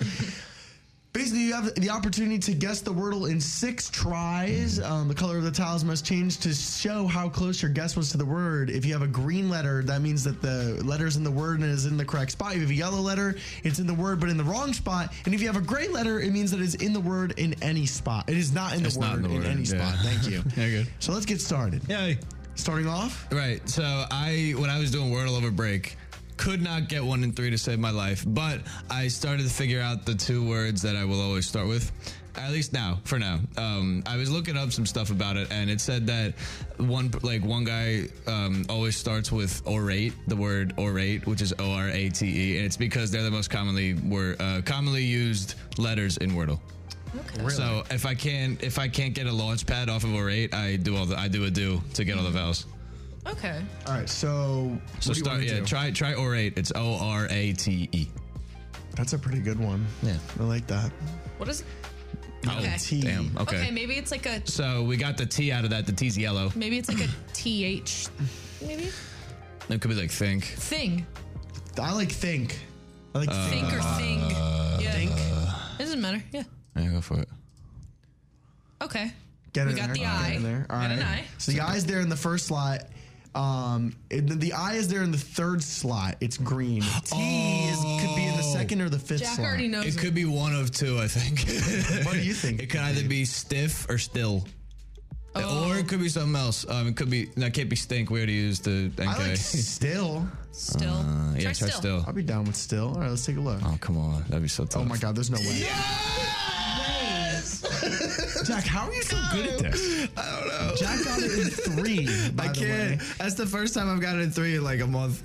Speaker 1: Basically, you have the opportunity to guess the Wordle in six tries.
Speaker 5: Mm-hmm.
Speaker 1: Um, the color of the tiles must change to show how close your guess was to the word. If you have a green letter, that means that the letter's in the word and is in the correct spot. If you have a yellow letter, it's in the word but in the wrong spot. And if you have a gray letter, it means that it's in the word in any spot. It is not in the,
Speaker 5: It's
Speaker 1: word,
Speaker 5: not in the word,
Speaker 1: in any
Speaker 5: yeah.
Speaker 1: spot. Thank you.
Speaker 5: Very good.
Speaker 1: So let's get started.
Speaker 5: Yay.
Speaker 1: Starting off.
Speaker 5: Right. So I, when I was doing Wordle over break, could not get one in three to save my life, but I started to figure out the two words that I will always start with. At least now, for now, um, I was looking up some stuff about it, and it said that one like one guy um, always starts with orate, the word orate, which is O R A T E, and it's because they're the most commonly were uh, commonly used letters in Wordle. So if I can't if I can't get a launch pad off of orate, I do all the I do a do to get all the vowels.
Speaker 4: Okay.
Speaker 1: All right, so
Speaker 5: So
Speaker 1: what do you
Speaker 5: start
Speaker 1: wanna
Speaker 5: yeah,
Speaker 1: do?
Speaker 5: try try orate. It's O R A T E.
Speaker 1: That's a pretty good one.
Speaker 5: Yeah,
Speaker 1: I like that. E.
Speaker 4: What is?
Speaker 5: Oh, damn. Okay.
Speaker 4: Okay, maybe it's like a
Speaker 5: So we got the T out of that. The T's yellow.
Speaker 4: maybe it's like a th, maybe
Speaker 5: It could be like think. Uh,
Speaker 4: thing.
Speaker 1: I like think. I like
Speaker 4: Think or thing. Yeah. Uh, Think. It doesn't matter. Yeah.
Speaker 5: Yeah, go for it.
Speaker 4: Okay.
Speaker 1: Get
Speaker 4: we
Speaker 1: in
Speaker 4: got
Speaker 1: there.
Speaker 4: the
Speaker 1: Get
Speaker 4: eye.
Speaker 1: in there. All
Speaker 4: Got an
Speaker 1: right.
Speaker 4: eye.
Speaker 1: So the eye's there in the first slot. Um, and the, the eye is there in the third slot. It's green. T is, could be in the
Speaker 4: Oh.
Speaker 1: second or the fifth slot.
Speaker 5: It could be one of two. I think.
Speaker 1: what do you think?
Speaker 5: It could either be stiff or still.
Speaker 1: Oh.
Speaker 5: Or it could be something else. Um, it could be that can't be stink. We already used the NK.
Speaker 1: I like still.
Speaker 4: Still.
Speaker 5: Uh, yeah, Try try still. still.
Speaker 1: I'll be down with still. All right, let's take a look.
Speaker 5: Oh come on, that'd be so tough.
Speaker 1: Oh my god, there's no way. Jack, how are you so good at this?
Speaker 5: I don't know.
Speaker 1: Jack got it in three. By
Speaker 15: I
Speaker 1: the
Speaker 15: can't. That's the first time I've gotten it in three in like a month.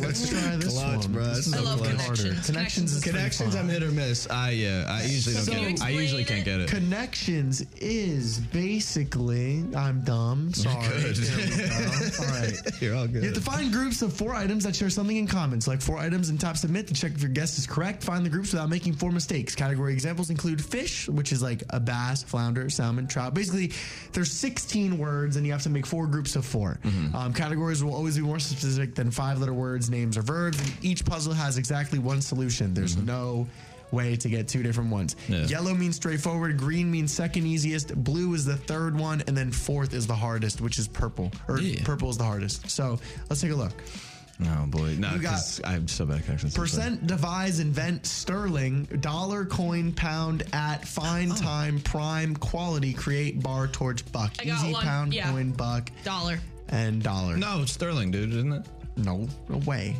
Speaker 1: let's try this
Speaker 15: clutch,
Speaker 1: one.
Speaker 15: Bro.
Speaker 1: This is I a love clutch. connections.
Speaker 15: Harder.
Speaker 1: Connections is pretty
Speaker 15: connections.
Speaker 1: fun.
Speaker 15: I'm
Speaker 5: hit or miss. I yeah. I usually don't get it. I usually can't get it.
Speaker 1: Connections is basically I'm dumb. Sorry.
Speaker 5: good.
Speaker 1: There we go. All right.
Speaker 5: You're all
Speaker 1: You have to find groups of four items that share something in common. Select four items and tap submit to check if your guess is correct. Find the groups without making four mistakes. Category examples include fish, which is like a bass, flounder, salmon, trout. Basically, there's 16 words and you have to make four groups of 4 Um, categories will always be more specific than five letter words, names, or verbs. And each puzzle has exactly one solution. There's no way to get two different ones.
Speaker 5: Yeah.
Speaker 1: Yellow means straightforward, green means second easiest, blue is the third one, and then fourth is the hardest, which is purple. Or purple is the hardest. So let's take a look.
Speaker 5: Oh boy, no,
Speaker 1: You got-
Speaker 5: because I'm so bad at connections. I'm sorry.
Speaker 1: Percent, devise, invent, sterling, dollar, coin, pound, at,
Speaker 5: Oh.
Speaker 1: fine, time, prime, quality, create, bar, torch, buck.
Speaker 4: I got
Speaker 1: Easy,
Speaker 4: one.
Speaker 1: pound,
Speaker 4: Yeah.
Speaker 1: coin, buck,
Speaker 4: Dollar.
Speaker 1: and dollar.
Speaker 5: No, it's sterling, dude, isn't it?
Speaker 1: No, no way.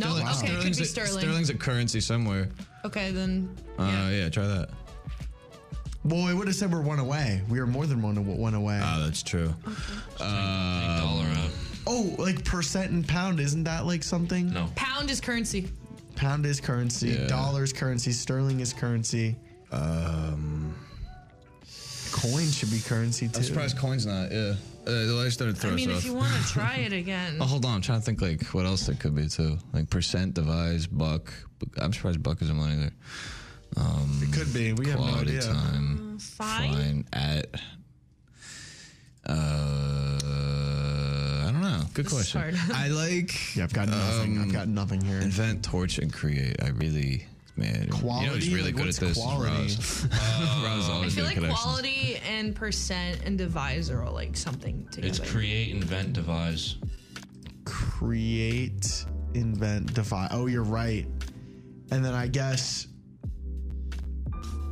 Speaker 4: No, okay, it could be
Speaker 5: Sterling's a-
Speaker 4: sterling.
Speaker 5: Sterling's a currency somewhere.
Speaker 4: Okay, then.
Speaker 5: Uh, yeah. try that.
Speaker 1: Boy, would have said we're one away. We are more than one, one away.
Speaker 5: Oh, that's true. Uh, dollar up.
Speaker 1: oh, like percent and pound, isn't that like something? No.
Speaker 4: Pound is currency.
Speaker 1: Pound is currency.
Speaker 5: Yeah.
Speaker 1: Dollar is currency. Sterling is currency.
Speaker 5: Um,
Speaker 1: coin should be currency too.
Speaker 5: I'm surprised coin's not. Yeah, uh, I started
Speaker 4: I
Speaker 5: throwing
Speaker 4: mean,
Speaker 5: off.
Speaker 4: if you want to try it again.
Speaker 5: Oh, hold on. I'm trying to think like what else it could be too. Like percent, devise, buck. I'm surprised buck isn't one either. Um, it
Speaker 1: could be. We have no idea.
Speaker 5: Time,
Speaker 4: Uh, fine.
Speaker 5: at. Uh, I don't know. Good
Speaker 4: This is
Speaker 5: question.
Speaker 4: hard.
Speaker 5: I like. um,
Speaker 1: Yeah, I've got nothing. I've got nothing here.
Speaker 5: Invent, torch, and create. I really, man. You know,
Speaker 1: Quality?
Speaker 5: he's really
Speaker 1: Like,
Speaker 5: good at
Speaker 1: what's
Speaker 5: this. is
Speaker 1: quality?
Speaker 5: Roz. Roz
Speaker 4: I
Speaker 5: always
Speaker 4: feel
Speaker 5: good
Speaker 4: like
Speaker 5: at connections.
Speaker 4: quality and percent and devise are all like something
Speaker 2: It's
Speaker 4: together.
Speaker 2: create, invent, devise.
Speaker 1: Create, invent, defy. Oh, you're right. And then I guess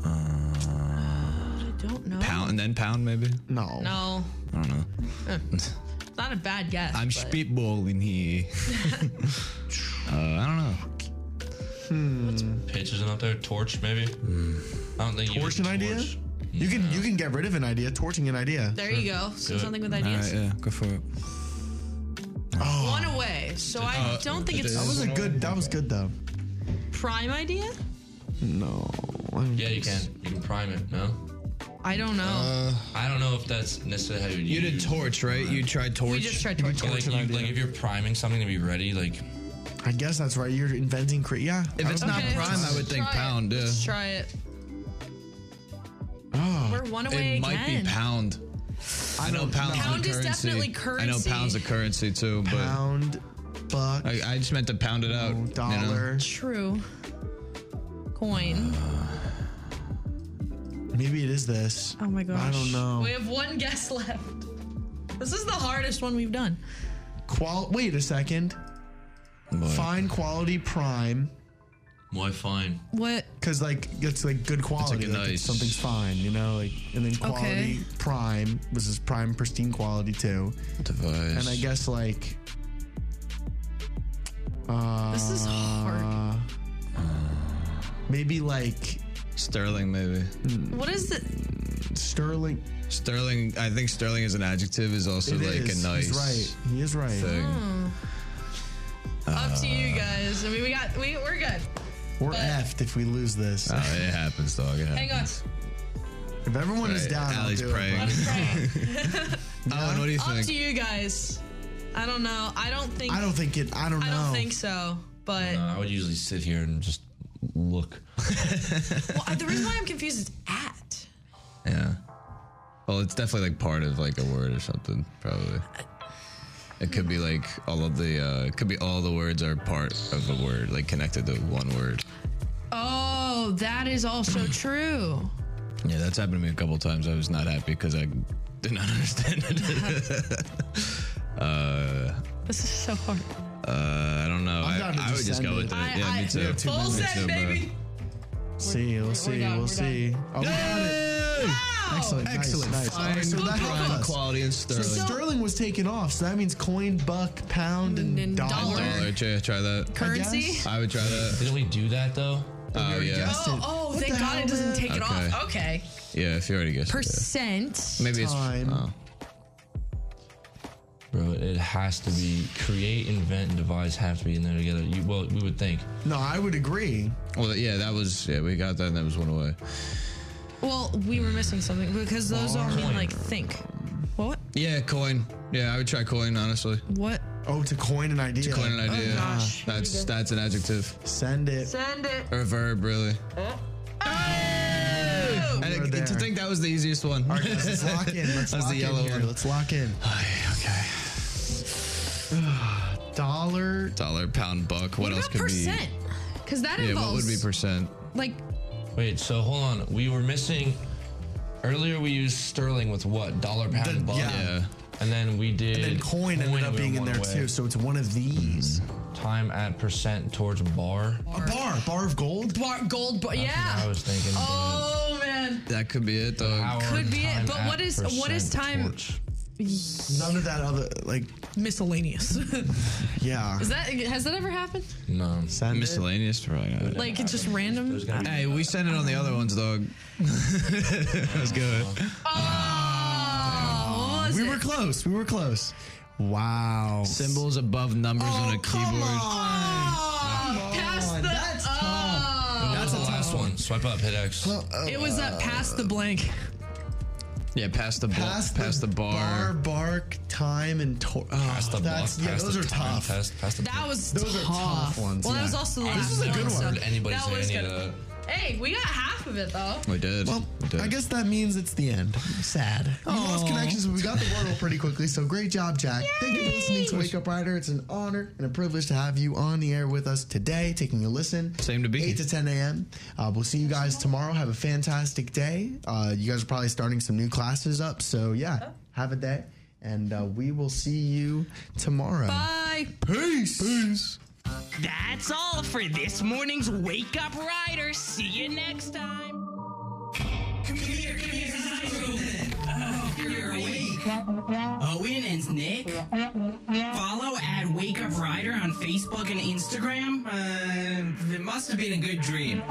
Speaker 4: I don't know.
Speaker 5: Pound and then pound maybe.
Speaker 1: No.
Speaker 4: No,
Speaker 5: I don't know.
Speaker 4: it's not a bad guess.
Speaker 5: I'm
Speaker 4: but-
Speaker 5: spitballing here. uh, I don't know.
Speaker 1: hmm.
Speaker 2: Pitch isn't up there. Torch, maybe.
Speaker 4: Hmm.
Speaker 2: I don't think you
Speaker 1: torch
Speaker 2: can
Speaker 1: an idea.
Speaker 2: torch.
Speaker 1: You can you can get rid of an idea. Torching an idea.
Speaker 4: There you go. So
Speaker 1: Good.
Speaker 4: something with ideas.
Speaker 5: yeah, go for it.
Speaker 4: One away. So I
Speaker 1: Uh,
Speaker 4: don't think it's
Speaker 1: Oh. That was a good. That was good though.
Speaker 4: prime idea.
Speaker 1: No.
Speaker 2: Yeah, you can. You can prime it. No.
Speaker 4: I don't know.
Speaker 5: Uh,
Speaker 2: I don't know if that's necessarily how you.
Speaker 5: You did torch, right? You tried torch.
Speaker 4: We just tried torch.
Speaker 2: But like,
Speaker 4: Torch an
Speaker 2: you, like if you're priming something to be ready, like
Speaker 1: I guess that's right. You're inventing. Cre- yeah.
Speaker 5: If it's not
Speaker 4: Okay,
Speaker 5: prime,
Speaker 4: let's
Speaker 5: I would think
Speaker 4: try it.
Speaker 5: pound. Yeah.
Speaker 4: Let's try it.
Speaker 1: Oh.
Speaker 4: We're one away
Speaker 5: It might
Speaker 4: again.
Speaker 5: be pound. I know pounds
Speaker 4: Pound
Speaker 5: a
Speaker 4: is
Speaker 5: currency.
Speaker 4: definitely
Speaker 5: I know
Speaker 4: currency.
Speaker 5: pounds a currency too, but
Speaker 1: pound, buck.
Speaker 5: I, I just meant to pound it out. you know?
Speaker 1: dollar.
Speaker 4: True. coin.
Speaker 5: Uh,
Speaker 1: Maybe it is this.
Speaker 4: Oh my gosh.
Speaker 1: I don't know.
Speaker 4: We have one guess left. This is the hardest one we've done.
Speaker 1: Qual. Wait a second. Fine quality prime.
Speaker 5: Why fine?
Speaker 4: What?
Speaker 1: Because like it's like good quality.
Speaker 5: like a
Speaker 1: like, it's
Speaker 5: nice-
Speaker 1: something's fine, you know. Like and then quality
Speaker 4: Okay.
Speaker 1: prime. This is prime pristine quality too.
Speaker 5: Device.
Speaker 1: And I guess like. Uh,
Speaker 4: This is hard.
Speaker 1: Maybe like
Speaker 5: Sterling, maybe.
Speaker 4: What is it?
Speaker 1: Sterling.
Speaker 5: Sterling. I think Sterling as an adjective is also
Speaker 1: It
Speaker 5: like
Speaker 1: is.
Speaker 5: a nice.
Speaker 1: He's right. He is right.
Speaker 5: Thing.
Speaker 4: Hmm. Up to
Speaker 5: uh,
Speaker 4: you guys. I mean, we got we we're good.
Speaker 1: We're
Speaker 4: But-
Speaker 1: effed if we lose this.
Speaker 5: Oh, it happens, dog. It
Speaker 4: Hang
Speaker 5: happens.
Speaker 4: on.
Speaker 1: If everyone is
Speaker 5: Right,
Speaker 1: down,
Speaker 5: Allie's
Speaker 1: I'll do
Speaker 5: praying.
Speaker 1: It,
Speaker 5: Alan, Oh, what do you
Speaker 4: Up
Speaker 5: think?
Speaker 4: to you guys. I don't know. I don't think.
Speaker 1: I don't think it. I don't know.
Speaker 4: I don't think so. But
Speaker 2: I would usually sit here and just look.
Speaker 4: well, I- the reason why I'm confused is at.
Speaker 5: Yeah. Well, it's definitely like part of like a word or something, probably. It could be like all of the. Uh, it could be all the words are part of a word, like connected to one word.
Speaker 4: Oh, that is also true.
Speaker 5: Yeah, that's happened to me a couple times. I was not happy because I did not understand it. uh,
Speaker 4: This is so hard.
Speaker 5: uh, I don't know.
Speaker 1: I'm down
Speaker 5: I,
Speaker 1: to
Speaker 5: I would just go with it.
Speaker 1: just end
Speaker 5: yeah, me too.
Speaker 4: Full
Speaker 5: Me
Speaker 4: set,
Speaker 5: too, bro.
Speaker 4: baby.
Speaker 1: See, we'll see,
Speaker 4: done,
Speaker 1: we'll
Speaker 4: we're
Speaker 1: see. Oh, we got it. Excellent, nice,
Speaker 5: Excellent.
Speaker 1: nice. All right, so
Speaker 5: Fine,
Speaker 1: that
Speaker 5: prime
Speaker 1: helped us.
Speaker 5: quality and
Speaker 1: So
Speaker 5: sterling.
Speaker 1: Sterling was taken off, so that means coin, buck, pound, and,
Speaker 4: And
Speaker 1: dollar.
Speaker 4: dollar.
Speaker 5: Dollar, try, try that.
Speaker 4: Currency.
Speaker 5: I would try that.
Speaker 2: Didn't we do that though?
Speaker 5: Oh yeah,
Speaker 4: Oh, oh,
Speaker 1: What
Speaker 4: thank
Speaker 1: the
Speaker 4: God
Speaker 1: hell,
Speaker 4: it doesn't
Speaker 1: man?
Speaker 4: take it
Speaker 5: Okay.
Speaker 4: off. Okay.
Speaker 5: yeah. If you already guessed, it,
Speaker 4: Percent.
Speaker 5: yeah. maybe it's
Speaker 1: Time.
Speaker 5: oh.
Speaker 2: Bro, it has to be create, invent, and devise have to be in there together. You, well, we would think.
Speaker 1: No, I would agree.
Speaker 5: Well, yeah, that was yeah. We got that, and that was one away.
Speaker 4: Well, we were missing something because those all mean like think. What?
Speaker 5: Yeah, coin. Yeah, I would try coin honestly.
Speaker 4: What?
Speaker 1: Oh, to coin an idea.
Speaker 5: Coin an idea.
Speaker 4: Oh, gosh. Here we
Speaker 5: That's
Speaker 4: go.
Speaker 5: that's an adjective
Speaker 1: Send it.
Speaker 4: Send it.
Speaker 5: or a verb really.
Speaker 4: Oh,
Speaker 5: And
Speaker 1: We're
Speaker 5: I- to
Speaker 1: there.
Speaker 5: think that was the easiest one.
Speaker 1: All right, guys, let's lock in. Let's
Speaker 5: That's
Speaker 1: lock
Speaker 5: the yellow
Speaker 1: in here.
Speaker 5: one.
Speaker 1: Let's lock in.
Speaker 5: okay.
Speaker 1: Dollar.
Speaker 5: Dollar, pound, buck. What,
Speaker 4: what
Speaker 5: else
Speaker 4: about
Speaker 5: could
Speaker 4: percent? Because that
Speaker 5: be? Yeah, what would
Speaker 4: involves
Speaker 5: be percent?
Speaker 4: like
Speaker 2: Wait, so hold on. We were missing. Earlier we used sterling with what? Dollar, pound,
Speaker 1: The-
Speaker 2: buck.
Speaker 1: yeah.
Speaker 5: Yeah.
Speaker 2: And then we did.
Speaker 1: And then coin ended up
Speaker 2: and we
Speaker 1: being in
Speaker 2: were
Speaker 1: there
Speaker 2: one away.
Speaker 1: too, so it's one of these.
Speaker 2: Time at percent towards bar.
Speaker 1: A bar, bar of gold.
Speaker 4: bar, gold. Bar, yeah.
Speaker 2: I was thinking. but
Speaker 4: Oh man.
Speaker 5: That could be it, though.
Speaker 2: hour
Speaker 4: could be it,
Speaker 2: time
Speaker 4: but
Speaker 2: at
Speaker 4: what is- what is
Speaker 2: percent
Speaker 4: time-
Speaker 2: towards-
Speaker 1: None of that other, like,
Speaker 4: Miscellaneous.
Speaker 1: yeah.
Speaker 4: Is that has that ever happened?
Speaker 2: No.
Speaker 1: Send it.
Speaker 5: Miscellaneous, probably not.
Speaker 4: Like it's just random.
Speaker 2: There's gotta be-
Speaker 5: Hey, we sent it on the other ones, dog. that was good.
Speaker 4: Oh, what was
Speaker 1: We
Speaker 4: it?
Speaker 1: were close. We were close. Wow.
Speaker 5: Symbols above numbers on a keyboard.
Speaker 4: Oh, past the.
Speaker 1: that's tough.
Speaker 4: oh.
Speaker 2: That's the last one. Swipe up, hit X.
Speaker 1: oh,
Speaker 4: It was uh, past the blank.
Speaker 5: Yeah, past the bar. Past, the, bar.
Speaker 1: Bar, bark, time, and tor- oh,
Speaker 2: Pass the
Speaker 1: that's,
Speaker 2: block.
Speaker 1: yeah,
Speaker 2: pass
Speaker 1: those
Speaker 2: the
Speaker 1: are
Speaker 2: time
Speaker 1: tough.
Speaker 2: Test, pass the
Speaker 4: That was
Speaker 1: Those are
Speaker 4: tough.
Speaker 1: tough ones,
Speaker 4: Well, that
Speaker 1: yeah.
Speaker 4: was also the last.
Speaker 1: is a good
Speaker 4: so
Speaker 1: one.
Speaker 2: Heard anybody
Speaker 4: that
Speaker 2: say
Speaker 4: was
Speaker 2: any
Speaker 4: good.
Speaker 2: of
Speaker 4: Hey, we got half of it though.
Speaker 5: We did.
Speaker 1: Well,
Speaker 5: we did.
Speaker 1: I guess that means it's the end. Sad. We lost connections, but we got the Wordle pretty quickly, so great job, Jack. Thank you for listening to Wake Up Rider. It's an honor and a privilege to have you on the air with us today, taking a listen.
Speaker 5: Same to be.
Speaker 1: 8 to 10 a.m. Uh, we'll see you guys tomorrow. Have a fantastic day. Uh, you guys are probably starting some new classes up, so yeah, have a day. And uh, we will see you tomorrow.
Speaker 4: Bye.
Speaker 1: Peace. Peace.
Speaker 6: That's all for this morning's Wake Up Rider. See you next time.
Speaker 12: Owens, Nick. Follow at Wake Up Rider on Facebook and Instagram. Uh, it must have been a good dream.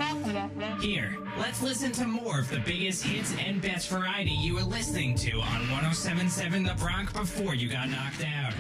Speaker 12: Here, let's listen to more of the biggest hits and best oh variety you were listening to on 1077 The Bronx before you got knocked out.